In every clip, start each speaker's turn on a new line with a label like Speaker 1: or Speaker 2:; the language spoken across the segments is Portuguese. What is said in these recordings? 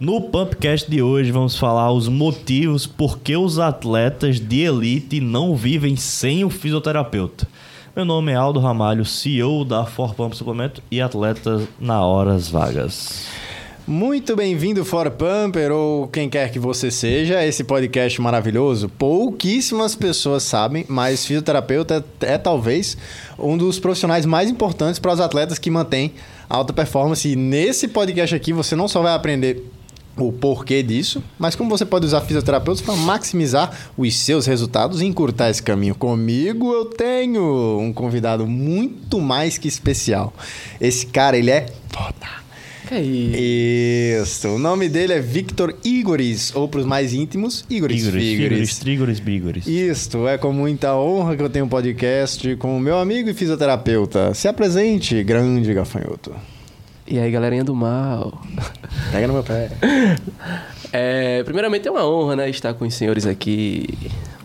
Speaker 1: No Pumpcast de hoje vamos falar os motivos por que os atletas de elite não vivem sem o fisioterapeuta. Meu nome é Aldo Ramalho, CEO da Forpump Suplemento e atleta na Horas Vagas.
Speaker 2: Muito bem-vindo, For Pumper, ou quem quer que você seja, a esse podcast maravilhoso. Pouquíssimas pessoas sabem, mas fisioterapeuta é, é talvez um dos profissionais mais importantes para os atletas que mantêm alta performance. E nesse podcast aqui você não só vai aprender o porquê disso, mas como você pode usar fisioterapeutas para maximizar os seus resultados e encurtar esse caminho. Comigo eu tenho um convidado muito mais que especial. Esse cara, ele é foda.
Speaker 3: Que aí?
Speaker 2: Isso. O nome dele é Victor Igoris, ou para os mais íntimos, Igoris
Speaker 1: Fígoris,
Speaker 2: Figueres.
Speaker 1: trígoris, bígoris.
Speaker 2: Isto é com muita honra que eu tenho um podcast com o meu amigo e fisioterapeuta. Se apresente, grande gafanhoto.
Speaker 3: E aí, galerinha do mal.
Speaker 2: Pega no meu pé.
Speaker 3: É, primeiramente é uma honra, né, estar com os senhores aqui.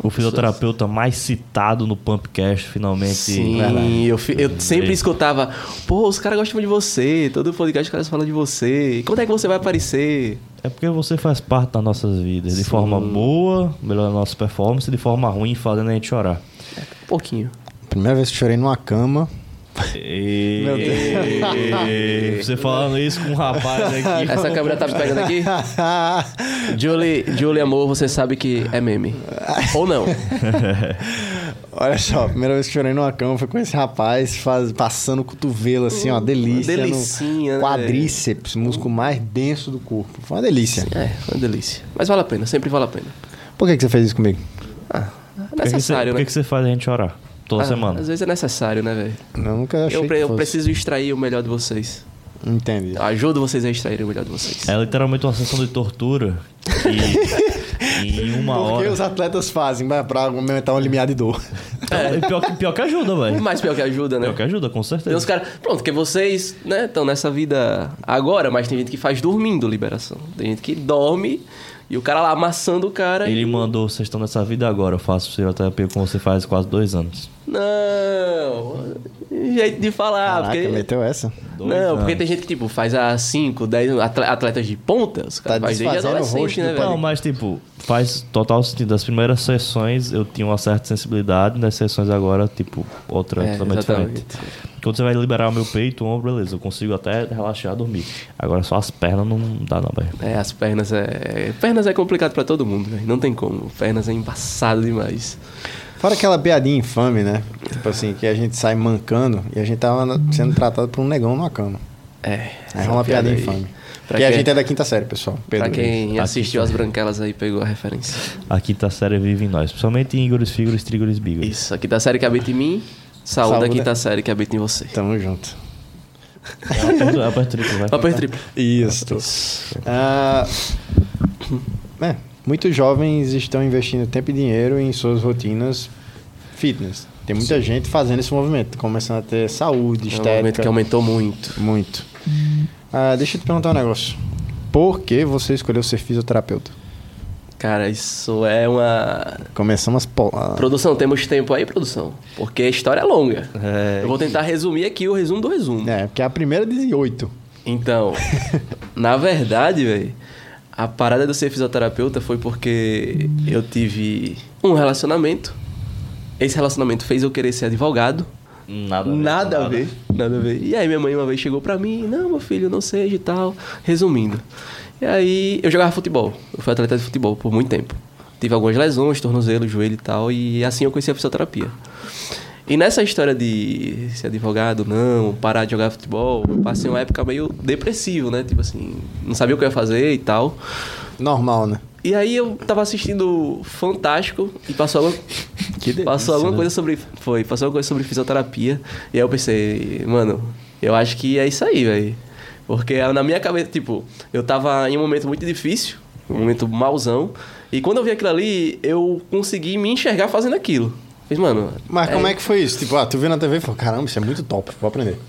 Speaker 1: O fisioterapeuta mais citado no Pumpcast, finalmente. É
Speaker 3: Sim, eu, fi- eu sempre escutava, pô, os caras gostam de você, todo podcast os caras falam de você. Quando é que você vai aparecer?
Speaker 1: É porque você faz parte das nossas vidas, de forma boa, melhorando a nossa performance, de forma ruim, fazendo a gente chorar.
Speaker 3: Um Pouquinho.
Speaker 2: Primeira vez que chorei numa cama.
Speaker 1: E...
Speaker 2: Meu Deus.
Speaker 1: E- Você falando isso com um rapaz aqui.
Speaker 3: Essa câmera tá me pegando aqui? Julie, Julie, amor, você sabe que é meme. Ou não.
Speaker 2: Olha só, a primeira vez que chorei numa cama foi com esse rapaz faz- passando o cotovelo assim, ó, delícia. no
Speaker 3: delicinha, né?
Speaker 2: Quadríceps, músculo mais denso do corpo. Foi uma delícia.
Speaker 3: É, uma delícia. Mas vale a pena, sempre vale a pena.
Speaker 2: Por que, que você fez isso comigo?
Speaker 3: Ah, é
Speaker 1: Por que, que, você,
Speaker 3: necessário,
Speaker 1: por que
Speaker 3: né?
Speaker 1: que você faz a gente chorar? Toda
Speaker 3: Ah,
Speaker 1: semana.
Speaker 3: Às vezes é necessário, né, velho?
Speaker 2: Eu nunca achei
Speaker 3: Eu, pre-
Speaker 2: que
Speaker 3: eu
Speaker 2: fosse.
Speaker 3: preciso extrair o melhor de vocês.
Speaker 2: Entendi.
Speaker 3: Eu ajudo vocês a extrair o melhor de vocês.
Speaker 1: É literalmente uma sessão de tortura. que em uma
Speaker 2: Porque
Speaker 1: hora.
Speaker 2: os atletas fazem mas pra aumentar um limiar de dor.
Speaker 1: É, Pior, que, pior que ajuda, velho.
Speaker 3: Mas pior que ajuda, né?
Speaker 1: Pior que ajuda, com
Speaker 3: Tem uns
Speaker 1: certeza.
Speaker 3: caras. Pronto, porque vocês, né, estão nessa vida agora, mas tem gente que faz dormindo liberação. Tem gente que dorme e o cara lá amassando o cara.
Speaker 1: Ele
Speaker 3: e...
Speaker 1: mandou, vocês estão nessa vida agora, eu faço fisioterapia com você faz quase dois anos.
Speaker 3: Não! Jeito de falar,
Speaker 2: Caraca,
Speaker 3: Ah, porque.
Speaker 2: meteu essa.
Speaker 1: Dois
Speaker 3: Não,
Speaker 1: anos.
Speaker 3: porque tem gente que, tipo, faz há 5, 10 anos, atle- atletas de ponta, os caras
Speaker 2: Tá
Speaker 3: faz desde
Speaker 2: desfazendo o
Speaker 3: adolescente,
Speaker 2: rosto
Speaker 3: né,
Speaker 2: do
Speaker 1: Não,
Speaker 3: velho?
Speaker 1: mas tipo, faz total sentido. As primeiras sessões eu tinha uma certa sensibilidade, nas sessões agora, tipo, outra
Speaker 3: É,
Speaker 1: totalmente
Speaker 3: exatamente.
Speaker 1: diferente. Quando você vai liberar o meu peito, o ombro, beleza, eu consigo até relaxar e dormir. Agora só as pernas não dá, não, velho.
Speaker 3: É, as pernas é. Pernas é complicado pra todo mundo, velho. Não tem como. Pernas é embaçado demais.
Speaker 2: Fora aquela piadinha infame, né? Tipo assim, que a gente sai mancando e a gente tava na- sendo tratado por um negão numa cama.
Speaker 3: É.
Speaker 2: Aí
Speaker 3: essa
Speaker 2: rola uma piada
Speaker 3: aí.
Speaker 2: infame.
Speaker 3: Pra
Speaker 2: Porque a
Speaker 3: quem-
Speaker 2: gente é da quinta série, pessoal.
Speaker 3: Pra
Speaker 2: Pedro.
Speaker 3: quem
Speaker 1: Tá
Speaker 3: assistiu
Speaker 1: aqui,
Speaker 3: As Branquelas aí, pegou a referência.
Speaker 1: A quinta tá série vive em nós, principalmente em Igores, Fígoros, Trígoros, Bígoros.
Speaker 3: Isso, tá a quinta série que habita em mim, saúde, tá
Speaker 2: Saúde. né?
Speaker 3: a quinta série que habita em você.
Speaker 2: Tamo junto.
Speaker 1: É a triplo, vai.
Speaker 3: Papel triplo.
Speaker 2: Isto. Ah, é, muitos jovens estão investindo tempo e dinheiro em suas rotinas fitness. Tem muita gente fazendo esse movimento, começando a ter saúde,
Speaker 3: É um
Speaker 2: estética.
Speaker 3: momento que aumentou muito.
Speaker 2: Muito. Ah, deixa eu te perguntar um negócio. Por que você escolheu ser fisioterapeuta?
Speaker 3: Cara, isso é uma.
Speaker 2: Começamos po- ah,
Speaker 3: Produção, temos tempo aí, produção? Porque a história é longa.
Speaker 1: É,
Speaker 3: Eu vou tentar resumir aqui o resumo do resumo.
Speaker 2: É, porque a primeira diz oito.
Speaker 3: Então, na verdade, velho, a parada de eu ser fisioterapeuta foi porque eu tive um relacionamento. Esse relacionamento fez eu querer ser advogado.
Speaker 1: Nada a ver.
Speaker 3: Nada a ver. Nada a ver. E aí minha mãe uma vez chegou pra mim, não, meu filho, não seja e tal. Resumindo. E aí eu jogava futebol. Eu fui atleta de futebol por muito tempo. Tive algumas lesões, tornozelo, joelho e tal. E assim eu conheci a fisioterapia. E nessa história de ser advogado, não, parar de jogar futebol, eu passei uma época meio depressivo, né? Tipo assim, não sabia o que eu ia fazer e tal.
Speaker 2: Normal, né?
Speaker 3: E aí eu tava assistindo Fantástico e passou alguma, passou alguma coisa sobre. Foi, passou alguma coisa sobre fisioterapia. E aí eu pensei, mano, eu acho que é isso aí, velho. Porque na minha cabeça, tipo, eu tava em um momento muito difícil, um momento mauzão. E quando eu vi aquilo ali, eu consegui me enxergar fazendo aquilo. Fiz, mano.
Speaker 2: Mas como é que foi isso? Tipo, ah, tu viu na TV e falou, caramba, isso é muito top, vou aprender.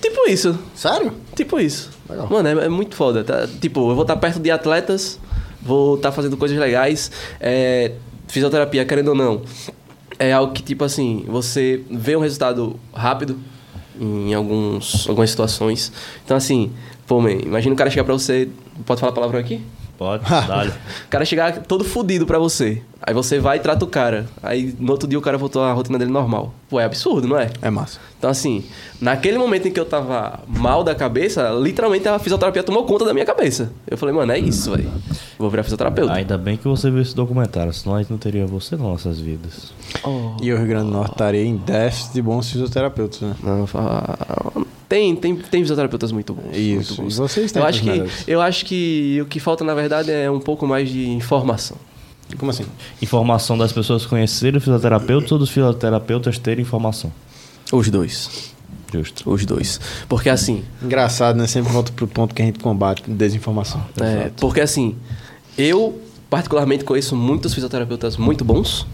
Speaker 3: Tipo isso.
Speaker 2: Sério?
Speaker 3: Tipo isso.
Speaker 2: Legal.
Speaker 3: Mano, é, é muito foda. tá? Tipo, eu vou estar perto de atletas, vou estar fazendo coisas legais. é, fisioterapia, querendo ou não, é algo que, tipo assim, você vê um resultado rápido em alguns, algumas situações. Então, assim, Pô, man, imagina o cara chegar pra você. Pode falar a palavra aqui?
Speaker 1: Pode, dá-lhe.
Speaker 3: O cara chegar todo fudido pra você. Aí você vai e trata o cara. Aí no outro dia o cara voltou à rotina dele normal. Pô, é absurdo, não é?
Speaker 2: É massa.
Speaker 3: Então, assim, naquele momento em que eu tava mal da cabeça, literalmente a fisioterapia tomou conta da minha cabeça. Eu falei, mano, é isso, velho. Vou virar fisioterapeuta.
Speaker 1: Ainda bem que você viu esse documentário, senão a gente não teria você nas nossas vidas.
Speaker 3: Oh.
Speaker 2: E o Rio Grande do Norte estaria em déficit de bons fisioterapeutas, né?
Speaker 3: Não, fa- Tem, tem, tem fisioterapeutas muito bons.
Speaker 2: Isso.
Speaker 3: Muito bons.
Speaker 2: E vocês têm
Speaker 3: eu acho,
Speaker 2: os
Speaker 3: que,
Speaker 2: melhores.
Speaker 3: eu acho que o que falta, na verdade, é um pouco mais de informação.
Speaker 2: Como assim?
Speaker 1: Informação das pessoas conhecerem o fisioterapeuta ou dos fisioterapeutas terem informação.
Speaker 3: Os dois.
Speaker 1: Justo.
Speaker 3: Os dois. Porque assim,
Speaker 2: Engraçado, né? Sempre volta pro ponto que a gente combate, desinformação.
Speaker 3: É, porque assim, eu particularmente conheço muitos fisioterapeutas muito bons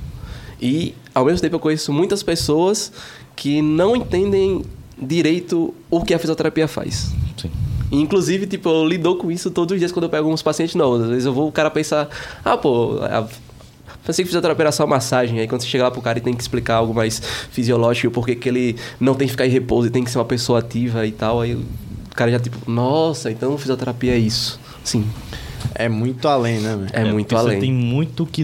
Speaker 3: e ao mesmo tempo eu conheço muitas pessoas que não entendem direito o que a fisioterapia faz.
Speaker 1: Sim.
Speaker 3: E, Inclusive, tipo, eu lido com isso todos os dias quando eu pego uns pacientes novos. Às vezes eu vou, o cara pensa, ah, pô, a... pensei que fisioterapia era só massagem. Aí quando você chega lá pro cara e tem que explicar algo mais fisiológico, por que que ele não tem que ficar em repouso e tem que ser uma pessoa ativa e tal, aí o cara já tipo, nossa, então fisioterapia é isso. Sim,
Speaker 2: É muito além, né, velho?
Speaker 3: é, muito
Speaker 1: porque
Speaker 3: além.
Speaker 1: Você tem muito que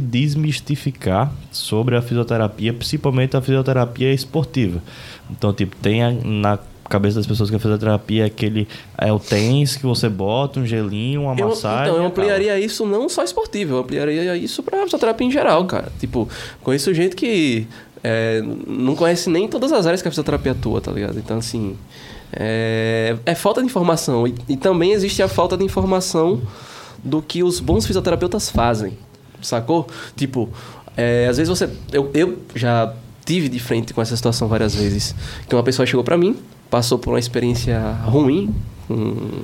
Speaker 1: desmistificar sobre a fisioterapia, principalmente a fisioterapia esportiva. Então, tipo, tem a- na cabeça das pessoas que a fisioterapia é aquele é o tênis que você bota, um gelinho, uma
Speaker 3: Eu-
Speaker 1: massagem.
Speaker 3: então, eu
Speaker 1: acaba.
Speaker 3: ampliaria isso não só esportivo, eu ampliaria isso pra fisioterapia em geral, cara. Tipo, conheço gente que é, não conhece nem todas as áreas que a fisioterapia atua, tá ligado? Então, assim, é, é falta de informação. E, e também existe a falta de informação do que os bons fisioterapeutas fazem, sacou? Tipo, é, às vezes você... Eu, eu já tive de frente com essa situação várias vezes. Que uma pessoa chegou pra mim, passou por uma experiência ruim, um,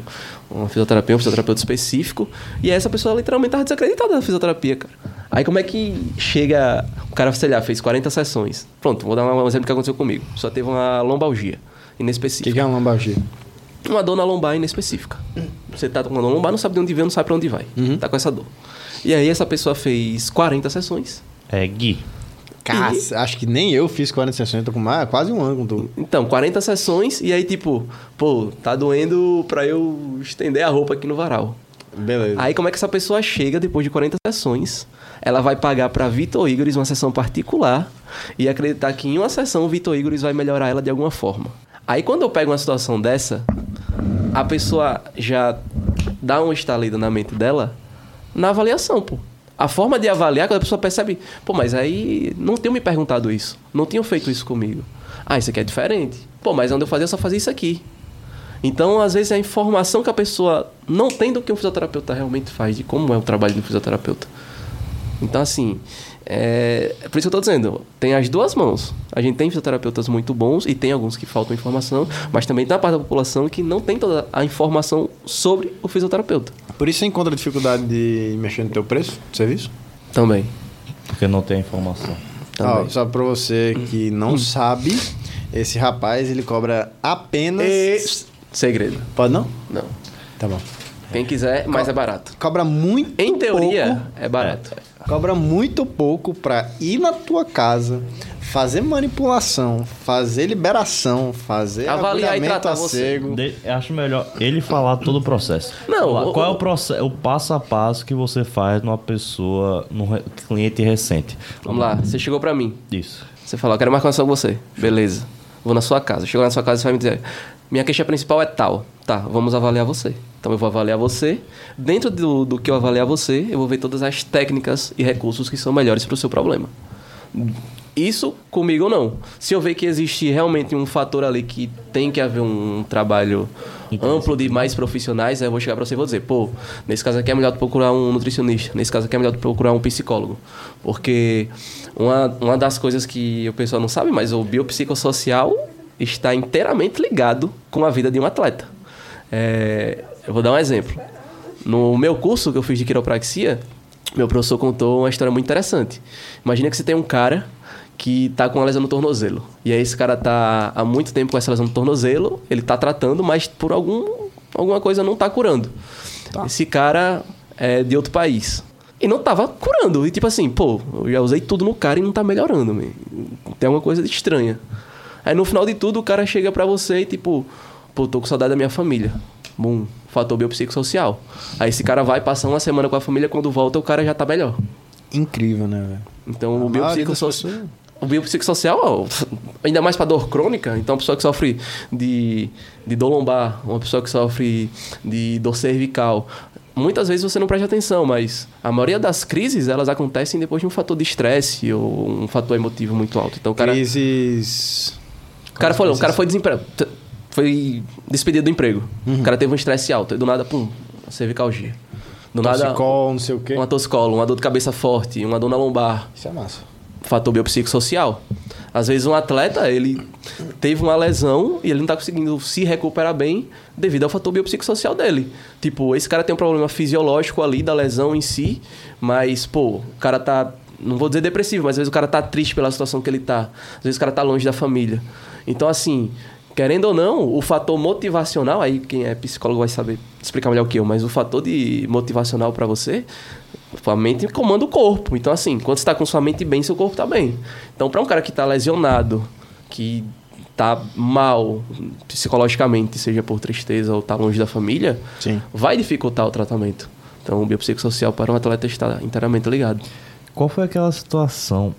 Speaker 3: um fisioterapeuta, um fisioterapeuta específico, e essa pessoa literalmente estava desacreditada da fisioterapia, cara. Aí como é que chega. O cara, sei lá, fez 40 sessões. Pronto, vou dar um exemplo do que aconteceu comigo. Só teve uma lombalgia
Speaker 2: O que,
Speaker 3: inespecífica.
Speaker 2: que é uma lombalgia?
Speaker 3: Uma dor na lombar inespecífica. Você tá com a lombar, não sabe de onde vem, não sabe pra onde vai. Tá com essa dor. E aí essa pessoa fez 40 sessões.
Speaker 1: É Gui.
Speaker 2: Caça, acho que nem eu fiz 40 sessões, tô com mais, quase um ano com tudo.
Speaker 3: Então, 40 sessões, e aí tipo, pô, tá doendo pra eu estender a roupa aqui no varal.
Speaker 2: Beleza.
Speaker 3: Aí como é que essa pessoa chega depois de 40 sessões? Ela vai pagar pra Vitor Igoris uma sessão particular e acreditar que em uma sessão o Vitor Igoris vai melhorar ela de alguma forma. Aí quando eu pego uma situação dessa, a pessoa já dá uma estalida na mente dela na avaliação, pô. A forma de avaliar, quando a pessoa percebe, pô, mas aí não tinham me perguntado isso, não tinham feito isso comigo. Ah, isso aqui é diferente. Pô, mas onde eu fazia, eu só fazia isso aqui. Então, às vezes, a informação que a pessoa não tem do que um fisioterapeuta realmente faz, de como é o trabalho do fisioterapeuta. Então, assim, é, é por isso que eu tô dizendo, tem as duas mãos. A gente tem fisioterapeutas muito bons e tem alguns que faltam informação, mas também tem a parte da população que não tem toda a informação sobre o fisioterapeuta.
Speaker 2: Por isso você encontra dificuldade de mexer no teu preço de serviço?
Speaker 3: Também.
Speaker 1: Porque não tem a informação.
Speaker 2: Ó, só pra você que
Speaker 3: Hum.
Speaker 2: não sabe, esse rapaz, ele cobra apenas...
Speaker 3: Segredo.
Speaker 2: Pode não?
Speaker 3: Não.
Speaker 2: Tá bom.
Speaker 3: Quem quiser, mas é barato.
Speaker 2: Cobra muito
Speaker 3: Em teoria,
Speaker 2: pouco-
Speaker 3: é barato.
Speaker 2: Cobra muito pouco pra ir na tua casa, fazer manipulação, fazer liberação, fazer
Speaker 3: Avaliar e
Speaker 2: agulhamento
Speaker 3: tratar
Speaker 2: a
Speaker 3: você.
Speaker 2: cego.
Speaker 1: De- eu acho melhor ele falar todo o processo.
Speaker 3: Não,
Speaker 1: Vamos lá,
Speaker 3: o-
Speaker 1: qual é o, proce- o passo a passo que você faz numa pessoa, num re- cliente recente?
Speaker 3: Vamos lá, você chegou pra mim.
Speaker 1: Isso.
Speaker 3: Você fala, eu quero marcar uma sessão com você. Beleza. Vou na sua casa. Chegou na sua casa, você vai me dizer, minha queixa principal é tal. Tá, vamos avaliar você. Então eu vou avaliar você. Dentro do, do que eu avaliar você, eu vou ver todas as técnicas e recursos que são melhores para o seu problema. Isso comigo ou não. Se eu ver que existe realmente um fator ali que tem que haver um trabalho amplo de mais profissionais, aí eu vou chegar pra você e vou dizer, pô, nesse caso aqui é melhor tu procurar um nutricionista, nesse caso aqui é melhor tu procurar um psicólogo. Porque uma, uma das coisas que o pessoal não sabe, mas o biopsicossocial está inteiramente ligado com a vida de um atleta. É, eu vou dar um exemplo. No meu curso que eu fiz de quiropraxia, meu professor contou uma história muito interessante. Imagina que você tem um cara que tá com uma lesão no tornozelo. E aí esse cara tá há muito tempo com essa lesão no tornozelo, ele tá tratando, mas por algum, alguma coisa não tá curando. Esse cara é de outro país. E não tava curando. E tipo assim, pô, eu já usei tudo no cara e não tá melhorando. man. Tem alguma coisa de estranha. Aí no final de tudo, o cara chega pra você e tipo, pô, tô com saudade da minha família. Bum, fator biopsicossocial. Aí esse cara vai passar uma semana com a família, quando volta o cara já tá melhor.
Speaker 2: Incrível, né, velho?
Speaker 3: Então
Speaker 2: A
Speaker 3: o
Speaker 2: maioria das
Speaker 3: biopsicossocial.
Speaker 2: pessoas-
Speaker 3: O biopsicossocial, ó, ainda mais para dor crônica, então uma pessoa que sofre de, de dor lombar, uma pessoa que sofre de dor cervical. Muitas vezes você não presta atenção, mas a maioria das crises elas acontecem depois de um fator de estresse ou um fator emotivo muito alto. Então o cara,
Speaker 2: Crises. é
Speaker 3: o cara, foi, o cara foi desempregado, foi despedido do emprego. O cara teve um estresse alto, e do nada, pum, cervicalgia. Do nada,
Speaker 2: Toxicol, não sei o quê.
Speaker 3: uma toscola, uma dor de cabeça forte, uma dor na lombar
Speaker 2: Isso é massa.
Speaker 3: fator biopsicossocial. Às vezes um atleta, ele teve uma lesão e ele não tá conseguindo se recuperar bem devido ao fator biopsicossocial dele. Tipo, esse cara tem um problema fisiológico ali da lesão em si, mas, pô, o cara tá, não vou dizer depressivo, mas às vezes o cara tá triste pela situação que ele tá. Às vezes o cara tá longe da família. Então, assim, querendo ou não, o fator motivacional, aí quem é psicólogo vai saber explicar melhor que eu, mas o fator de motivacional pra você sua mente comanda o corpo. Então, assim, quando você tá com sua mente bem, seu corpo tá bem. Então, para um cara que tá lesionado, que tá mal psicologicamente, seja por tristeza ou tá longe da família,
Speaker 2: Sim.
Speaker 3: vai dificultar o tratamento. Então, o biopsicossocial para um atleta está inteiramente ligado.
Speaker 1: Qual foi aquela situação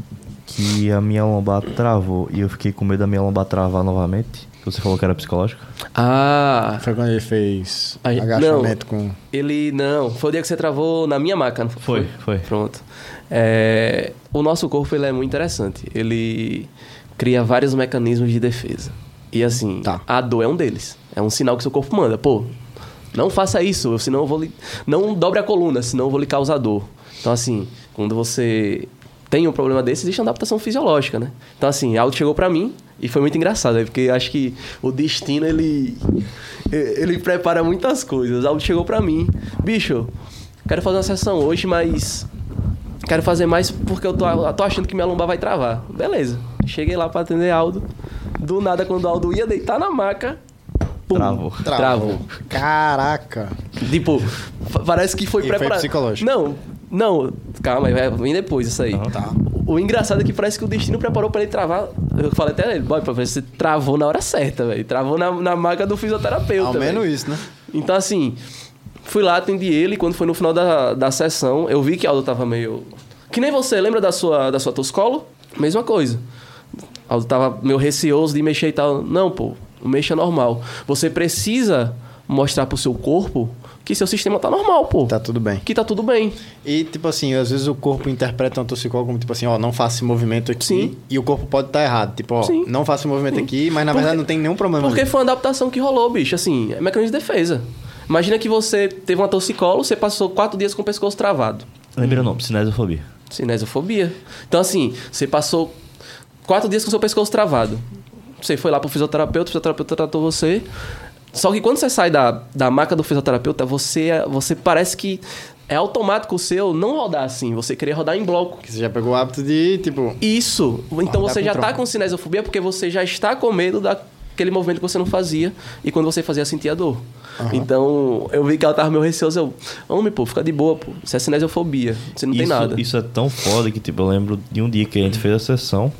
Speaker 1: que a minha lombar travou e eu fiquei com medo da minha lombar travar novamente? Você falou que era psicológico?
Speaker 3: Ah,
Speaker 2: Foi quando ele fez
Speaker 3: Aí-
Speaker 2: agachamento com.
Speaker 3: ele não. Foi o dia que você travou na minha maca, não
Speaker 1: Foi, foi.
Speaker 3: Pronto. É, o nosso corpo ele é muito interessante. Ele cria vários mecanismos de defesa. E assim,
Speaker 2: Tá.
Speaker 3: a dor é um deles. É um sinal que seu corpo manda. Pô, não faça isso, senão eu vou lhe... Não dobre a coluna, senão eu vou lhe causar dor. Então assim, quando você tem um problema desse, existe uma adaptação fisiológica, né? Então assim, algo chegou pra mim e foi muito engraçado, né? porque acho que o destino, ele... Ele prepara muitas coisas. Algo chegou pra mim. Bicho, quero fazer uma sessão hoje, mas Quero fazer mais porque eu tô, eu tô achando que minha lombar vai travar. Beleza. Cheguei lá pra atender Aldo. Do nada, quando o Aldo ia deitar na maca. pum,
Speaker 1: Travou.
Speaker 3: Travou.
Speaker 2: Caraca.
Speaker 3: Tipo, fa- parece que
Speaker 2: E
Speaker 3: foi
Speaker 2: foi
Speaker 3: preparado.
Speaker 2: psicológico.
Speaker 3: Não, não. Calma, vai vem depois isso aí.
Speaker 2: Tá.
Speaker 3: O engraçado é que parece que o destino preparou pra ele travar. Eu falei até ele, boy, pra ver se travou na hora certa, velho. Travou na, na maca do fisioterapeuta.
Speaker 2: Ao menos
Speaker 3: velho."
Speaker 2: isso, né?
Speaker 3: Então, assim, fui lá, atendi ele. Quando foi no final da, da sessão, eu vi que Aldo tava meio. Que nem você, lembra da sua, da sua toscolo? Mesma coisa. Aldo tava meio receoso de mexer e tal. Não, pô, não mexa normal. Você precisa mostrar pro seu corpo que seu sistema tá normal, pô.
Speaker 2: Tá tudo bem.
Speaker 3: Que tá tudo bem.
Speaker 2: E, tipo assim, às vezes o corpo interpreta uma toxicol como, tipo assim, ó, não faça esse movimento aqui.
Speaker 3: Sim.
Speaker 2: E o corpo pode estar errado. Tipo, ó,
Speaker 3: Sim.
Speaker 2: não faça esse movimento aqui, mas na
Speaker 3: Porque-
Speaker 2: verdade não tem nenhum problema.
Speaker 3: Porque
Speaker 2: ali.
Speaker 3: foi uma adaptação que rolou, bicho. Assim, é mecanismo de defesa. Imagina que você teve uma torcicolo, você passou quatro dias com o pescoço travado.
Speaker 1: Lembra o nome, cinesiofobia.
Speaker 3: Cinesofobia. Então, assim, você passou quatro dias com o seu pescoço travado. Você foi lá pro fisioterapeuta, o fisioterapeuta tratou você. Só que quando você sai da, da maca do fisioterapeuta, você, você parece que é automático o seu não rodar assim. Você querer rodar em bloco.
Speaker 2: Porque você já pegou o hábito de, tipo,
Speaker 3: Isso.
Speaker 2: Rodar
Speaker 3: Então você
Speaker 2: com
Speaker 3: já
Speaker 2: tronco.
Speaker 3: tá com cinesofobia porque você já está com medo daquele movimento que você não fazia. E quando você fazia, sentia dor. Então, eu vi que ela tava meio receosa. Eu, homem, pô, fica de boa, pô. Isso é cinesofobia. Você não
Speaker 1: isso,
Speaker 3: tem nada.
Speaker 1: Isso é tão foda que, tipo, eu lembro de um dia que a gente fez a sessão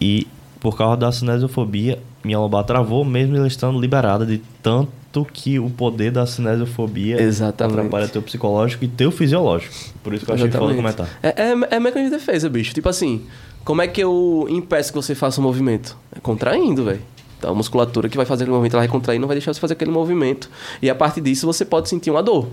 Speaker 1: e, por causa da cinesiofobia, minha lombar travou, mesmo ela estando liberada de tanto que o poder da cinesiofobia
Speaker 3: Exatamente.
Speaker 1: atrapalha teu psicológico e teu fisiológico. Por isso que eu achei foda
Speaker 3: Exatamente.
Speaker 1: comentar.
Speaker 3: É, é, é mecanismo de defesa, bicho. Tipo assim, como é que eu impeço que você faça um movimento? É contraindo, velho. Então, a musculatura que vai fazer aquele movimento, ela vai contrair, não vai deixar você fazer aquele movimento. E a partir disso, você pode sentir uma dor.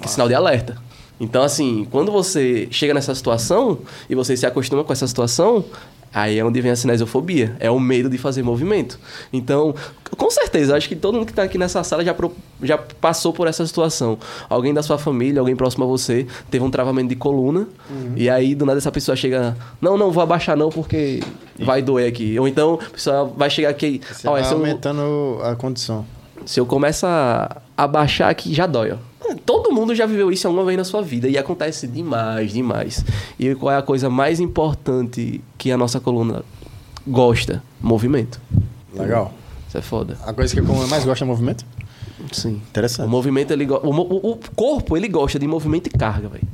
Speaker 3: Que é sinal de alerta. Então, assim, quando você chega nessa situação e você se acostuma com essa situação, aí é onde vem a cinesiofobia. É o medo de fazer movimento. Então, com certeza, acho que todo mundo que tá aqui nessa sala já, pro- já passou por essa situação. Alguém da sua família, alguém próximo a você, teve um travamento de coluna.
Speaker 2: Uhum.
Speaker 3: E aí, do nada, essa pessoa chega. Não, não, vou abaixar não, porque vai doer aqui. Ou então, a pessoa vai chegar aqui.
Speaker 2: você
Speaker 3: "Ah,
Speaker 2: vai
Speaker 3: ué, se eu-
Speaker 2: aumentando a condição.
Speaker 3: se eu começo a abaixar aqui, já dói, ó. Todo mundo já viveu isso alguma vez na sua vida e acontece demais, demais. E qual é a coisa mais importante que a nossa coluna gosta? Movimento.
Speaker 2: Legal.
Speaker 3: Isso é foda.
Speaker 2: A coisa que eu como- mais gosto é movimento.
Speaker 3: Sim. O
Speaker 2: Interessante.
Speaker 3: movimento, ele go- o, mo- o- o corpo, ele gosta de movimento e carga, velho.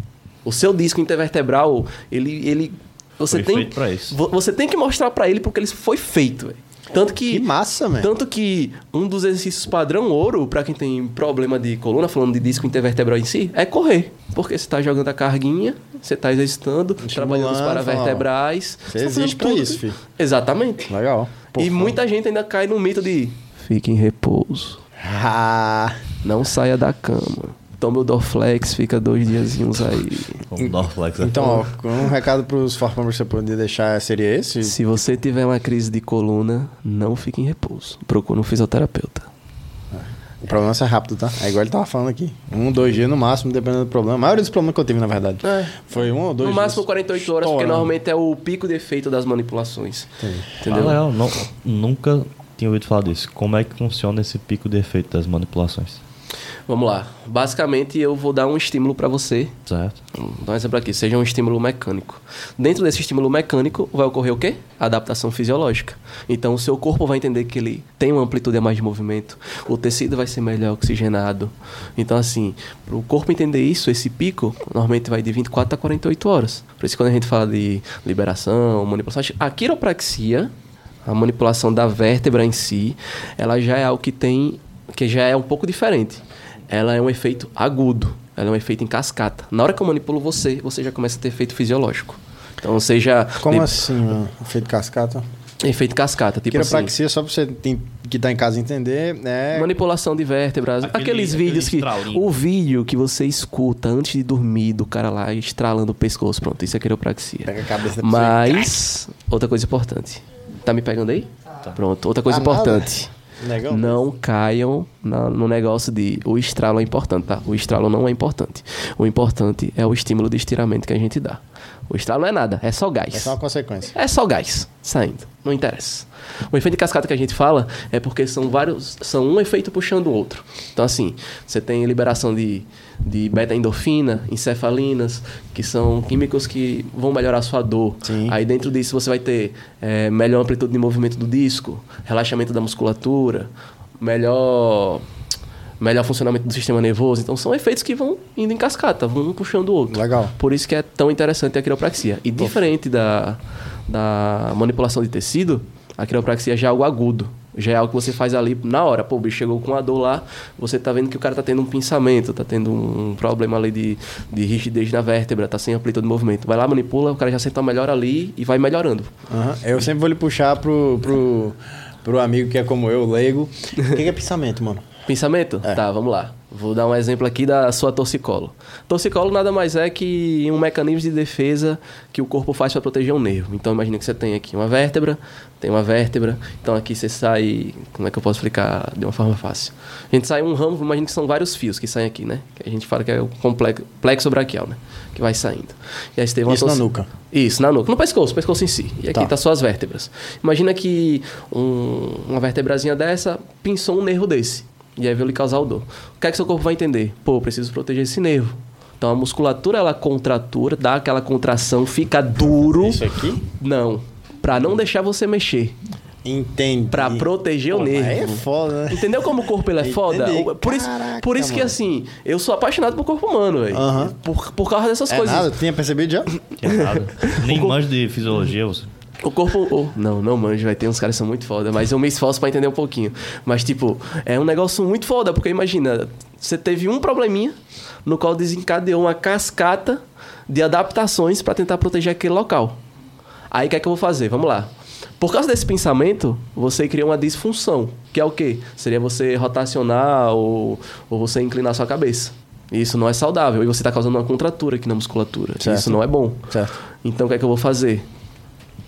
Speaker 3: O seu disco intervertebral, ele... ele você
Speaker 1: Foi
Speaker 3: tem
Speaker 1: feito pra isso.
Speaker 3: vo- Você tem que mostrar pra ele porque ele foi feito, velho. Tanto que.
Speaker 2: Que massa, velho.
Speaker 3: Tanto que um dos exercícios padrão ouro, pra quem tem problema de coluna, falando de disco intervertebral em si, é correr. Porque você tá jogando a carguinha, você tá exercitando, trabalhando os
Speaker 2: falando.
Speaker 3: paravertebrais.
Speaker 2: Você
Speaker 3: tá fazendo
Speaker 2: existe pra isso, filho.
Speaker 3: Exatamente.
Speaker 2: Legal. Pô,
Speaker 3: e
Speaker 2: foda.
Speaker 3: muita gente ainda cai no mito de. Fique em repouso.
Speaker 2: Ah,
Speaker 3: Não saia da cama. Toma o Dorflex, fica dois diazinhos aí.
Speaker 1: Vamos dar um flex
Speaker 2: então, ó, um recado pros Forpambers que você poderia deixar seria esse?
Speaker 3: Se você tiver uma crise de coluna, não fique em repouso. Procure um fisioterapeuta.
Speaker 2: O problema é ser rápido, tá? É igual ele tava falando aqui. Um, dois dias no máximo, dependendo do problema. A maioria dos problemas que eu tive, na verdade.
Speaker 3: É.
Speaker 2: Foi um ou dois
Speaker 3: No
Speaker 2: dias.
Speaker 3: máximo 48 horas, porque
Speaker 2: Estourando.
Speaker 3: normalmente é o pico de efeito das manipulações.
Speaker 1: Na
Speaker 3: Entendeu?
Speaker 1: real, não- nunca tinha ouvido falar disso. Como é que funciona esse pico de efeito das manipulações?
Speaker 3: Vamos lá. Basicamente, eu vou dar um estímulo pra você.
Speaker 1: Certo?
Speaker 3: Vou dar um exemplo aqui. Seja um estímulo mecânico. Dentro desse estímulo mecânico, vai ocorrer o quê? Adaptação fisiológica. Então, o seu corpo vai entender que ele tem uma amplitude a mais de movimento. O tecido vai ser melhor oxigenado. Então, assim, para o corpo entender isso, esse pico, normalmente vai de 24 a 48 horas. Por isso, que quando a gente fala de liberação, manipulação... acho que A quiropraxia, a manipulação da vértebra em si, ela já é algo que tem... Que já é um pouco diferente ela é um efeito agudo, ela é um efeito em cascata. Na hora que eu manipulo você, você já começa a ter efeito fisiológico. Então seja
Speaker 2: Como
Speaker 3: de-
Speaker 2: assim, mano? Feito cascata?
Speaker 3: efeito cascata, tipo assim,
Speaker 2: Quiropraxia, só pra você tem- que tá em casa entender, é...
Speaker 3: manipulação de vértebras,
Speaker 1: Aquele-
Speaker 3: aqueles
Speaker 1: aquele
Speaker 3: vídeos que
Speaker 1: estralinho.
Speaker 3: o vídeo que você escuta antes de dormir do cara lá estralando o pescoço, pronto, isso é quiropraxia.
Speaker 2: Pega a cabeça da pessoa e-
Speaker 3: Mas outra coisa importante. Tá me pegando aí? Pronto, outra coisa
Speaker 2: Ah, nada.
Speaker 3: importante.
Speaker 2: Negão?
Speaker 3: Não caiam na- no negócio de o estralo é importante, tá? O estralo não é importante. O importante é o estímulo de estiramento que a gente dá. O estralo não é nada, é só gás.
Speaker 2: É só uma consequência.
Speaker 3: É só gás saindo, não interessa. O efeito de cascata que a gente fala é porque são vários, são um efeito puxando o outro. Então assim, você tem liberação de, de beta endorfina, encefalinas, que são químicos que vão melhorar a sua dor.
Speaker 2: Sim.
Speaker 3: Aí dentro disso você vai ter é, melhor amplitude de movimento do disco, relaxamento da musculatura, melhor melhor funcionamento do sistema nervoso. Então são efeitos que vão indo em cascata, vão um puxando o outro.
Speaker 2: Legal.
Speaker 3: Por isso que é tão interessante a quiropraxia. E diferente da, da manipulação de tecido, a quiropraxia já é algo agudo. Já é algo que você faz ali na hora. Pô, o bicho chegou com a dor lá, você tá vendo que o cara tá tendo um pensamento, tá tendo um problema ali de, de rigidez na vértebra, tá sem amplitude de movimento. Vai lá, manipula, o cara já senta melhor ali e vai melhorando.
Speaker 2: Aham. Eu sempre vou lhe puxar pro, pro, pro amigo que é como eu, leigo. O que, que é pensamento, mano?
Speaker 3: Pensamento?
Speaker 2: É.
Speaker 3: Tá, vamos lá. Vou dar um exemplo aqui da sua torcicolo. Torcicolo nada mais é que um mecanismo de defesa que o corpo faz para proteger um nervo. Então imagina que você tem aqui uma vértebra, tem uma vértebra, então aqui você sai. Como é que eu posso explicar de uma forma fácil? A gente sai um ramo, imagina que são vários fios que saem aqui, né? Que a gente fala que é o complexo plexo braquial, né? Que vai saindo. E aí você tem uma
Speaker 2: Isso na
Speaker 3: torci-
Speaker 2: nuca.
Speaker 3: Isso, na nuca. No pescoço, pescoço em si. E aqui
Speaker 2: Tá.
Speaker 3: tá só as vértebras. Imagina que um- uma vertebrazinha dessa pinçou um nervo desse. E aí veio lhe causar o dor. O que é que seu corpo vai entender? Pô, eu preciso proteger esse nervo. Então a musculatura, ela contratura, dá aquela contração, fica duro.
Speaker 2: Isso aqui?
Speaker 3: Não. Pra não deixar você mexer.
Speaker 2: Entendi.
Speaker 3: Pra proteger
Speaker 2: Pô,
Speaker 3: o
Speaker 2: mas
Speaker 3: nervo.
Speaker 2: aí é foda, né?
Speaker 3: Entendeu como o corpo ele é
Speaker 2: Entendi.
Speaker 3: foda? O- Por isso,
Speaker 2: Caraca,
Speaker 3: por isso que
Speaker 2: mano.
Speaker 3: assim, eu sou apaixonado pelo corpo humano, velho.
Speaker 2: Aham.
Speaker 3: Por, por causa dessas
Speaker 2: É
Speaker 3: coisas.
Speaker 2: nada? Tinha percebido já?
Speaker 1: Que é nada. Nem mais de fisiologia, você.
Speaker 3: O corpo. o- não, não manjo, vai ter uns caras que são muito foda, mas eu me esforço pra entender um pouquinho. Mas, tipo, é um negócio muito foda, porque imagina, você teve um probleminha no qual desencadeou uma cascata de adaptações pra tentar proteger aquele local. Aí o que é que eu vou fazer? Vamos lá. Por causa desse pensamento, você cria uma disfunção, que é o quê? Seria você rotacionar ou, ou você inclinar sua cabeça. Isso não é saudável. E você está causando uma contratura aqui na musculatura.
Speaker 2: Certo.
Speaker 3: Isso não é bom.
Speaker 2: Certo.
Speaker 3: Então o que é que eu vou fazer?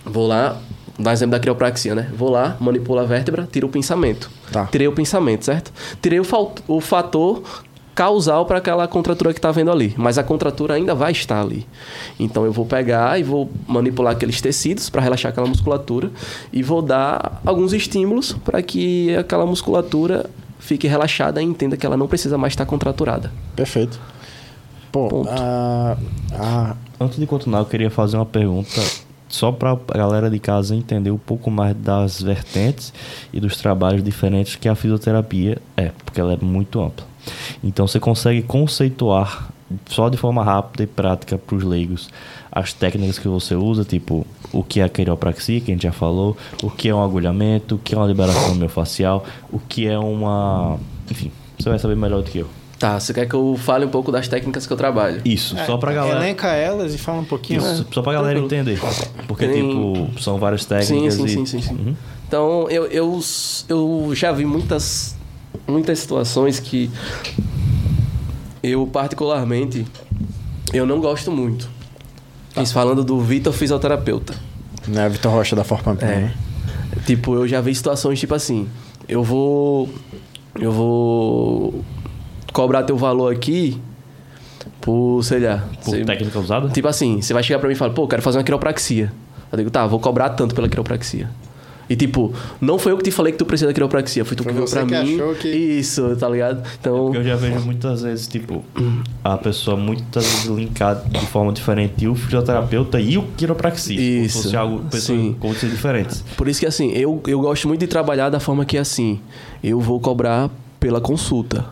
Speaker 3: Vou lá, dá exemplo da criopraxia, né? Vou lá, manipulo a vértebra, tiro o pensamento.
Speaker 2: Tá.
Speaker 3: Tirei o pensamento, certo? Tirei o, fal- o fator causal para aquela contratura que tá vendo ali, mas a contratura ainda vai estar ali. Então eu vou pegar e vou manipular aqueles tecidos para relaxar aquela musculatura e vou dar alguns estímulos para que aquela musculatura fique relaxada e entenda que ela não precisa mais estar contraturada.
Speaker 2: Perfeito. Pô,
Speaker 3: Ponto.
Speaker 2: ah, ah,
Speaker 1: Antes de continuar, eu queria fazer uma pergunta só para a galera de casa entender um pouco mais das vertentes e dos trabalhos diferentes que a fisioterapia é, porque ela é muito ampla. Então você consegue conceituar só de forma rápida e prática para os leigos, as técnicas que você usa, tipo o que é a quiropraxia, que a gente já falou, o que é um agulhamento, o que é uma liberação miofascial, o que é uma. Enfim, você vai saber melhor do que eu.
Speaker 3: Tá, você quer que eu fale um pouco das técnicas que eu trabalho?
Speaker 1: Isso,
Speaker 2: É,
Speaker 1: só pra galera.
Speaker 2: Elenca elas e fala um pouquinho.
Speaker 1: Isso, só pra galera
Speaker 3: É. tranquilo.
Speaker 1: entender. Porque,
Speaker 3: Tem-
Speaker 1: tipo, são várias técnicas.
Speaker 3: sim,
Speaker 1: e...
Speaker 3: sim, sim, sim.
Speaker 1: Uhum.
Speaker 3: Então, eu, eu, eu já vi muitas, muitas situações que eu, particularmente, eu não gosto muito.
Speaker 1: Ah.
Speaker 3: Isso falando do Vitor Fisioterapeuta.
Speaker 2: Né, Vitor Rocha da Forpamp.
Speaker 3: É. Tipo, eu já vi situações tipo assim, eu vou eu vou cobrar teu valor aqui por, sei lá,
Speaker 1: Por
Speaker 3: sei-
Speaker 1: técnica usada?
Speaker 3: Tipo assim, você vai chegar pra mim e falar, pô, quero fazer uma quiropraxia. Eu digo, tá, vou cobrar tanto pela quiropraxia. E tipo, não foi eu que te falei que tu precisa da quiropraxia, foi tu
Speaker 2: Foi
Speaker 3: que veio
Speaker 2: você
Speaker 3: pra
Speaker 2: que
Speaker 3: mim.
Speaker 2: achou que-
Speaker 3: Isso, tá ligado? Então,
Speaker 1: É, Porque eu já vejo muitas vezes, tipo, a pessoa muitas vezes linkada de forma diferente o fisioterapeuta e o quiropraxista. Como se
Speaker 3: Isso,
Speaker 1: fosse algo, pessoas
Speaker 3: sim.
Speaker 1: com coisas diferentes.
Speaker 3: Por isso que assim, eu, eu gosto muito de trabalhar da forma que assim, eu vou cobrar pela consulta.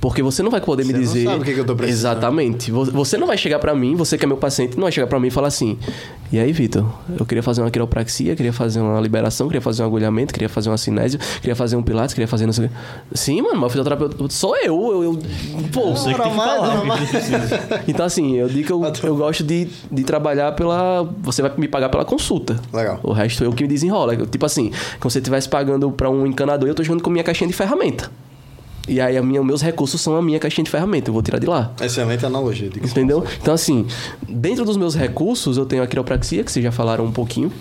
Speaker 3: Porque você não vai poder
Speaker 2: Você
Speaker 3: me
Speaker 2: não
Speaker 3: dizer.
Speaker 2: sabe o que que eu tô precisando.
Speaker 3: Exatamente. Vo- Você não vai chegar pra mim, você que é meu paciente, não vai chegar pra mim e falar assim: "E aí, Vitor, eu queria fazer uma quiropraxia, queria fazer uma liberação, queria fazer um agulhamento, queria fazer uma cinésio, queria fazer um pilates, queria fazer não sei o quê." Sim, mano, mas o fisioterapeuta sou eu, eu, eu pô,
Speaker 1: Você que tem que
Speaker 2: Ora, mais,
Speaker 1: falar tipo,
Speaker 2: ora,
Speaker 1: o que você precisa.
Speaker 3: então, assim, eu digo que eu, eu gosto de, de trabalhar pela. Você vai me pagar pela consulta.
Speaker 2: Legal.
Speaker 3: O resto eu que me desenrola. Eu, Tipo assim, como se você estivesse pagando pra um encanador, eu tô jogando com minha caixinha de ferramenta. E aí, a minha, meus recursos são a minha caixinha de ferramenta. Eu vou tirar de lá.
Speaker 2: Excelente analogia. diga-se.
Speaker 3: Entendeu? Então, assim, dentro dos meus recursos, eu tenho a quiropraxia, que vocês já falaram um pouquinho.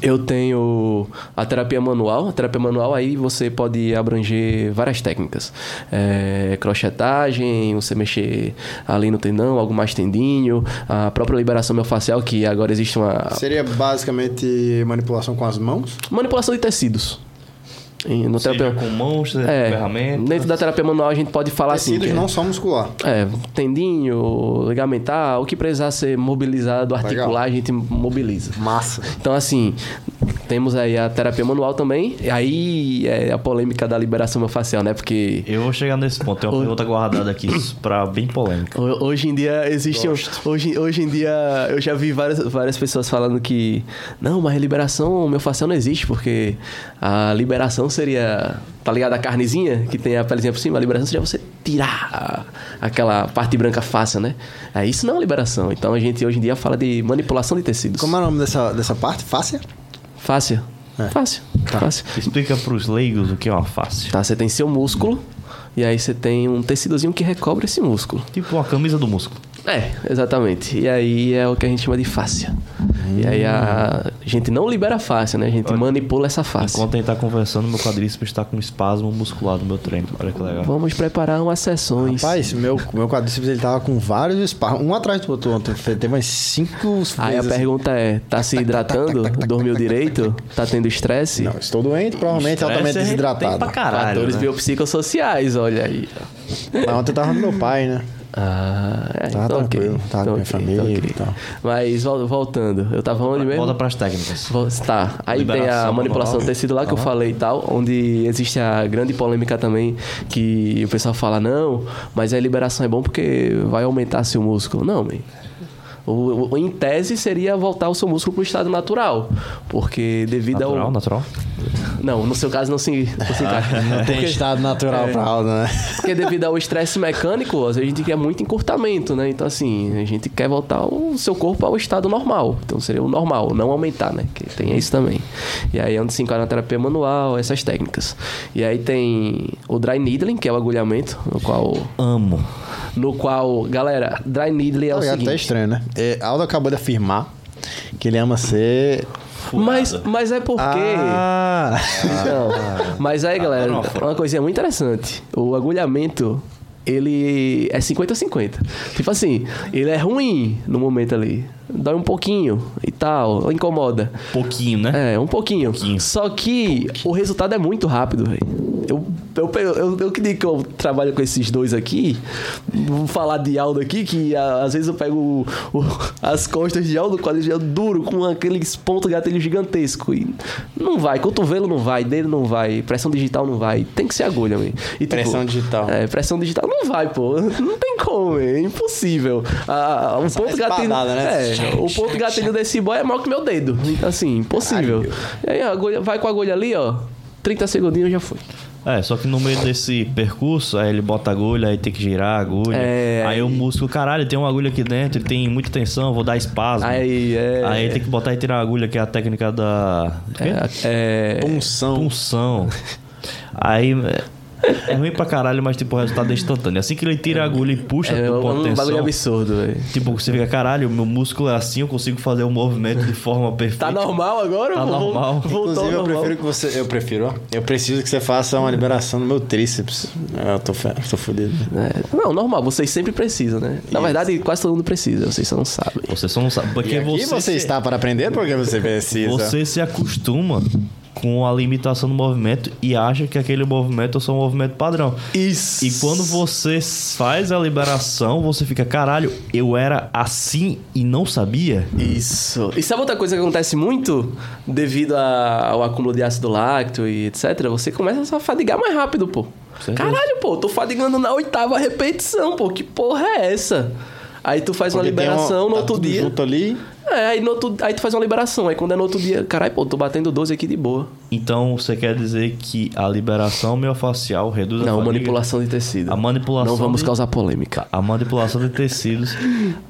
Speaker 3: Eu tenho a terapia manual. A terapia manual aí você pode abranger várias técnicas. É, crochetagem, você mexer ali no tendão, algo mais tendinho. A própria liberação miofascial, que agora existe uma...
Speaker 2: Seria basicamente manipulação com as mãos?
Speaker 3: Manipulação de tecidos. E no
Speaker 1: Seja
Speaker 3: terapia...
Speaker 1: com mãos, seja
Speaker 3: É,
Speaker 1: com ferramentas.
Speaker 3: dentro da terapia manual a gente pode falar assim...
Speaker 2: Tecidos
Speaker 3: que é-
Speaker 2: não só muscular.
Speaker 3: é, tendinho, ligamentar, o que precisar ser mobilizado, articular, a gente mobiliza.
Speaker 2: Massa.
Speaker 3: Então, assim, temos aí a terapia manual também. E aí é a polêmica da liberação miofascial, né? Porque
Speaker 1: Eu vou chegar nesse ponto. Tem uma pergunta guardada aqui pra bem polêmica.
Speaker 3: ho- hoje em dia existe. um- Hoje, hoje em dia eu já vi várias, várias pessoas falando que. Não, mas liberação miofascial não existe, porque a liberação seria. Tá ligado? A carnezinha, que tem a pelezinha por cima, a liberação seria você tirar a- aquela parte branca fácil, né? É, isso não é liberação. Então a gente hoje em dia fala de manipulação de tecidos.
Speaker 2: Como é o nome dessa, dessa parte? Fácil?
Speaker 3: Fácil.
Speaker 2: É.
Speaker 3: Fácil. Fácil.
Speaker 1: Explica pros leigos o que é uma face.
Speaker 3: Tá, você tem seu músculo e aí você tem um tecidozinho que recobre esse músculo.
Speaker 1: Tipo uma camisa do músculo.
Speaker 3: É, exatamente. E aí é o que a gente chama de fáscia. E aí a, a gente não libera a fáscia, né? A gente manipula essa fáscia.
Speaker 1: Enquanto a gente tá conversando, meu quadríceps está com um espasmo muscular no meu treino. Olha que legal.
Speaker 3: Vamos preparar umas sessões.
Speaker 2: Rapaz, meu, meu quadríceps ele tava com vários espaços. Um atrás do outro ontem. Teve umas cinco
Speaker 3: aí a
Speaker 2: vezes.
Speaker 3: pergunta é, tá se hidratando? Dormiu direito? Tá tendo estresse?
Speaker 2: Não, estou doente, provavelmente
Speaker 1: Estresse
Speaker 2: altamente
Speaker 1: é- Tem
Speaker 2: desidratado.
Speaker 1: pra caralho.
Speaker 3: Fatores
Speaker 1: né?
Speaker 3: biopsicossociais, olha aí.
Speaker 2: Mas ontem eu tava com meu pai, né?
Speaker 3: Ah, é,
Speaker 2: Tá
Speaker 3: então ok.
Speaker 2: tranquilo, tá com
Speaker 3: Então
Speaker 2: minha
Speaker 3: ok,
Speaker 2: família
Speaker 3: então ok.
Speaker 2: e tal.
Speaker 3: Mas vol- voltando, eu tava onde mesmo?
Speaker 1: Volta pras técnicas.
Speaker 3: Vo- Tá, aí tem a
Speaker 1: Liberação
Speaker 3: manipulação do
Speaker 1: manual.
Speaker 3: tecido lá que eu falei e tal, onde existe a grande polêmica também, que o pessoal fala, não, mas a liberação é bom porque vai aumentar seu músculo. Não, man. O, o- em tese seria voltar o seu músculo para o estado natural, porque devido
Speaker 1: Natural,
Speaker 3: ao...
Speaker 1: natural.
Speaker 3: Não, no seu caso não se, não se encaixa.
Speaker 2: Não tem
Speaker 3: Porque-
Speaker 2: estado natural pra aula, né?
Speaker 3: porque devido ao estresse mecânico, às vezes a gente quer muito encurtamento, né? Então, assim, a gente quer voltar o seu corpo ao estado normal. Então, seria o normal, não aumentar, né? Que tem isso também. E aí, é onde se enquadra a terapia manual, essas técnicas. E aí tem o dry needling, que é o agulhamento, no qual...
Speaker 1: Amo.
Speaker 3: No qual, galera, dry needling é o
Speaker 2: Tá até
Speaker 3: seguinte...
Speaker 2: estranho, né? É, Aldo acabou de afirmar que ele ama ser.
Speaker 3: Mas, mas é porque...
Speaker 2: Ah!
Speaker 3: Não. Então, Mas aí, galera,
Speaker 1: não,
Speaker 3: uma coisinha muito interessante. O agulhamento, ele é 50-50. Tipo assim, ele é ruim no momento ali. Dói um pouquinho e tal, incomoda.
Speaker 1: Pouquinho, né?
Speaker 3: É, um pouquinho.
Speaker 1: Pouquinho.
Speaker 3: Só que o resultado é muito rápido, velho. Eu, eu, eu, eu que digo que eu trabalho com esses dois aqui. Vou falar de Aldo aqui, que a- às vezes eu pego o- o- as costas de Aldo, o quadril de Aldo duro, com aqueles pontos gatilho gigantesco. E não vai, cotovelo não vai, dedo não vai, pressão digital não vai. Tem que ser agulha, velho. E, tipo,
Speaker 2: Pressão digital.
Speaker 3: É, pressão digital não vai, pô. Não tem como, véi. é impossível. A, a, um ponto gatilho.
Speaker 2: espadada, né?
Speaker 3: É, o ponto gatilho desse boy é maior que meu dedo. Então, assim, impossível. E aí, a agulha, vai com a agulha ali, ó. 30 segundinhos já foi.
Speaker 1: É, só que no meio desse percurso, aí ele bota a agulha, aí tem que girar a agulha.
Speaker 3: É,
Speaker 1: aí, o músculo, caralho, tem uma agulha aqui dentro, ele tem muita tensão, vou dar espasmo.
Speaker 3: Aí, é.
Speaker 1: Aí tem que botar e tirar a agulha, que é a técnica da. do quê?
Speaker 3: É.
Speaker 1: Um
Speaker 2: Punção.
Speaker 1: Punção. aí. é- É ruim pra caralho, mas tipo, o resultado é instantâneo. Assim que ele tira a agulha e puxa
Speaker 3: É,
Speaker 1: do
Speaker 3: um,
Speaker 1: ponto de
Speaker 3: um bagulho
Speaker 1: tensão,
Speaker 3: absurdo, velho.
Speaker 1: Tipo, você fica, caralho, meu músculo é assim, eu consigo fazer o movimento de forma perfeita.
Speaker 3: Tá normal agora?
Speaker 1: Tá
Speaker 3: Vol-
Speaker 1: normal.
Speaker 3: Voltou ao
Speaker 2: Inclusive, eu
Speaker 3: normal.
Speaker 2: prefiro que você. Eu prefiro, ó. Eu preciso que você faça uma liberação no meu tríceps. Ah, Eu tô, fe- tô fudido.
Speaker 3: É, não, normal, vocês sempre precisam, né? Na verdade, quase todo mundo precisa, vocês só não sabem.
Speaker 1: Você só não sabe. Porque
Speaker 2: E aqui
Speaker 1: você,
Speaker 2: você
Speaker 1: se-
Speaker 2: está para aprender porque você precisa.
Speaker 1: Você se acostuma com a limitação do movimento e acha que aquele movimento é só um movimento padrão.
Speaker 3: Isso.
Speaker 1: E quando você faz a liberação, você fica, caralho, eu era assim e não sabia?
Speaker 3: Isso. E sabe outra coisa que acontece muito? Devido a- ao acúmulo de ácido lácteo e etc., você começa a fadigar mais rápido, pô.
Speaker 1: certeza.
Speaker 3: Caralho, pô, tô fadigando na oitava repetição, pô. Que porra é essa? Aí tu faz uma
Speaker 2: Porque tem
Speaker 3: liberação
Speaker 2: um-
Speaker 3: no
Speaker 2: tá
Speaker 3: outro
Speaker 2: tudo
Speaker 3: dia.
Speaker 2: junto ali.
Speaker 3: É, aí, no outro- aí tu faz uma liberação. Aí quando é no outro dia, caralho, pô, tô batendo 12 aqui de boa.
Speaker 1: Então você quer dizer que a liberação miofascial reduz a
Speaker 3: Não,
Speaker 1: fadiga?
Speaker 3: manipulação de tecido.
Speaker 1: A manipulação
Speaker 3: Não vamos
Speaker 1: de- Tá,
Speaker 3: causar polêmica.
Speaker 1: A manipulação de tecidos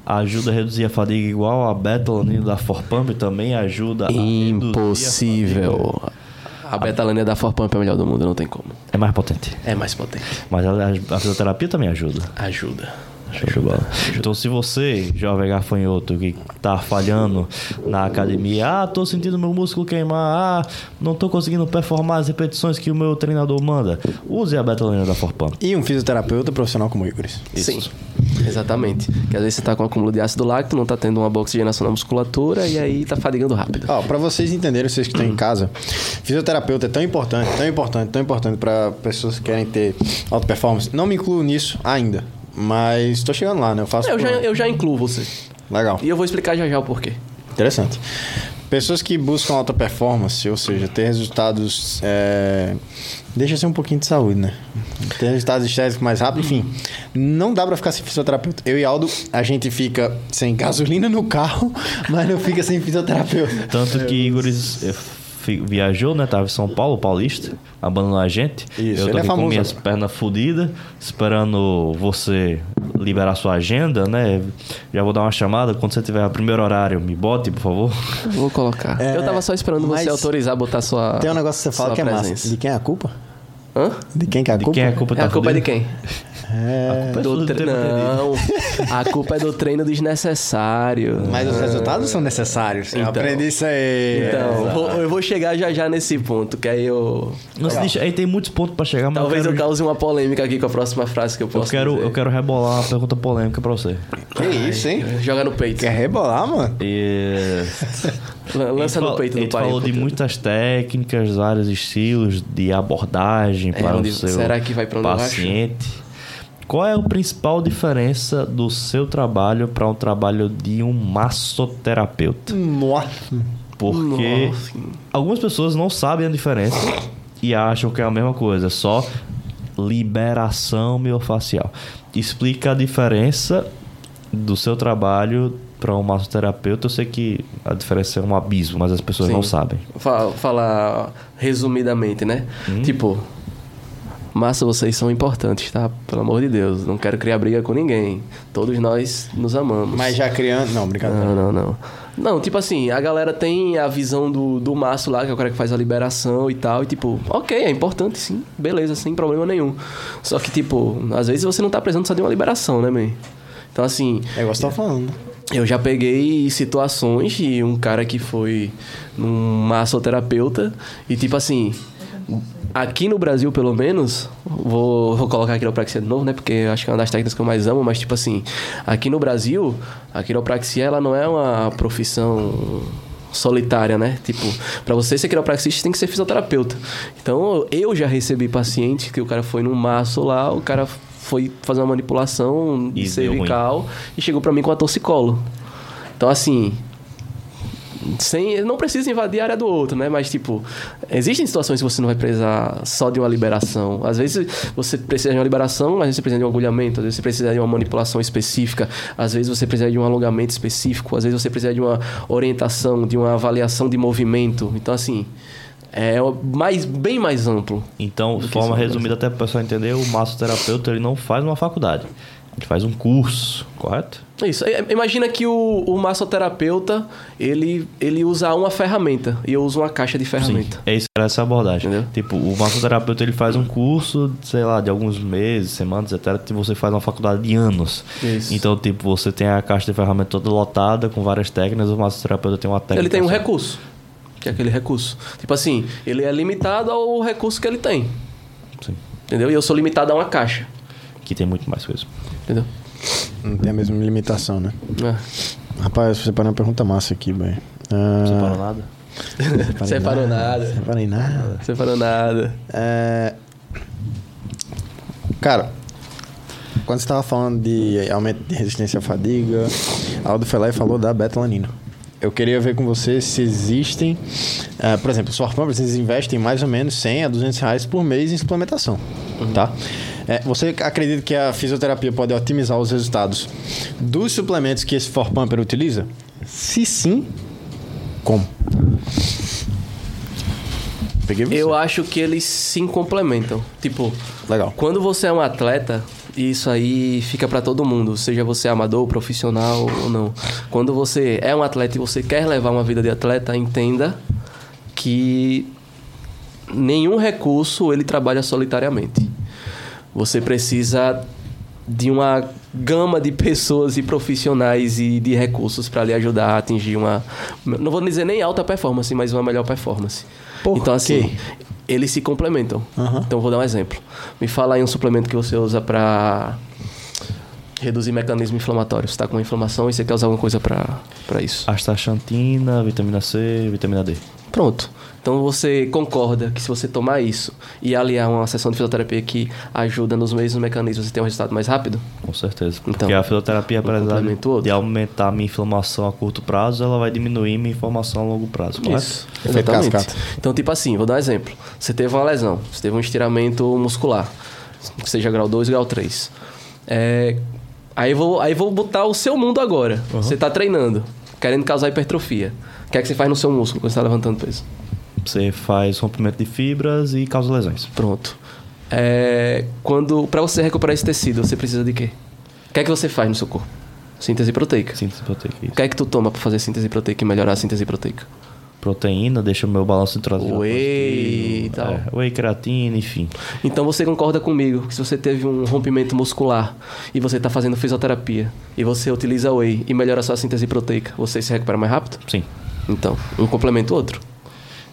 Speaker 1: ajuda a reduzir a fadiga igual a betalanina da Forpump também ajuda a reduzir
Speaker 3: Impossível. A betalânia da Forpump é a melhor do mundo, não tem como.
Speaker 1: a- É mais potente.
Speaker 3: É mais potente.
Speaker 1: Mas a, a fisioterapia também ajuda.
Speaker 3: Ajuda.
Speaker 1: Show de bola. Então, se você, jovem gafanhoto, que tá falhando na academia, ah, tô sentindo meu músculo queimar, ah, não tô conseguindo performar as repetições que o meu treinador manda, use a betalanina da Forpump.
Speaker 2: E um fisioterapeuta profissional como o Igor.
Speaker 3: Sim, exatamente. Porque às vezes você tá com acúmulo de ácido lácteo, não tá tendo uma boa oxigenação na musculatura e aí tá fadigando rápido.
Speaker 2: Ó, pra vocês entenderem, vocês que estão em casa, fisioterapeuta é tão importante, tão importante, tão importante pra pessoas que querem ter alta performance. Não me incluo nisso ainda, mas tô chegando lá, né? Eu faço.
Speaker 3: É, Eu já,
Speaker 2: por-
Speaker 3: eu já incluo você.
Speaker 2: Legal.
Speaker 3: E eu vou explicar já já o porquê.
Speaker 2: Interessante. Pessoas que buscam alta performance, ou seja, ter resultados. É... Deixa ser um pouquinho de saúde, né? Ter resultados estéticos mais rápido, enfim. Não dá pra ficar sem fisioterapeuta. Eu e Aldo, a gente fica sem gasolina no carro, mas não fica sem fisioterapeuta.
Speaker 1: Tanto que
Speaker 3: É,
Speaker 1: Igor eh, fi- viajou, né? Tava em São Paulo, paulista, abandonou a gente.
Speaker 2: Isso,
Speaker 1: eu
Speaker 2: ele
Speaker 1: tô
Speaker 2: é
Speaker 1: aqui com
Speaker 2: famoso
Speaker 1: minhas
Speaker 2: agora.
Speaker 1: pernas fodidas, esperando você liberar sua agenda, né? Já vou dar uma chamada. Quando você tiver o primeiro horário, me bote, por favor.
Speaker 3: Vou colocar.
Speaker 2: É,
Speaker 3: eu tava só esperando você
Speaker 2: mas-
Speaker 3: autorizar botar sua.
Speaker 2: Tem um negócio que você fala
Speaker 3: sua
Speaker 2: que é massa.
Speaker 3: presença.
Speaker 2: De quem é a culpa?
Speaker 3: Hã?
Speaker 2: De quem que é a
Speaker 1: De
Speaker 2: culpa?
Speaker 1: quem é a culpa
Speaker 3: É
Speaker 1: tá
Speaker 3: a culpa é de
Speaker 1: fodida?
Speaker 3: quem?
Speaker 2: É...
Speaker 1: Pessoas
Speaker 3: Do
Speaker 1: do
Speaker 3: tre...
Speaker 1: tempo
Speaker 3: Não. A culpa é do treino desnecessário.
Speaker 2: Mas
Speaker 1: É.
Speaker 2: é, os resultados são necessários.
Speaker 1: Então.
Speaker 2: Eu aprendi isso aí.
Speaker 3: Então, vou- eu vou chegar já já nesse ponto, que aí eu.
Speaker 1: Não se deixa, aí tem muitos pontos pra chegar, mas
Speaker 3: Talvez
Speaker 1: eu
Speaker 3: eu
Speaker 1: quero,
Speaker 3: cause uma polêmica aqui com a próxima frase que eu
Speaker 1: eu,
Speaker 3: posso.
Speaker 1: quero,
Speaker 3: dizer.
Speaker 1: eu quero rebolar uma pergunta polêmica pra você.
Speaker 2: Que isso, hein?
Speaker 3: Joga no peito.
Speaker 2: Quer rebolar, mano?
Speaker 1: E...
Speaker 3: Lan- Lança
Speaker 1: Ele
Speaker 3: no
Speaker 1: fal-
Speaker 3: peito
Speaker 1: ele
Speaker 3: do pai.
Speaker 1: falou de
Speaker 3: enquanto-
Speaker 1: muitas técnicas, vários estilos de abordagem
Speaker 3: É,
Speaker 1: para
Speaker 3: onde-
Speaker 1: o seu
Speaker 3: será que vai pra onde eu acho?
Speaker 1: paciente. Qual é a principal diferença do seu trabalho para um trabalho de um massoterapeuta?
Speaker 2: Nossa.
Speaker 1: Porque
Speaker 3: Nossa.
Speaker 1: algumas pessoas não sabem a diferença e acham que é a mesma coisa, só liberação miofacial. Explica a diferença do seu trabalho para um massoterapeuta. Eu sei que a diferença é um abismo, mas as pessoas
Speaker 3: Sim.
Speaker 1: não sabem.
Speaker 3: Fa- Falar resumidamente, né? Tipo, massa, vocês são importantes, tá? Pelo amor de Deus, não quero criar briga com ninguém. Todos nós nos amamos.
Speaker 2: Mas já criando. Não, brincadeira.
Speaker 3: Não, não, não. Não, tipo assim, a galera tem a visão do, do maço lá, que é o cara que faz a liberação e tal, e tipo, ok, é importante sim, beleza, sem problema nenhum. Só que, tipo, às vezes você não tá precisando só de uma liberação, né, man? Então, assim,
Speaker 2: É igual você tava falando.
Speaker 3: Eu já peguei situações de um cara que foi num massoterapeuta e tipo assim, Aqui no Brasil, pelo menos, vou, vou colocar a quiropraxia de novo, né? Porque eu acho que é uma das técnicas que eu mais amo, mas tipo assim, aqui no Brasil, a quiropraxia ela não é uma profissão solitária, né? Tipo, para você ser quiropraxista tem que ser fisioterapeuta. Então, eu já recebi paciente que o cara foi num maço lá, o cara foi fazer uma manipulação
Speaker 1: E
Speaker 3: de
Speaker 1: deu ruim.
Speaker 3: cervical e chegou para mim com a torcicolo. Então, assim, sem, não precisa invadir a área do outro, né? Mas, tipo, existem situações que você não vai precisar só de uma liberação. Às vezes você precisa de uma liberação, às vezes você precisa de um agulhamento, às vezes você precisa de uma manipulação específica, às vezes você precisa de um alongamento específico, às vezes você precisa de uma orientação, de uma avaliação de movimento. Então, assim, é o mais, bem mais amplo.
Speaker 1: Então, de
Speaker 3: que
Speaker 1: forma
Speaker 3: isso
Speaker 1: resumida, até para o pessoal entender, o massoterapeuta ele não faz uma faculdade. Ele faz um curso, correto?
Speaker 3: É Isso. I- Imagina que o, o massoterapeuta, ele, ele usa uma ferramenta e eu uso uma caixa de ferramenta.
Speaker 1: É isso, era essa abordagem.
Speaker 3: Ah, Entendeu?
Speaker 1: Tipo, o massoterapeuta ele faz um curso, sei lá, de alguns meses, semanas, etc. que você faz uma faculdade de anos.
Speaker 3: Isso.
Speaker 1: Então, tipo, você tem a caixa de ferramentas toda lotada com várias técnicas, o massoterapeuta tem uma técnica.
Speaker 3: Ele tem um
Speaker 1: só.
Speaker 3: recurso. Que é aquele recurso. Tipo assim, ele é limitado ao recurso que ele tem.
Speaker 1: Sim.
Speaker 3: Entendeu? E eu sou limitado a uma caixa.
Speaker 1: Que tem muito mais coisa.
Speaker 3: Entendeu?
Speaker 2: Não tem a mesma limitação, né?
Speaker 3: É.
Speaker 2: Rapaz, você parou uma pergunta massa aqui, velho. Ah,
Speaker 1: Não separou nada?
Speaker 2: separei
Speaker 3: Separou nada.
Speaker 2: Separei nada.
Speaker 3: Você falou nada.
Speaker 2: É... Cara, quando você tava falando de aumento de resistência à fadiga, Aldo foi lá e falou da betalanina. Eu queria ver com você se existem... eh, por exemplo, os Pump, vocês investem mais ou menos 100 a 200 reais por mês em suplementação, tá? Eh, você acredita que a fisioterapia pode otimizar os resultados dos suplementos que esse Pumper utiliza? Se sim, como? Peguei você.
Speaker 3: Eu acho que eles se complementam. Tipo,
Speaker 2: Legal.
Speaker 3: Quando você é um atleta, e isso aí fica pra todo mundo, seja você amador, profissional ou não. Quando você é um atleta e você quer levar uma vida de atleta, entenda que nenhum recurso ele trabalha solitariamente. Você precisa de uma gama de pessoas e profissionais e de recursos pra lhe ajudar a atingir uma, não vou dizer nem alta performance, mas uma melhor performance.
Speaker 2: Por
Speaker 3: então assim,
Speaker 2: quê?
Speaker 3: eles se complementam.
Speaker 2: Aham.
Speaker 3: Então vou dar um exemplo. Me fala aí um suplemento que você usa pra reduzir mecanismo inflamatório. Você tá com uma inflamação e você quer usar alguma coisa pra pra isso.
Speaker 1: Astaxantina, vitamina C, vitamina D.
Speaker 3: Pronto. Então você concorda que se você tomar isso e aliar uma sessão de fisioterapia que ajuda nos mesmos mecanismos e tem um resultado mais rápido?
Speaker 1: Com certeza.
Speaker 3: Então,
Speaker 1: Porque a fisioterapia, apesar
Speaker 3: complementa o outro.
Speaker 1: de aumentar a minha inflamação a curto prazo, ela vai diminuir minha inflamação a longo prazo, correto?
Speaker 3: Isso,
Speaker 2: Efeito
Speaker 3: exatamente.
Speaker 2: cascata.
Speaker 3: Então, tipo assim, vou dar um exemplo. Você teve uma lesão, você teve um estiramento muscular, seja grau 2, grau 3. É, aí, vou, aí vou botar o seu mundo agora. Você tá treinando, querendo causar hipertrofia. O que é que você faz no seu músculo quando você tá levantando peso?
Speaker 1: Você faz rompimento de fibras e causa lesões.
Speaker 3: Pronto. É, quando para você recuperar esse tecido, você precisa de quê? O que é que você faz no seu corpo? Síntese proteica.
Speaker 1: Síntese proteica.
Speaker 3: O que é que tu toma pra fazer síntese proteica e melhorar a síntese proteica?
Speaker 1: Proteína, deixa o meu balanço de traseiro.
Speaker 3: Whey e
Speaker 1: positivo.
Speaker 3: tal.
Speaker 1: É, whey, creatina, enfim.
Speaker 3: Então você concorda comigo que se você teve um rompimento muscular e você está fazendo fisioterapia e você utiliza whey e melhora a sua síntese proteica, você se recupera mais rápido?
Speaker 1: Sim.
Speaker 3: Então, um complementa o outro.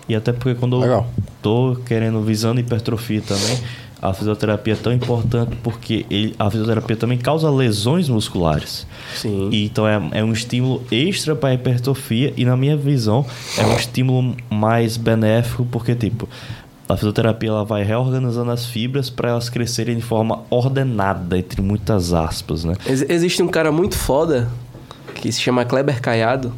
Speaker 1: E até porque quando eu
Speaker 2: Legal.
Speaker 1: tô querendo, visando hipertrofia também, a fisioterapia é tão importante porque ele- a fisioterapia também causa lesões musculares.
Speaker 3: Sim.
Speaker 1: E então é, é um estímulo extra para a hipertrofia e na minha visão é um estímulo mais benéfico porque tipo a fisioterapia ela vai reorganizando as fibras para elas crescerem de forma ordenada entre muitas aspas, né?
Speaker 3: Ex- existe um cara muito foda que se chama Kleber Caiado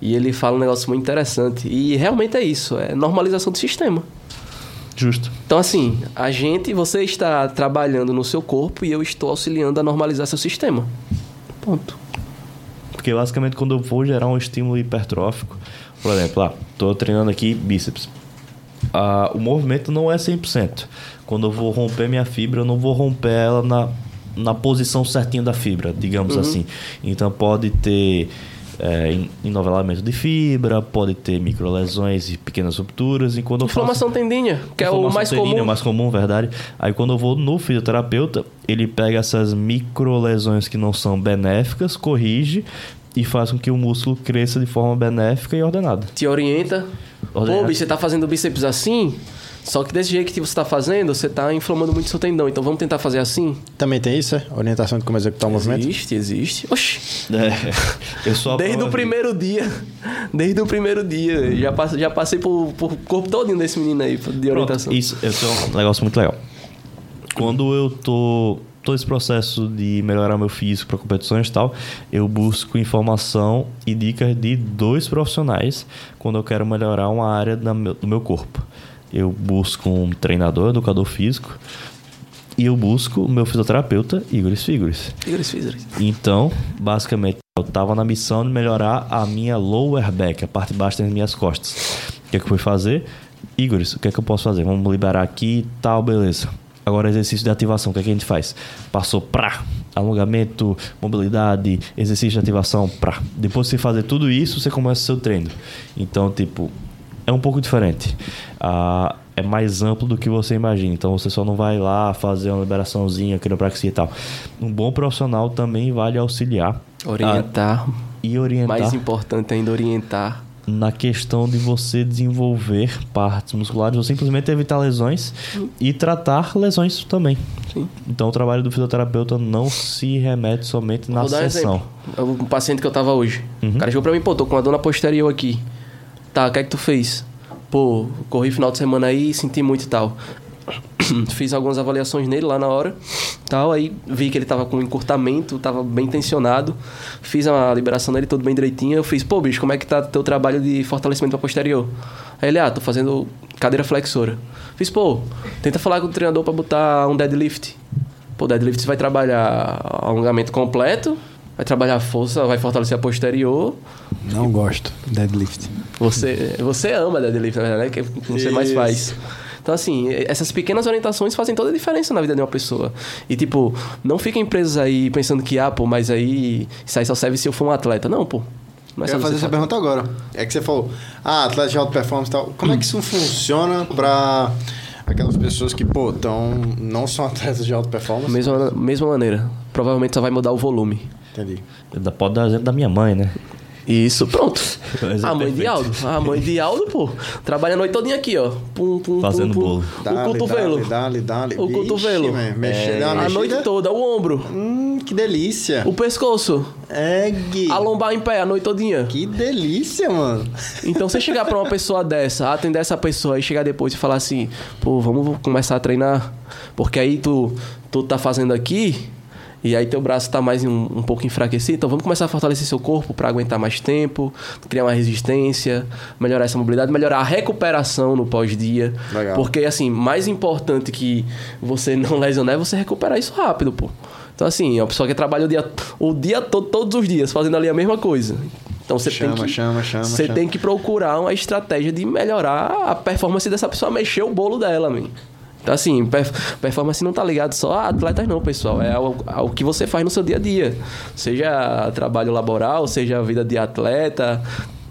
Speaker 3: e ele fala um negócio muito interessante. E realmente é isso, é normalização do sistema.
Speaker 1: Justo.
Speaker 3: Então, assim, a gente, você está trabalhando no seu corpo e eu estou auxiliando a normalizar seu sistema. Ponto.
Speaker 1: Porque basicamente quando eu vou gerar um estímulo hipertrófico, por exemplo, ah, tô treinando aqui bíceps. Ah, o movimento não é 100%. Quando eu vou romper minha fibra, eu não vou romper ela na, na posição certinha da fibra, digamos assim. Então pode ter é, en- enovelamento de fibra, pode ter microlesões e pequenas rupturas. E quando eu faço-
Speaker 3: Inflamação tendinha, que é o
Speaker 1: Inflamação
Speaker 3: mais
Speaker 1: uterina
Speaker 3: comum.
Speaker 1: É o mais comum, verdade. Aí quando eu vou no fisioterapeuta, ele pega essas microlesões que não são benéficas, corrige e faz com que o músculo cresça de forma benéfica e ordenada.
Speaker 3: te orienta.
Speaker 1: Ordena-
Speaker 3: Pô, bicho, você tá fazendo bíceps assim? Só que desse jeito que você tá fazendo, você tá inflamando muito seu tendão. Então vamos tentar fazer assim?
Speaker 2: Também tem isso, é? Orientação de como executar o movimento?
Speaker 3: Existe, existe. Oxi.
Speaker 1: É, eu sou a
Speaker 3: Desde
Speaker 1: prova
Speaker 3: o primeiro dia. Desde o primeiro dia. Já passei, já passei por, por corpo todinho desse menino aí, de
Speaker 1: viva. Pronto,
Speaker 3: orientação.
Speaker 1: Isso, isso é um negócio muito legal. Quando eu tô todo esse processo de melhorar meu físico para competições e tal, eu busco informação e dicas de dois profissionais quando eu quero melhorar uma área da meu- do meu corpo. Eu busco um treinador, educador físico e eu busco o meu fisioterapeuta, Igoris Figuris.
Speaker 3: O que eles fizeram?
Speaker 1: Então, basicamente, eu tava na missão de melhorar a minha lower back, a parte baixa das minhas costas. O que é que eu fui fazer? Igoris, o que é que eu posso fazer? Vamos liberar aqui e tal, beleza. Agora, exercício de ativação, o que é que a gente faz? Passou pra alongamento, mobilidade, exercício de ativação, pra. Depois de você fazer tudo isso, você começa o seu treino. Então, tipo, é um pouco diferente. Ah, é mais amplo do que você imagina. Então você só não vai lá fazer uma liberaçãozinha, quiropraxia e tal. Um bom profissional também vai lhe auxiliar
Speaker 3: Orientar.
Speaker 1: e orientar
Speaker 3: Mais importante ainda, orientar.
Speaker 1: na questão de você desenvolver partes musculares ou simplesmente evitar lesões e tratar lesões também.
Speaker 3: Sim.
Speaker 1: Então o trabalho do fisioterapeuta não se remete somente na
Speaker 3: Vou dar um
Speaker 1: sessão. Uhum.
Speaker 3: exemplo. Um paciente que eu tava hoje. O cara chegou pra mim, pô, tô com uma dor na posterior aqui. Tá, o que é que tu fez? Pô, corri final de semana aí, senti muito e tal. Fiz algumas avaliações nele lá na hora, tal, aí vi que ele tava com um encurtamento, tava bem tensionado. Fiz a liberação dele tudo bem direitinho. Eu fiz, pô, bicho, como é que tá teu trabalho de fortalecimento pra posterior? Aí ele, ah, tô fazendo cadeira flexora. Fiz, pô, tenta falar com o treinador pra botar um deadlift. Pô, deadlift você vai trabalhar alongamento completo, vai trabalhar a força, vai fortalecer a posterior.
Speaker 2: Não gosto. Deadlift.
Speaker 3: Você, você ama deadlift, na verdade, né? Que é o que você mais
Speaker 2: Isso.
Speaker 3: faz. Então, assim, essas pequenas orientações fazem toda a diferença na vida de uma pessoa. E, tipo, não fiquem presos aí pensando que, ah, pô, mas aí isso aí só serve se eu for um atleta. Não, pô. Não
Speaker 2: Eu
Speaker 3: é só
Speaker 2: ia fazer
Speaker 3: você
Speaker 2: essa pergunta agora. É que você falou, ah, atleta de alta performance e tal. Como é que isso funciona pra aquelas pessoas que, pô, tão, não são atletas de alta performance?
Speaker 3: Mesma, mesma maneira. Provavelmente só vai mudar o volume.
Speaker 2: Entendi.
Speaker 1: Da- Pode dar exemplo da minha mãe, né?
Speaker 3: Isso, pronto.
Speaker 1: Mas é
Speaker 3: a mãe de
Speaker 1: perfeito.
Speaker 3: Aldo. A mãe de Aldo, pô. Trabalha a noite todinha aqui, ó. Pum, pum,
Speaker 1: Fazendo
Speaker 3: pum, pum.
Speaker 1: bolo.
Speaker 3: O
Speaker 2: Dá-lhe,
Speaker 3: cotovelo.
Speaker 2: dá-lhe, Dá-lhe, dá-lhe.
Speaker 3: O
Speaker 2: Vixe,
Speaker 3: cotovelo. É,
Speaker 2: man, Mexer, dá uma
Speaker 3: a
Speaker 2: mexida.
Speaker 3: noite toda, o ombro.
Speaker 2: Hum, que delícia.
Speaker 3: O pescoço.
Speaker 2: É, Gui.
Speaker 3: A lombar em pé, a noite todinha.
Speaker 2: Que delícia, mano.
Speaker 3: Então, você chegar pra uma pessoa dessa, atender essa pessoa e chegar depois e falar assim: pô, vamos começar a treinar. Porque aí tu, tu tá fazendo aqui. E aí teu braço tá mais um, um pouco enfraquecido, então vamos começar a fortalecer seu corpo pra aguentar mais tempo, criar uma resistência, melhorar essa mobilidade, melhorar a recuperação no pós-dia.
Speaker 2: Legal.
Speaker 3: Porque assim, mais importante que você não lesionar é você recuperar isso rápido, pô. Então assim, é uma pessoa que trabalha o dia, o dia todo, todos os dias, fazendo ali a mesma coisa. Então você
Speaker 2: Chama,
Speaker 3: tem que
Speaker 2: chama, chama,
Speaker 3: você
Speaker 2: chama.
Speaker 3: tem que procurar uma estratégia de melhorar a performance dessa pessoa, mexer o bolo dela, man. Então, assim, per- performance não tá ligado só a atletas, não, pessoal. É ao, ao que você faz no seu dia a dia. Seja trabalho laboral, seja a vida de atleta.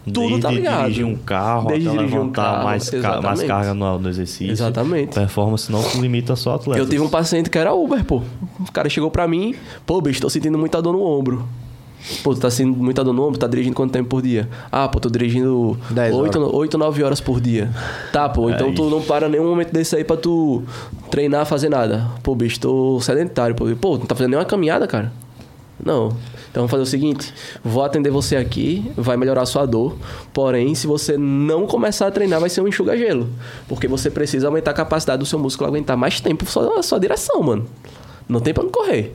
Speaker 3: Tudo
Speaker 1: Desde
Speaker 3: tá ligado.
Speaker 1: dirigir um carro,
Speaker 3: Desde
Speaker 1: até
Speaker 3: dirigir um
Speaker 1: levantar
Speaker 3: carro,
Speaker 1: mais, ca mais
Speaker 3: exatamente.
Speaker 1: carga no, no exercício.
Speaker 3: Exatamente.
Speaker 1: Performance não se limita só a atleta.
Speaker 3: Eu tive um paciente que era Uber, pô. O cara chegou pra mim, pô, bicho, tô sentindo muita dor no ombro. Pô, tu tá sentindo muita dor no ombro, tá dirigindo quanto tempo por dia? Ah, pô, tô dirigindo
Speaker 2: Dez
Speaker 3: 8, 8, 9 horas por dia. Tá, pô, então
Speaker 1: Aí.
Speaker 3: tu não para nenhum momento desse aí pra tu treinar, fazer nada. Pô, bicho, tô sedentário. Pô, pô não tá fazendo nenhuma caminhada, cara. Não. Então vamos fazer o seguinte: vou atender você aqui, vai melhorar a sua dor. Porém, se você não começar a treinar, vai ser um enxuga-gelo. Porque você precisa aumentar a capacidade do seu músculo aguentar mais tempo só a sua direção, mano. Não tem pra não correr.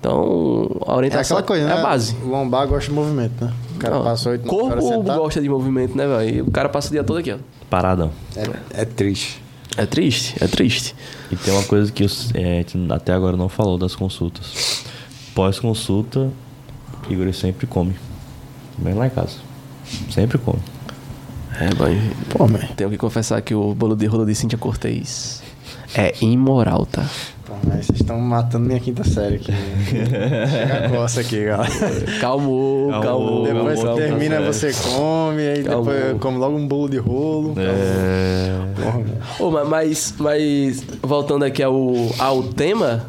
Speaker 3: Então, a
Speaker 2: É
Speaker 3: orientação
Speaker 2: aquela coisa,
Speaker 3: é
Speaker 2: né?
Speaker 3: a base.
Speaker 2: O lombar gosta de movimento, né? O cara
Speaker 3: Não,
Speaker 2: passa oito, nove
Speaker 3: corpo
Speaker 2: horas sentado.
Speaker 3: gosta de movimento, né, velho? E o cara passa o dia todo aqui, ó.
Speaker 1: Paradão.
Speaker 2: É, é triste.
Speaker 3: É triste, é triste.
Speaker 1: E tem uma coisa que eu, é, a gente até agora não falou das consultas. Pós-consulta, Igor sempre come. Vem lá em casa. Sempre come.
Speaker 3: É, velho.
Speaker 2: Pô, man.
Speaker 3: Tenho que confessar que o bolo de rolo de Cintia Cortez é imoral, tá?
Speaker 2: Pô, man, Então, né, vocês estão matando minha quinta série aqui. Chega a coça aqui, galera.
Speaker 1: Calmou,
Speaker 3: Calmou, calmou.
Speaker 1: calmou,
Speaker 2: Depois
Speaker 1: calmou.
Speaker 2: você termina,
Speaker 1: é.
Speaker 2: você come, aí
Speaker 3: Calma.
Speaker 2: depois eu como logo um bolo de rolo.
Speaker 1: Tá É...
Speaker 2: Porra,
Speaker 3: Ô, ma- mas, mas voltando aqui ao, ao tema,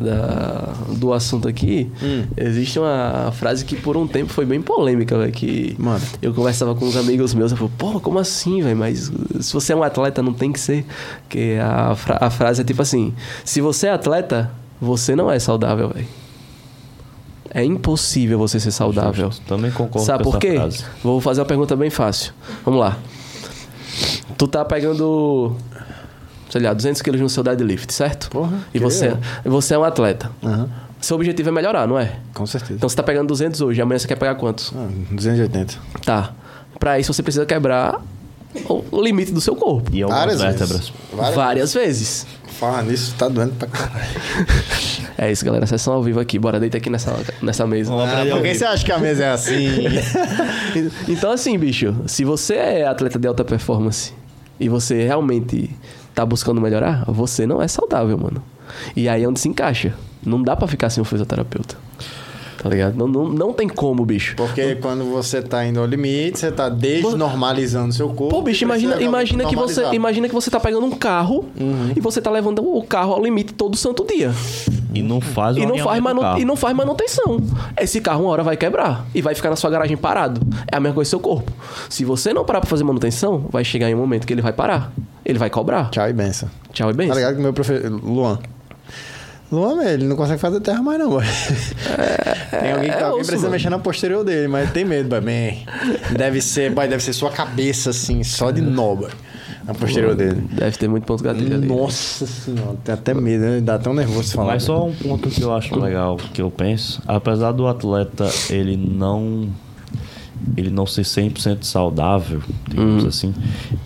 Speaker 3: da- do assunto aqui, existe uma frase que por um tempo foi bem polêmica, velho. Que
Speaker 2: Mano.
Speaker 3: eu conversava com uns amigos meus, eu falei, pô, como assim, velho? Mas se você é um atleta, não tem que ser. Que a, fra- a frase é tipo assim: se você é atleta, você não é saudável, velho. É impossível você ser saudável.
Speaker 1: Também concordo
Speaker 3: Sabe
Speaker 1: com
Speaker 3: por
Speaker 1: essa
Speaker 3: quê?
Speaker 1: frase.
Speaker 3: Vou fazer uma pergunta bem fácil. Vamos lá. Tu tá pegando, sei lá, 200 quilos no seu deadlift, certo?
Speaker 2: Porra, que
Speaker 3: E você, você é um atleta.
Speaker 2: Aham,
Speaker 3: Seu objetivo é melhorar, não é?
Speaker 2: Com certeza.
Speaker 3: Então você tá pegando 200 hoje, amanhã você quer pegar quantos?
Speaker 2: Ah, 280.
Speaker 3: Tá. Pra isso você precisa quebrar o- o limite do seu corpo.
Speaker 1: E algumas vértebras.
Speaker 2: Várias.
Speaker 3: Várias vezes.
Speaker 2: Fala nisso, tá doendo pra caralho.
Speaker 3: É isso, galera. Sessão ao vivo aqui. Bora deitar aqui nessa, nessa mesa.
Speaker 1: Vamos aprender
Speaker 2: Ah, por
Speaker 1: ao
Speaker 2: que
Speaker 1: vivo.
Speaker 2: você acha que a mesa é assim?
Speaker 3: Então, assim, bicho, se você é atleta de alta performance e você realmente tá buscando melhorar, você não é saudável, mano. E aí é onde se encaixa. Não dá pra ficar sem um fisioterapeuta. Tá ligado? Não, não, não tem como, bicho.
Speaker 2: Porque quando você tá indo ao limite, você tá desnormalizando seu corpo.
Speaker 3: Pô, bicho,
Speaker 2: e precisa
Speaker 3: imagina, imagina, que você,
Speaker 2: normalizar. Uhum.
Speaker 3: imagina que você tá pegando um carro e você tá levando o carro ao limite todo santo dia.
Speaker 1: E não faz o
Speaker 3: E não,
Speaker 1: alinhamento
Speaker 3: faz
Speaker 1: do
Speaker 3: manu-
Speaker 1: carro.
Speaker 3: e não faz manutenção. Esse carro uma hora vai quebrar e vai ficar na sua garagem parado. É a mesma coisa do seu corpo. Se você não parar pra fazer manutenção, vai chegar em um momento que ele vai parar. Ele vai cobrar. Tchau,
Speaker 2: Tchau e benção.
Speaker 3: e bem.
Speaker 2: Tá ligado que meu professor. Luan. Luan, ele não consegue fazer terra mais, não, boy. tem alguém que
Speaker 3: é
Speaker 2: alguém
Speaker 3: osso,
Speaker 2: precisa
Speaker 3: mano.
Speaker 2: mexer na posterior dele, mas tem medo, boy. Man, Deve ser, boy, deve ser sua cabeça, assim, só de nó, boy. Na posterior dele.
Speaker 3: Deve ter muito ponto gatilho ali.
Speaker 2: Nossa senhora, tem até medo, né? Dá tão nervoso de falar.
Speaker 3: é
Speaker 1: Mas só um ponto que eu acho legal, que eu penso, apesar do atleta ele não ele não ser 100% saudável,
Speaker 3: Uhum.
Speaker 1: digamos assim,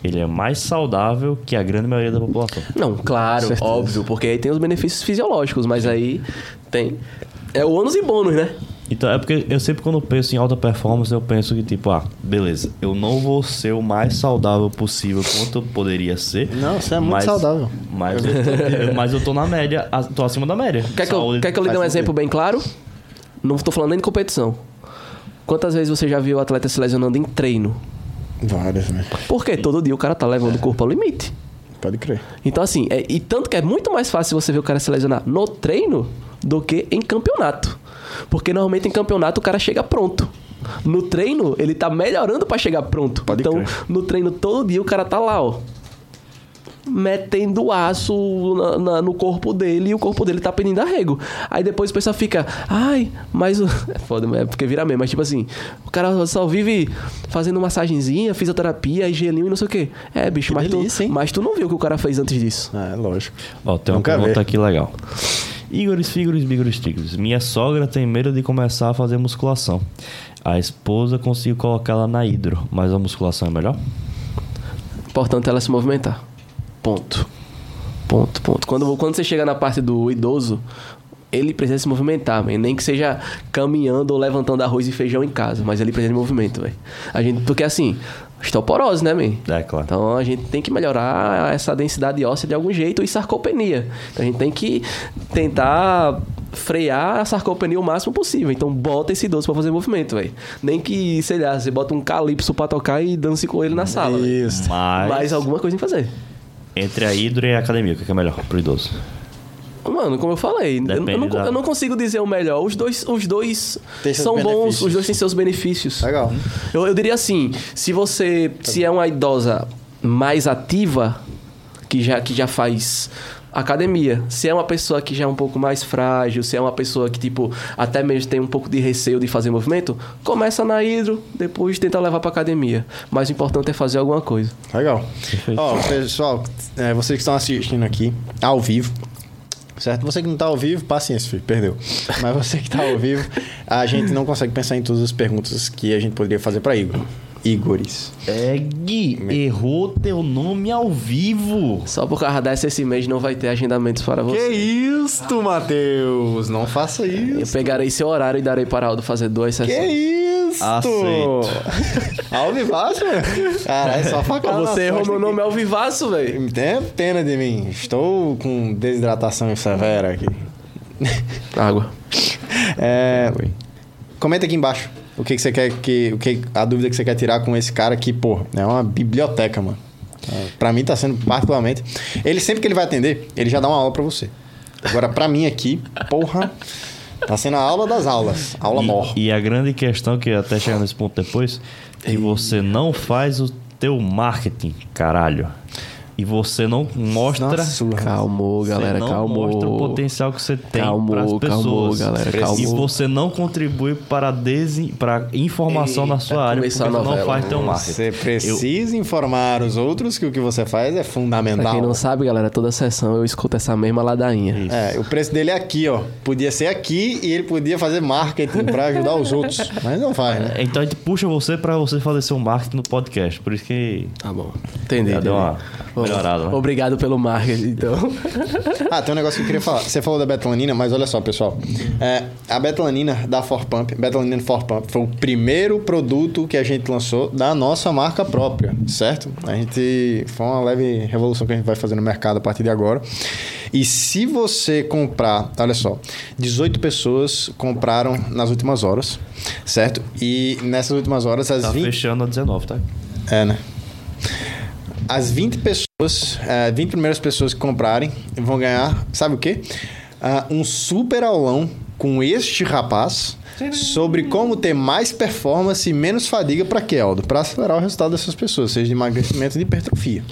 Speaker 1: ele é mais saudável que a grande maioria da população.
Speaker 3: Não, claro,
Speaker 2: Certeza.
Speaker 3: óbvio, porque aí tem os benefícios fisiológicos, mas aí tem. É o ônus e bônus, né?
Speaker 1: Então, é porque eu sempre quando penso em alta performance, eu penso que tipo, ah, beleza, eu não vou ser o mais saudável possível quanto eu poderia ser.
Speaker 2: Não, você é muito saudável.
Speaker 1: Mas eu, tô, mas eu tô na média, a- tô acima da média.
Speaker 3: Quer que, eu,
Speaker 1: Saúde-
Speaker 3: quer que eu lhe dê um
Speaker 2: faz
Speaker 3: exemplo bem claro? Não tô falando nem de competição. Quantas vezes você já viu o atleta se lesionando em treino?
Speaker 2: Várias, né?
Speaker 3: Porque todo dia o cara tá levando o corpo ao limite.
Speaker 2: Pode crer.
Speaker 3: Então, assim, é- e tanto que é muito mais fácil você ver o cara se lesionar no treino do que em campeonato. Porque normalmente em campeonato o cara chega pronto. No treino, ele tá melhorando pra chegar pronto.
Speaker 2: Pode
Speaker 3: então,
Speaker 2: crer.
Speaker 3: no treino todo dia o cara tá lá, ó. Metendo aço na- na- no corpo dele e o corpo dele tá pedindo arrego. Aí depois o pessoal fica, ai, mas. o-" É foda, mas é porque vira mesmo. Mas tipo assim, o cara só vive fazendo massagenzinha, fisioterapia, gelinho e não sei o quê. É, bicho,
Speaker 2: Que
Speaker 3: mas tu-
Speaker 2: delícia, hein?
Speaker 3: mas tu não viu o que o cara fez antes disso.
Speaker 2: Ah, é lógico.
Speaker 1: Ó, tem uma
Speaker 2: Nunca
Speaker 1: pergunta
Speaker 2: vi.
Speaker 1: aqui legal. Igores, figuros, bigores, tigres. Minha sogra tem medo de começar a fazer musculação. A esposa conseguiu colocá-la na hidro, mas a musculação é melhor?
Speaker 3: Importante ela se movimentar. Ponto. Ponto, ponto. Quando, quando você chega na parte do idoso, ele precisa se movimentar, man. nem que seja caminhando ou levantando arroz e feijão em casa, mas ele precisa de movimento, velho. A gente, porque assim, osteoporose, né, man?
Speaker 1: É, claro.
Speaker 3: Então a gente tem que melhorar essa densidade óssea de algum jeito e sarcopenia. Então a gente tem que tentar frear a sarcopenia o máximo possível. Então bota esse idoso pra fazer movimento, velho. Nem que, sei lá, você bota um calypso pra tocar e dance com ele na sala. véi.
Speaker 2: Isso.
Speaker 1: Mas,
Speaker 3: Mas alguma coisa tem que fazer.
Speaker 1: entre a hidro e a academia, o que que é melhor pro idoso?
Speaker 3: Mano, como eu falei, eu- eu,
Speaker 1: Depende
Speaker 3: não, co-
Speaker 1: da-
Speaker 3: eu não consigo dizer o melhor. Os dois, os dois
Speaker 2: Tem seus
Speaker 3: são bons,
Speaker 2: benefícios.
Speaker 3: os dois têm seus benefícios.
Speaker 2: Legal.
Speaker 3: Eu, eu diria assim, se você se é uma idosa mais ativa, que já, que já faz academia, se é uma pessoa que já é um pouco mais frágil, se é uma pessoa que, tipo, até mesmo tem um pouco de receio de fazer movimento, começa na hidro, depois tenta levar pra academia. Mas o importante é fazer alguma coisa.
Speaker 2: Legal. Ó, pessoal, é, vocês que estão assistindo aqui, ao vivo, certo? Você que não tá ao vivo, paciência, filho, perdeu. Mas você que tá ao vivo, a gente não consegue pensar em todas as perguntas que a gente poderia fazer pra Igor. Igores.
Speaker 1: É, Gui, errou teu nome ao vivo.
Speaker 3: Só por causa dessa, esse mês não vai ter agendamentos para você.
Speaker 2: isto, Matheus? Não faça
Speaker 3: Eu
Speaker 2: isso.
Speaker 3: pegarei seu horário e darei para Aldo fazer duas
Speaker 2: Que
Speaker 3: sessões.
Speaker 2: isso? Ao vivaço, velho. Caralho, só facada.
Speaker 3: Você
Speaker 2: nas
Speaker 3: errou
Speaker 2: costas
Speaker 3: meu
Speaker 2: aqui.
Speaker 3: nome ao vivaço, velho.
Speaker 2: Tenha pena de mim. Estou com desidratação severa aqui.
Speaker 3: Água.
Speaker 2: É, comenta aqui embaixo o que, que você quer que, o que a dúvida que você quer tirar com esse cara que, porra, é uma biblioteca, mano. É, Pra mim tá sendo particularmente. Ele sempre que ele vai atender, ele já dá uma aula pra você. Agora, pra mim aqui, porra, tá sendo a aula das aulas. Aula
Speaker 1: E-
Speaker 2: mor.
Speaker 1: E, a grande questão, que até chegar nesse ponto depois, que você não faz o teu marketing, caralho. E você não mostra.
Speaker 2: Nossa,
Speaker 3: Calmou,
Speaker 1: você
Speaker 3: galera,
Speaker 1: não
Speaker 3: calmou.
Speaker 1: mostra o potencial que você tem
Speaker 3: Calmou,
Speaker 1: para as
Speaker 3: calmou,
Speaker 1: pessoas.
Speaker 3: galera,
Speaker 1: E
Speaker 3: calmou.
Speaker 1: você não contribui para desin... para informação na sua
Speaker 3: Eita,
Speaker 1: área, porque
Speaker 3: começou
Speaker 1: você
Speaker 3: a
Speaker 1: não
Speaker 3: novela.
Speaker 1: faz teu marketing.
Speaker 2: Você precisa informar os outros que o que você faz é
Speaker 3: Pra
Speaker 2: fundamental.
Speaker 3: quem não sabe, galera, toda sessão eu escuto essa mesma ladainha.
Speaker 2: É, o preço dele é aqui, ó. Podia ser aqui e ele podia fazer marketing pra ajudar os outros. Mas não faz, né?
Speaker 1: Então a gente puxa você para você fazer seu marketing no podcast. Por isso que
Speaker 3: Tá bom. Entendi.
Speaker 1: Já deu uma
Speaker 3: Bom,
Speaker 1: melhorada, né?
Speaker 3: Obrigado pelo marketing, então.
Speaker 2: Ah, tem um negócio que eu queria falar. Você falou da Betalanina, mas olha só, pessoal. É, a Betalanina da For Pump, Betalanina For Pump, foi o primeiro produto que a gente lançou da nossa marca própria, certo? A gente. Foi uma leve revolução que a gente vai fazer no mercado a partir de agora. E se você comprar, olha só, 18 pessoas compraram nas últimas horas, certo? E nessas últimas horas, as
Speaker 1: tá
Speaker 2: 20.
Speaker 1: fechando a 19, tá?
Speaker 2: É, né? As 20 pessoas, eh, 20 primeiras pessoas que comprarem vão ganhar, sabe o quê? Ah, um super aulão com este rapaz sobre como ter mais performance e menos fadiga para quê, Aldo? Para acelerar o resultado dessas pessoas, seja de emagrecimento e de hipertrofia.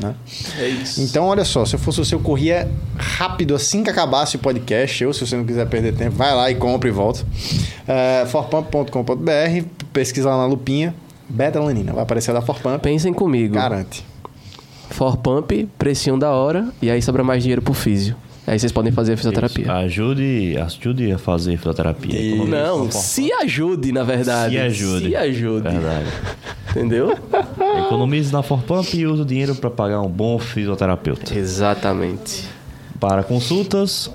Speaker 2: né?
Speaker 3: É isso.
Speaker 2: Então, olha só, se eu fosse o seu, eu corria rápido assim que acabasse o podcast. Eu, se você não quiser perder tempo, vai lá e compra e volta. É, forpump.com.br, pesquisa lá na lupinha, betalanina. Vai aparecer a da Forpump.
Speaker 3: Pensem comigo.
Speaker 2: Garante.
Speaker 3: For pump, precinho da hora, e aí sobra mais dinheiro pro físio. Aí vocês podem fazer a fisioterapia.
Speaker 1: Ah, Ajude, ajude a fazer fisioterapia. economia.
Speaker 3: Não, se ajude, na verdade.
Speaker 1: Se ajude.
Speaker 3: Se ajude.
Speaker 1: Verdade.
Speaker 3: Entendeu?
Speaker 1: Economize na Forpump e use o dinheiro para pagar um bom fisioterapeuta.
Speaker 3: Exatamente.
Speaker 1: Para consultas,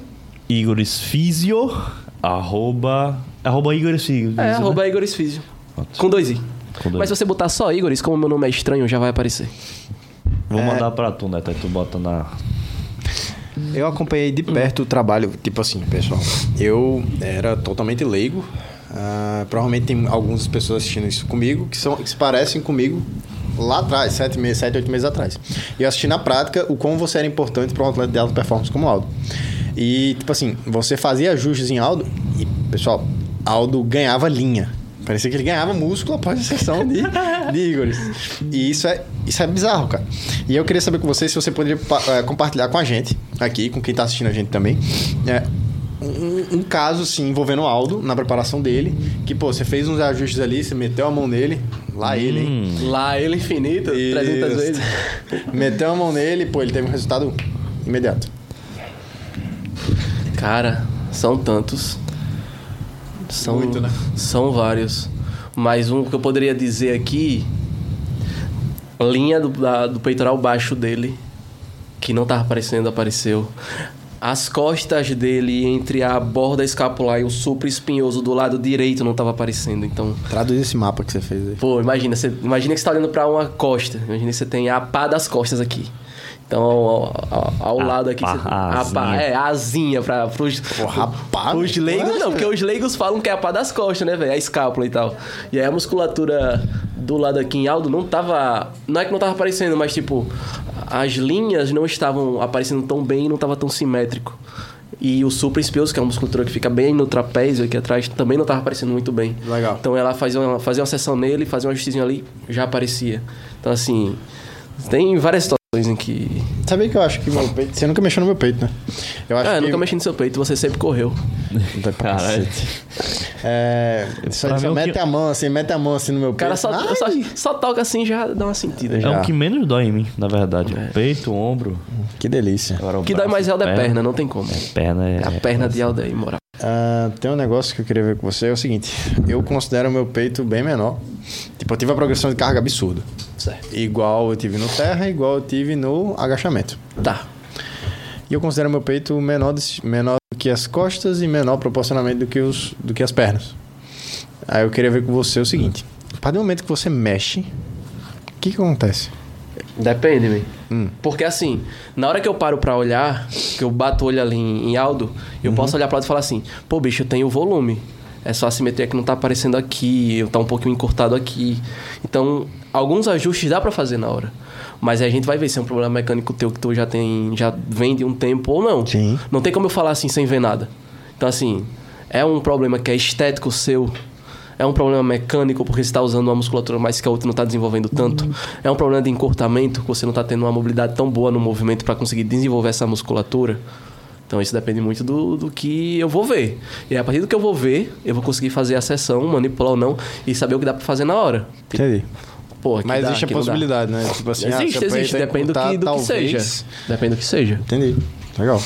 Speaker 1: igoresfisio, arroba... Arroba igoresfisio,
Speaker 3: É,
Speaker 1: né?
Speaker 3: arroba Igoris Físio. Com dois i.
Speaker 1: Com dois i.
Speaker 3: Mas se você botar só Igoris, como meu nome é estranho, já vai aparecer.
Speaker 1: Vou
Speaker 3: é.
Speaker 1: mandar para tu, né? Tá, Tu bota na...
Speaker 2: Eu acompanhei de perto o trabalho, tipo assim, pessoal. Eu era totalmente leigo. ah, provavelmente tem algumas pessoas assistindo isso comigo que, são, que se parecem comigo lá atrás, sete, meses, sete oito meses atrás. E eu assisti na prática o como você era importante para um atleta de alta performance como o Aldo. E, tipo assim, você fazia ajustes em Aldo e, pessoal, Aldo ganhava linha. Parecia que ele ganhava músculo após a sessão de, de Ígoris. E isso é, isso é bizarro, cara. E eu queria saber com você se você poderia pa- eh, compartilhar com a gente, aqui, com quem tá assistindo a gente também, é, um, um caso, sim, envolvendo o Aldo na preparação dele. Que, pô, você fez uns ajustes ali, você meteu a mão nele, lá ele, hein?
Speaker 1: Hum.
Speaker 3: Lá ele é infinito, 300
Speaker 2: Isso.
Speaker 3: Hum. vezes.
Speaker 2: meteu a mão nele, pô, ele teve um resultado imediato.
Speaker 3: Cara, são tantos. São,
Speaker 2: Muito, né?
Speaker 3: São vários. Mas um que eu poderia dizer aqui. Linha do, da- do peitoral baixo dele. Que não tava aparecendo, apareceu. As costas dele entre a borda escapular e o supra espinhoso do lado direito não tava aparecendo. Então,
Speaker 2: Traduz esse mapa que você fez aí.
Speaker 3: Pô, imagina, você, imagina que você tá olhando pra uma costa. Imagina que você tem a pá das costas aqui. Então, ao, ao- ao
Speaker 1: A
Speaker 3: lado aqui,
Speaker 1: pá,
Speaker 3: você tem
Speaker 1: a
Speaker 3: a pá,
Speaker 1: asinha.
Speaker 3: é, a asinha pra, pros,
Speaker 2: Porra, pá, né?
Speaker 3: os
Speaker 2: velho.
Speaker 3: leigos. Não, porque os leigos falam que é a pá das costas, né, velho? A escápula e tal. E aí a musculatura do lado aqui em Aldo não tava. Não é que não tava aparecendo, mas tipo, as linhas não estavam aparecendo tão bem e não tava tão simétrico. E o supraespioso, que é uma musculatura que fica bem no trapézio aqui atrás, também não tava aparecendo muito bem.
Speaker 2: Legal.
Speaker 3: Então ela fazia uma, fazia uma sessão nele, fazia um ajustezinho ali, já aparecia. Então assim, tem várias situações em que.
Speaker 2: Sabia que eu acho que meu peito. Você nunca mexeu no meu peito, né? Eu acho
Speaker 3: Ah, eu
Speaker 2: que.
Speaker 3: nunca mexi no seu peito, você sempre correu.
Speaker 1: Caralho.
Speaker 2: É. Só,
Speaker 1: Pra mim,
Speaker 2: só
Speaker 1: o
Speaker 2: mete
Speaker 1: que-
Speaker 2: a mão assim, mete a mão assim no meu
Speaker 3: O cara
Speaker 2: peito.
Speaker 3: só,
Speaker 2: Ai,
Speaker 3: só, só toca assim e já dá uma sentida.
Speaker 1: É
Speaker 3: Já.
Speaker 1: o que menos dói em mim, na verdade. Peito, ombro...
Speaker 2: Que delícia.
Speaker 1: Agora
Speaker 3: O É. que dói mais é o da perna, não tem como.
Speaker 1: Perna é...
Speaker 3: É a perna de Aldair, moral.
Speaker 2: Ah, tem um negócio que eu queria ver com você, é o seguinte. Eu considero o meu peito bem menor. Tipo, eu tive a progressão de carga absurda.
Speaker 3: Certo.
Speaker 2: Igual eu tive no terra, igual eu tive no agachamento.
Speaker 3: Tá.
Speaker 2: E eu considero meu peito menor, desse- menor do que as costas e menor proporcionalmente do que, os, do que as pernas. Aí eu queria ver com você o seguinte. A partir do momento que você mexe, o que, que acontece?
Speaker 3: Depende, velho.
Speaker 2: Hum.
Speaker 3: Porque assim, na hora que eu paro pra olhar, que eu bato o olho ali em, em Aldo, eu posso olhar pra lado e falar assim, pô, bicho, eu tenho volume. É só a simetria que não tá aparecendo aqui, eu tá um pouquinho encurtado aqui. Então, alguns ajustes dá pra fazer na hora. Mas aí a gente vai ver se é um problema mecânico teu que tu já tem, já vem de um tempo ou não.
Speaker 2: Sim.
Speaker 3: Não tem como eu falar assim sem ver nada. Então assim, é um problema que é estético seu. É um problema mecânico porque você está usando uma musculatura mais que a outra e não está desenvolvendo tanto. É um problema de encurtamento que você não está tendo uma mobilidade tão boa no movimento para conseguir desenvolver essa musculatura. Então isso depende muito do, do que eu vou ver. E a partir do que eu vou ver, eu vou conseguir fazer a sessão, manipular ou não e saber o que dá para fazer na hora.
Speaker 2: Entendi.
Speaker 3: Pô, aqui
Speaker 2: Mas
Speaker 3: dá,
Speaker 2: existe a
Speaker 3: aqui não dá.
Speaker 2: possibilidade, né? Tipo assim, ah,
Speaker 3: Existe,
Speaker 2: seu peito
Speaker 3: existe.
Speaker 2: é
Speaker 3: Depende do que,
Speaker 2: encurtado,
Speaker 3: do que
Speaker 2: talvez.
Speaker 3: seja. Depende do que seja.
Speaker 2: Entendi. Legal.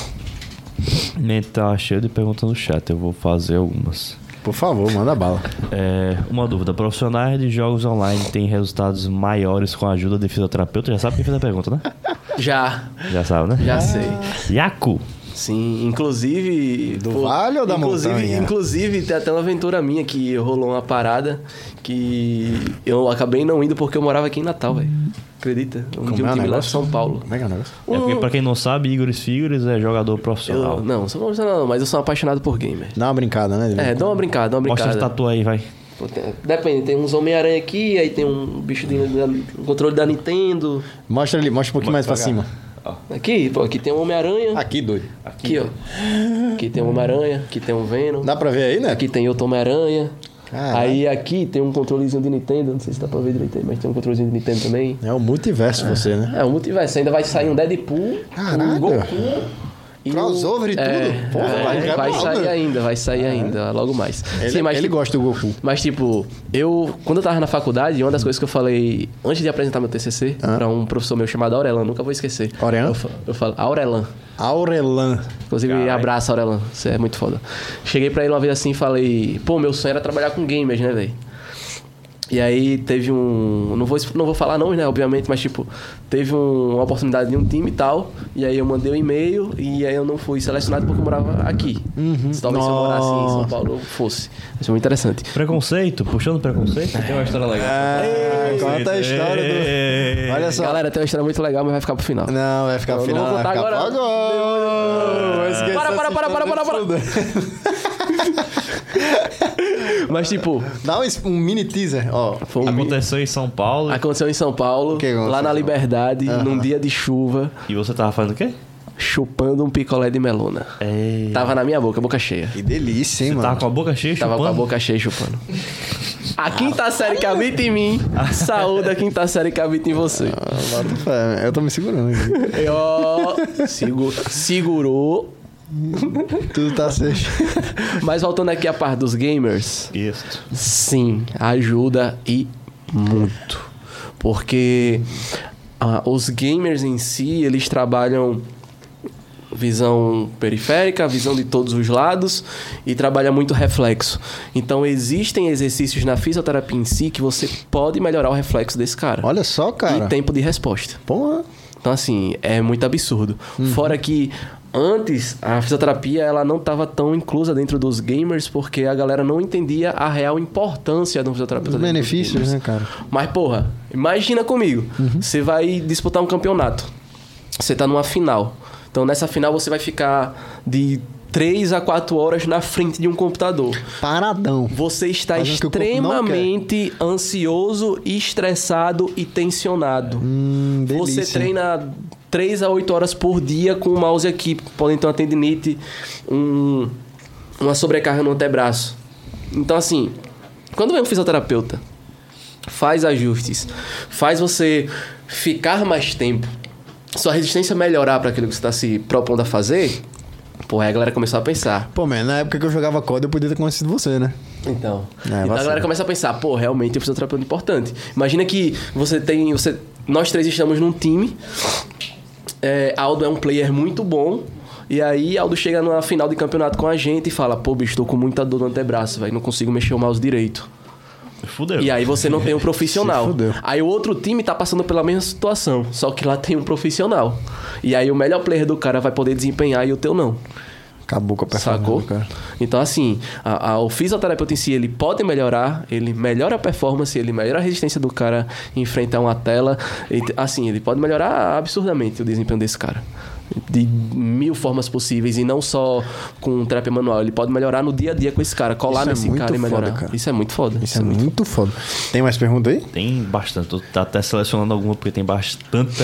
Speaker 1: Nem tá cheio de perguntas no chat, eu vou fazer algumas.
Speaker 2: Por favor, manda bala.
Speaker 1: É, uma dúvida: profissionais de jogos online têm resultados maiores com a ajuda de fisioterapeuta? Já sabe quem fez a pergunta, né?
Speaker 3: Já,
Speaker 1: Já sabe, né?
Speaker 3: já
Speaker 2: Ah.
Speaker 3: sei.
Speaker 1: Yaku!
Speaker 3: Sim, inclusive.
Speaker 2: Do vale ou da
Speaker 3: inclusive,
Speaker 2: montanha?
Speaker 3: Inclusive, tem até uma aventura minha que rolou uma parada que eu acabei não indo porque eu morava aqui em Natal, velho. Acredita? Eu
Speaker 2: Como
Speaker 3: tinha
Speaker 2: é
Speaker 3: um
Speaker 2: o
Speaker 3: time lá de
Speaker 2: negócio?
Speaker 3: São Paulo.
Speaker 2: Como é que é o negócio?
Speaker 1: É porque,
Speaker 3: Um-
Speaker 1: pra quem não sabe, Igores Figures é jogador
Speaker 3: eu,
Speaker 1: profissional.
Speaker 3: não, sou profissional não, mas eu sou um apaixonado por gamer.
Speaker 2: Dá uma brincada, né?
Speaker 3: É, dá uma brincada, dá uma
Speaker 1: Mostra
Speaker 3: brincada.
Speaker 1: as tatu aí, vai.
Speaker 3: Pô, tem- Depende, tem uns Homem-Aranha aqui, aí tem um bicho de, de- um controle da Nintendo.
Speaker 2: Mostra ali, mostra um pouquinho mais pra cima.
Speaker 3: Aqui, pô, aqui tem um Homem-Aranha.
Speaker 2: Aqui, doido.
Speaker 3: Aqui, ó. Aqui tem um Homem-Aranha, aqui tem um Venom.
Speaker 2: Dá pra ver aí, né?
Speaker 3: Aqui tem outro Homem-Aranha.
Speaker 2: Caraca.
Speaker 3: Aí aqui tem um controlezinho de Nintendo, não sei se dá pra ver direito, mas tem um controlezinho de Nintendo também.
Speaker 2: É o multiverso você, né?
Speaker 3: É, um multiverso. Ainda vai sair um Deadpool,
Speaker 2: Caralho.
Speaker 3: um Goku... E
Speaker 2: Crossover e tudo? Porra, vai
Speaker 3: vai,
Speaker 2: ficar
Speaker 3: vai
Speaker 2: bom,
Speaker 3: sair
Speaker 2: né?
Speaker 3: ainda, vai sair ainda, logo mais.
Speaker 2: Ele,
Speaker 3: Sim, mas
Speaker 2: ele
Speaker 3: tipo,
Speaker 2: gosta do Goku.
Speaker 3: mas, tipo, eu, quando eu tava na faculdade,
Speaker 2: Hum.
Speaker 3: uma das coisas que eu falei antes de apresentar meu TCC pra um professor meu chamado Aurelan, nunca vou esquecer.
Speaker 2: Aurelan?
Speaker 3: Eu, fa- eu falo, Aurelan.
Speaker 2: Aurelan.
Speaker 3: Inclusive, abraço, Aurelan. Você é muito foda. Cheguei pra ele uma vez assim e falei, pô, meu sonho era trabalhar com gamers, né, velho? E aí teve um. Não vou, exp- não vou falar nomes, né? Obviamente, mas tipo, teve um- uma oportunidade de um time e tal. E aí eu mandei um e-mail e aí eu não fui selecionado porque eu morava aqui. Se talvez eu morasse em São
Speaker 2: Uhum. Nossa.
Speaker 3: Paulo, eu fosse. Isso é muito interessante.
Speaker 1: Preconceito, puxando preconceito. Tem uma história legal. É,
Speaker 2: É, conta a história do. Olha só.
Speaker 3: Ah, Galera, tem uma história muito legal, mas vai ficar pro final.
Speaker 2: Não, vai ficar
Speaker 3: Eu não
Speaker 2: final.
Speaker 3: vou
Speaker 2: vai
Speaker 3: contar
Speaker 2: ficar pra
Speaker 3: agora.
Speaker 2: agora. Vai esquecer
Speaker 3: Para, para,
Speaker 2: essa
Speaker 3: para, para, para, para.
Speaker 2: história toda.
Speaker 3: Mas tipo,
Speaker 2: Dá um, es- um mini teaser, ó.
Speaker 3: foi um...
Speaker 1: Aconteceu em São Paulo
Speaker 3: aconteceu em São Paulo,
Speaker 2: que aconteceu?
Speaker 3: lá na Liberdade, num dia de chuva,
Speaker 1: e você tava fazendo o quê?
Speaker 3: chupando um picolé de melona.
Speaker 1: É...
Speaker 3: Tava na minha boca, boca cheia.
Speaker 2: Que delícia, hein,
Speaker 1: Tava
Speaker 2: mano.
Speaker 1: tá com a boca cheia,
Speaker 3: Tava com a
Speaker 1: chupando?
Speaker 3: boca cheia e chupando. A quinta série que habita em mim, saúde a quinta série que habita em você.
Speaker 2: É, Eu tô me segurando aqui.
Speaker 3: Eu... Segu- Segurou.
Speaker 2: Tudo tá certo.
Speaker 3: Mas voltando aqui à parte dos gamers.
Speaker 1: Isso.
Speaker 3: Sim, ajuda e muito. Porque ah, os gamers em si, eles trabalham visão periférica, visão de todos os lados e trabalha muito reflexo. Então existem exercícios na fisioterapia em si que você pode melhorar o reflexo desse cara.
Speaker 2: Olha só, cara.
Speaker 3: E tempo de resposta.
Speaker 2: Porra.
Speaker 3: Então, assim, é muito absurdo.
Speaker 2: Uhum.
Speaker 3: Fora que antes a fisioterapia ela não estava tão inclusa dentro dos gamers porque a galera não entendia a real importância do fisioterapeuta.
Speaker 2: Os
Speaker 3: dentro dos
Speaker 2: benefícios,
Speaker 3: gamers.
Speaker 2: né, Uhum. cara?
Speaker 3: Mas, porra, imagina comigo. Você vai disputar um campeonato. Você tá numa final. Então, nessa final, você vai ficar de 3 a 4 horas na frente de um computador.
Speaker 2: Paradão.
Speaker 3: Você está
Speaker 2: Fazendo o que o corpo não
Speaker 3: extremamente ansioso, estressado e tensionado.
Speaker 2: Hum, delícia.
Speaker 3: Você treina 3 a 8 horas por dia com o mouse aqui. Podem ter uma tendinite, um- uma sobrecarga no antebraço. Então, assim, quando vem um fisioterapeuta, faz ajustes, faz você ficar mais tempo, sua resistência melhorar para aquilo que você está se propondo a fazer, pô, aí a galera começou a pensar.
Speaker 2: Pô, man, na época que eu jogava COD, eu podia ter conhecido você, né?
Speaker 3: Então, então a
Speaker 2: vacilo.
Speaker 3: galera começa a pensar, pô, realmente eu preciso de um terapeuta importante. Imagina que você tem, você, nós três estamos num time. É, Aldo é um player muito bom. E aí Aldo chega na final de campeonato com a gente e fala, pô, bicho, tô com muita dor no antebraço, velho, não consigo mexer o mouse direito.
Speaker 1: Fudeu.
Speaker 3: E aí você não tem um profissional.
Speaker 2: Se fudeu.
Speaker 3: Aí o outro time tá passando pela mesma situação, só que lá tem um profissional. E aí o melhor player do cara vai poder desempenhar e o teu não.
Speaker 2: Acabou com a performance.
Speaker 3: Sacou?
Speaker 2: do Cara.
Speaker 3: Então, assim, a, a- o fisioterapeuta em si, ele pode melhorar, ele melhora a performance, ele melhora a resistência do cara em frente a uma tela. E, assim, ele pode melhorar absurdamente o desempenho desse cara. de mil formas possíveis e não só com terapia manual. Ele pode melhorar no dia a dia com esse cara, colar
Speaker 2: Isso é
Speaker 3: nesse
Speaker 2: muito
Speaker 3: cara e melhorar.
Speaker 2: foda, cara.
Speaker 3: Isso é muito foda.
Speaker 2: Isso é muito foda. Tem mais pergunta aí?
Speaker 1: Tem bastante. Tu tá até selecionando alguma porque tem bastante.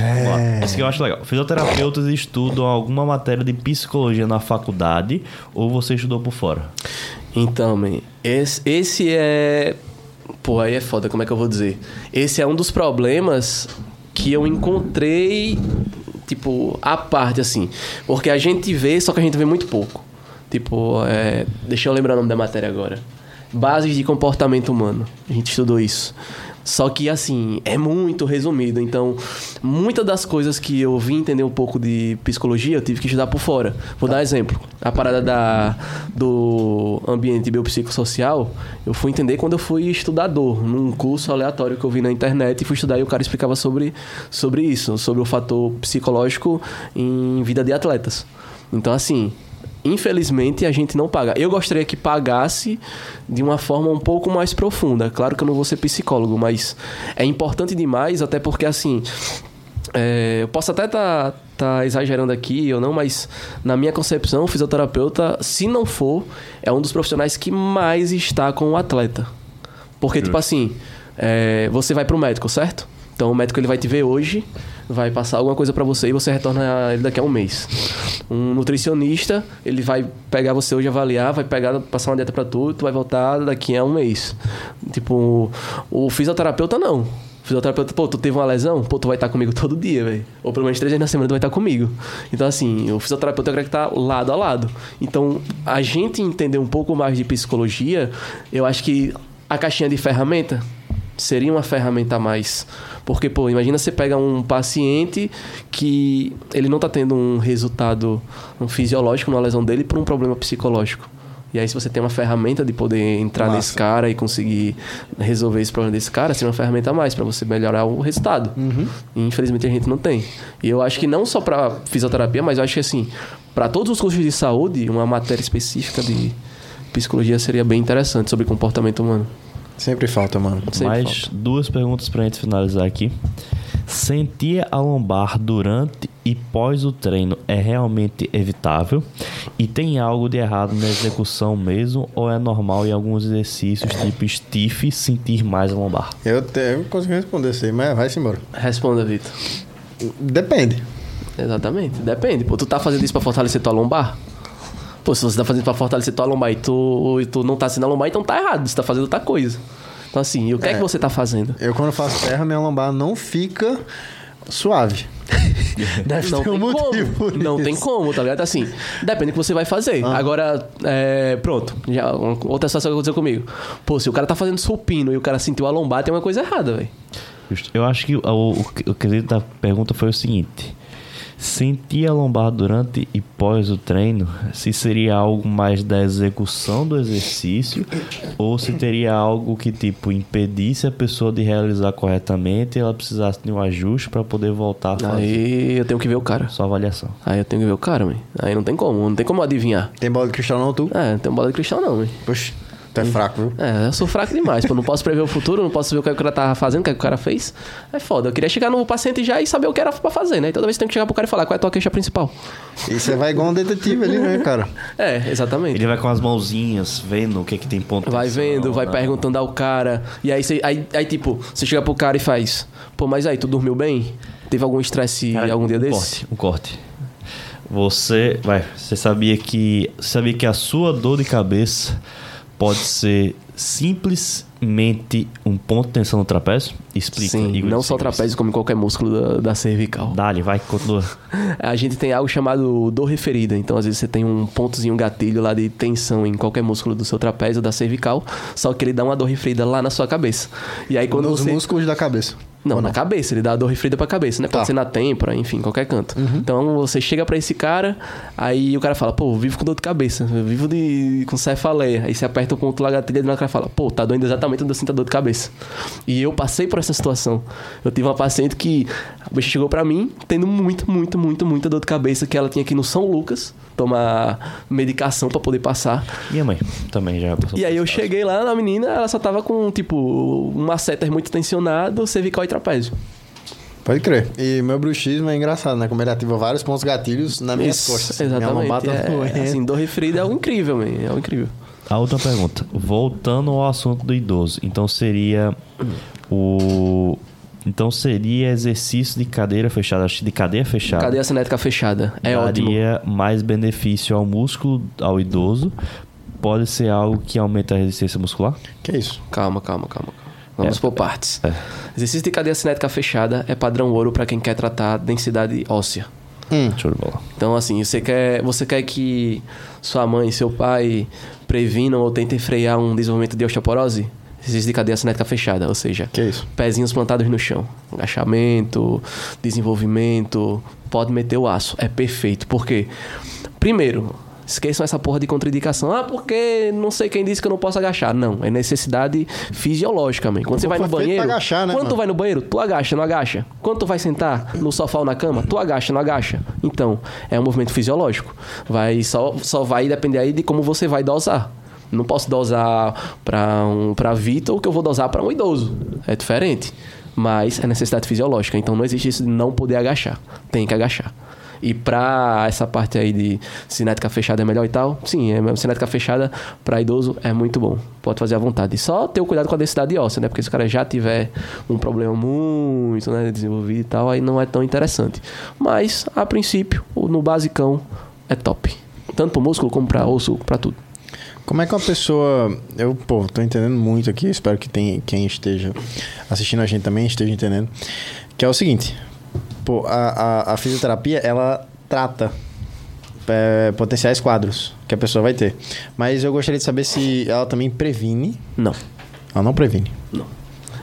Speaker 1: É... Vamos lá. Essa que eu acho legal. Fisioterapeutas estudam alguma matéria de psicologia na faculdade ou você estudou por fora?
Speaker 3: Então, man, esse, esse é. Pô, aí é foda, como é que eu vou dizer? Esse é um dos problemas que eu encontrei, tipo, à parte, assim. Porque a gente vê, só que a gente vê muito pouco. Tipo, é... deixa eu lembrar o nome da matéria agora. Bases de comportamento humano. A gente estudou isso. Só que, assim, é muito resumido. Então, muitas das coisas que eu vim entender um pouco de psicologia, eu tive que estudar por fora. Vou dar exemplo. A parada da, do ambiente biopsicossocial, eu fui entender quando eu fui estudador, num curso aleatório que eu vi na internet e fui estudar e o cara explicava sobre, sobre isso, sobre o fator psicológico em vida de atletas. Então, assim, Infelizmente a gente não paga. Eu gostaria que pagasse de uma forma um pouco mais profunda. Claro que eu não vou ser psicólogo, mas é importante demais, até porque assim. é, eu posso até estar exagerando aqui ou não, mas na minha concepção, o fisioterapeuta, se não for, é um dos profissionais que mais está com o atleta. Porque, tipo assim, é, você vai pro médico, certo? Então o médico ele vai te ver hoje, vai passar alguma coisa pra você e você retorna ele daqui a um mês. Um nutricionista, ele vai pegar você hoje avaliar, vai pegar, passar uma dieta pra tu, tu vai voltar daqui a um mês. Tipo, o fisioterapeuta não. O Fisioterapeuta, pô, tu teve uma lesão? Pô, tu vai estar comigo todo dia, velho. Ou pelo menos três vezes na semana tu vai estar comigo. Então, assim, o fisioterapeuta eu creio que tá lado a lado. Então, a gente entender um pouco mais de psicologia, eu acho que a caixinha de ferramenta seria uma ferramenta a mais. Porque, pô, imagina você pega um paciente que ele não tá tendo um resultado um fisiológico numa lesão dele por um problema psicológico. E aí, se você tem uma ferramenta de poder entrar
Speaker 2: Massa.
Speaker 3: nesse cara e conseguir resolver esse problema desse cara, seria uma ferramenta a mais para você melhorar o resultado. E, infelizmente, a gente não tem. E eu acho que não só para fisioterapia, mas eu acho que, assim, para todos os cursos de saúde, uma matéria específica de psicologia seria bem interessante sobre comportamento humano.
Speaker 2: Sempre falta, mano.
Speaker 3: Sempre
Speaker 1: Mais
Speaker 3: falta.
Speaker 1: duas perguntas pra gente finalizar aqui. Sentir a lombar durante e pós o treino é realmente evitável? E tem algo de errado na execução mesmo? Ou é normal em alguns exercícios, tipo stiff, sentir mais a lombar?
Speaker 2: Eu, te, eu consegui responder isso aí, mas vai-se embora.
Speaker 3: Responda, Vitor.
Speaker 2: Depende.
Speaker 3: Exatamente, depende. Pô, tu tá fazendo isso pra fortalecer tua lombar? Pô, se você tá fazendo isso pra fortalecer tua lombar e tu, e tu não tá assim na lombar, então tá errado. Você tá fazendo outra coisa. Então, assim, e o que é, que você tá fazendo?
Speaker 2: Eu, quando faço terra, minha lombar não fica suave. Deve
Speaker 3: não
Speaker 2: ter um
Speaker 3: tem
Speaker 2: motivo.
Speaker 3: como. Não
Speaker 2: nisso.
Speaker 3: tem como, tá ligado? Assim, depende do que você vai fazer.
Speaker 2: Ah.
Speaker 3: Agora, é, pronto. Já, uma- outra situação que aconteceu comigo. Pô, se o cara tá fazendo supino e o cara sentiu a lombar, tem uma coisa errada, velho.
Speaker 1: Justo. Eu acho que o, o, o quesito da pergunta foi o seguinte: sentir a lombar durante e pós o treino, se seria algo mais da execução do exercício ou se teria algo que tipo impedisse a pessoa de realizar corretamente e ela precisasse de um ajuste para poder voltar
Speaker 2: Ah,
Speaker 1: a fazer
Speaker 3: Aí eu tenho que ver o cara.
Speaker 1: sua avaliação.
Speaker 3: Aí eu tenho que ver o cara, velho. Aí não tem como, não tem como adivinhar.
Speaker 2: Tem bola de cristal não, tu?
Speaker 3: É, não tem bola de cristal não, velho.
Speaker 2: Poxa, tu é fraco, viu?
Speaker 3: É, eu sou fraco demais, pô. Não posso prever o futuro, não posso ver o que o cara tava fazendo, o que o cara fez. É foda. Eu queria chegar no paciente já e saber o que era pra fazer, né? E toda vez tem que chegar pro cara e falar qual é a tua queixa principal.
Speaker 2: E você vai igual um detetive ali, né, cara?
Speaker 3: É, exatamente.
Speaker 1: Ele vai com as mãozinhas vendo o que é que tem né? ponto.
Speaker 3: Vai vendo, vai perguntando ao cara. E aí, você, aí, aí, tipo, você chega pro cara e faz: Pô, mas aí, tu dormiu bem? Teve algum estresse algum dia
Speaker 1: um
Speaker 3: desse?
Speaker 1: Corte, um corte. Você, vai, você sabia que, você sabia que a sua dor de cabeça pode ser simplesmente um ponto de tensão no trapézio? Explica.
Speaker 3: Sim,
Speaker 1: Igor
Speaker 3: não só o
Speaker 1: Sigres.
Speaker 3: trapézio, como qualquer músculo da, da cervical.
Speaker 1: Dale, vai, continua.
Speaker 3: A gente tem algo chamado dor referida. Então, às vezes, você tem um pontozinho gatilho lá de tensão em qualquer músculo do seu trapézio, da cervical, só que ele dá uma dor referida lá na sua cabeça. E aí, quando
Speaker 2: Nos
Speaker 3: você.
Speaker 2: músculos da cabeça.
Speaker 3: Não, na cabeça, ele dá a dor referida pra cabeça, né? Pode
Speaker 2: Tá.
Speaker 3: ser na têmpora, enfim, qualquer canto. Então você chega pra esse cara, aí o cara fala, pô, eu vivo com dor de cabeça, eu vivo de... com cefaleia. Aí você aperta o ponto lá gatilha e o cara fala, pô, tá doendo exatamente onde eu sinto a dor de cabeça. E eu passei por essa situação. Eu tive uma paciente que a bicha chegou pra mim tendo muito, muito, muito, muita dor de cabeça que ela tinha aqui no São Lucas tomar medicação pra poder passar.
Speaker 1: Minha mãe também já passou.
Speaker 3: E aí eu
Speaker 1: por esse
Speaker 3: cheguei lá na menina, ela só tava com, tipo, um masseter muito tensionado, cervical e trapézio.
Speaker 2: Pode crer. E meu bruxismo é engraçado, né? Como ele ativa vários pontos gatilhos nas minhas costas. assim, né?
Speaker 3: Exatamente.
Speaker 2: Minha lombada
Speaker 3: é,
Speaker 2: doendo.
Speaker 3: assim, dor referida é algo incrível, man. É algo incrível.
Speaker 1: A outra pergunta. Voltando ao assunto do idoso, então seria o. Então seria exercício de cadeira fechada, acho que de cadeia fechada.
Speaker 3: Cadeia cinética fechada. É ótimo.
Speaker 1: daria mais benefício ao músculo, ao idoso. Pode ser algo que aumenta a resistência muscular?
Speaker 2: Que isso?
Speaker 3: Calma, calma, calma. calma. Vamos por partes.
Speaker 1: É.
Speaker 3: Exercício de cadeia cinética fechada é padrão ouro para quem quer tratar densidade óssea.
Speaker 2: Hum.
Speaker 1: Show de bola.
Speaker 3: Então, assim, você quer, você quer que sua mãe e seu pai previnam ou tentem frear um desenvolvimento de osteoporose? Exercício de cadeia cinética fechada, ou seja,
Speaker 2: Que isso?
Speaker 3: pezinhos plantados no chão. Agachamento, desenvolvimento, pode meter o aço. É perfeito. Por quê? Primeiro, esqueçam essa porra de contraindicação. Ah, porque não sei quem disse que eu não posso agachar. Não, é necessidade fisiológica, man. Quando você
Speaker 2: corpo
Speaker 3: vai no
Speaker 2: é feito pra
Speaker 3: banheiro.
Speaker 2: agachar, né,
Speaker 3: quando
Speaker 2: mano?
Speaker 3: tu vai no banheiro, tu agacha, não agacha. Quando tu vai sentar no sofá ou na cama, tu agacha, não agacha. Então, é um movimento fisiológico. Vai só, só vai depender aí de como você vai dosar. Não posso dosar pra um para Vitor que eu vou dosar pra um idoso. É diferente. Mas é necessidade fisiológica. Então não existe isso de não poder agachar. Tem que agachar. E pra essa parte aí de cinética fechada é melhor e tal, sim, é mesmo. Cinética fechada pra idoso é muito bom. Pode fazer à vontade. E só ter o cuidado com a densidade óssea, né? Porque se o cara já tiver um problema muito né, desenvolvido e tal, aí não é tão interessante. Mas, a princípio, o- no basicão é top. Tanto pro músculo como pra osso, pra tudo.
Speaker 2: Como é que uma pessoa. Eu, pô, tô entendendo muito aqui, espero que tem, quem esteja assistindo a gente também esteja entendendo. Que é o seguinte: pô, a, a, a fisioterapia, ela trata é, potenciais quadros que a pessoa vai ter. Mas eu gostaria de saber se ela também previne.
Speaker 3: Não.
Speaker 2: Ela não previne.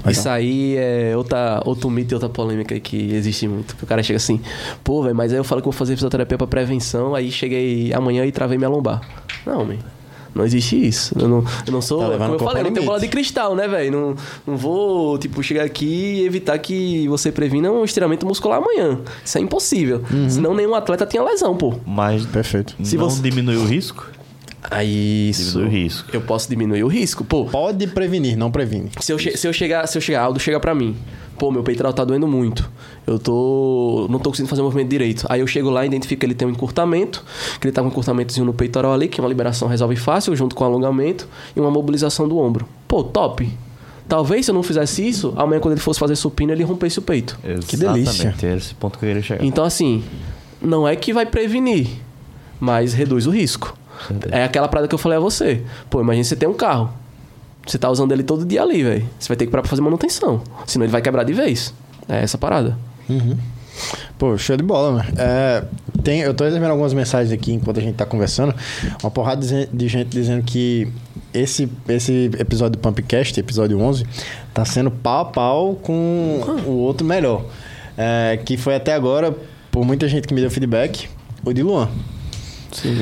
Speaker 3: Isso aí é outra, outro mito e outra polêmica que existe muito. Que o cara chega assim, pô, velho, mas aí eu falo que vou fazer fisioterapia pra prevenção, aí cheguei amanhã e travei minha lombar. Não, man. Não existe isso. Eu não, eu não sou.
Speaker 2: Tá levando
Speaker 3: como
Speaker 2: o
Speaker 3: eu
Speaker 2: corpo
Speaker 3: falei, eu
Speaker 2: ao
Speaker 3: não
Speaker 2: limite.
Speaker 3: tenho bola de cristal, né, velho? Não, não vou, tipo, chegar aqui e evitar que você previna um estiramento muscular amanhã. Isso é impossível.
Speaker 2: Uhum.
Speaker 3: Senão nenhum atleta tinha lesão, pô.
Speaker 1: Mas
Speaker 2: Perfeito.
Speaker 1: não
Speaker 3: Se você-
Speaker 1: diminui o risco?
Speaker 3: Aí isso.
Speaker 1: Diminui o risco.
Speaker 3: Eu posso diminuir o risco, pô.
Speaker 2: Pode prevenir, não previne.
Speaker 3: Se eu, che- se eu chegar, se eu chegar, Aldo chega pra mim. Pô, meu peitoral tá doendo muito. Eu tô. Não tô conseguindo fazer o movimento direito. Aí eu chego lá e identifico que ele tem um encurtamento, que ele tá com um encurtamentozinho no peitoral ali, que uma liberação resolve fácil, junto com um alongamento e uma mobilização do ombro. Pô, top! Talvez se eu não fizesse isso, amanhã quando ele fosse fazer supino, ele rompesse o peito.
Speaker 1: Que
Speaker 2: delícia.
Speaker 1: Era é esse ponto que eu queria chegar.
Speaker 2: É.
Speaker 3: Então, assim, não é que vai prevenir, mas reduz o risco. É aquela parada que eu falei a você. Pô, imagina você tem um carro. Você tá usando ele todo dia ali, velho. Você vai ter que parar pra fazer manutenção. Senão ele vai quebrar de vez. É essa parada.
Speaker 2: Pô, show de bola, mano. É, tem, eu tô recebendo algumas mensagens aqui enquanto a gente tá conversando. Uma porrada de gen- de gente dizendo que esse, esse episódio do Pumpcast, episódio 11, tá sendo pau a pau com o outro melhor. É, que foi até agora, por muita gente que me deu feedback, o de Luan.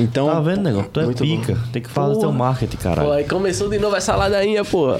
Speaker 2: Então,
Speaker 1: tá vendo, negão? Tu é
Speaker 3: muito
Speaker 1: pica. Tem que fazer
Speaker 3: Porra.
Speaker 1: teu marketing,
Speaker 3: Pô,
Speaker 1: caralho.
Speaker 3: aí começou de novo essa ladainha, pô.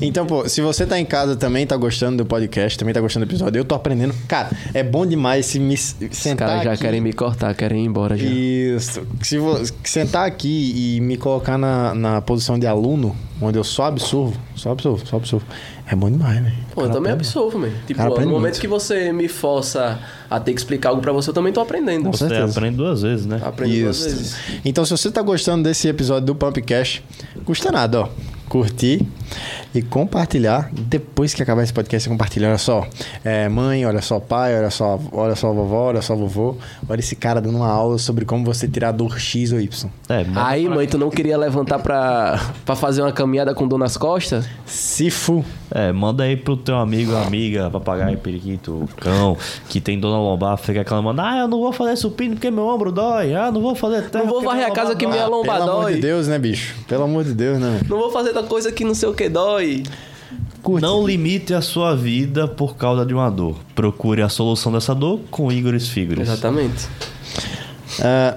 Speaker 2: Então, pô, se você tá em casa também, tá gostando do podcast, também tá gostando do episódio, eu tô aprendendo. Cara, é bom demais se me s-
Speaker 3: Os
Speaker 2: sentar
Speaker 3: caras já
Speaker 2: aqui
Speaker 3: querem me cortar, querem ir embora já.
Speaker 2: Isso. Se vo- sentar aqui e me colocar na, na posição de aluno, onde eu só absorvo, só absorvo, só absorvo, é bom demais, velho.
Speaker 3: Pô, eu também absorvo, man. Tipo,
Speaker 2: Cara,
Speaker 3: ó, no
Speaker 2: aprende
Speaker 3: momento
Speaker 2: muito.
Speaker 3: que você me força a ter que explicar algo pra você, eu também tô aprendendo.
Speaker 2: Nossa.
Speaker 1: Você
Speaker 2: certeza.
Speaker 1: aprende duas vezes, né?
Speaker 3: Aprendo duas
Speaker 2: Isso.
Speaker 3: vezes.
Speaker 2: Então, se você tá gostando desse episódio do Pumpcast, custa nada, ó. Curtir e compartilhar. Depois que acabar esse podcast, você compartilha. Olha só, é, mãe, olha só, pai, olha só, olha só, vovó, olha só, vovô. Olha esse cara dando uma aula sobre como você tirar dor X ou Y.
Speaker 1: É, mano.
Speaker 3: Aí, mãe, tu não queria levantar pra, pra fazer uma caminhada com dor nas costas?
Speaker 2: Se fu.
Speaker 1: É, manda aí pro teu amigo, amiga, papagaio, periquito, cão, que tem dona lombar, fica reclamando, ah, eu não vou fazer supino porque meu ombro dói, ah, não vou fazer terra
Speaker 3: Não vou
Speaker 1: porque
Speaker 3: varrer
Speaker 1: minha
Speaker 3: a casa
Speaker 1: lombar
Speaker 3: que
Speaker 1: dói."
Speaker 3: minha lomba
Speaker 2: Ah, Pelo amor de
Speaker 3: dói.
Speaker 2: Deus, né, bicho? Pelo amor de Deus, né? velho?
Speaker 3: Não vou fazer da coisa que não sei o que dói.
Speaker 2: Curte.
Speaker 1: Não limite a sua vida por causa de uma dor. Procure a solução dessa dor com Igor Figuras.
Speaker 3: Exatamente.
Speaker 2: Ah,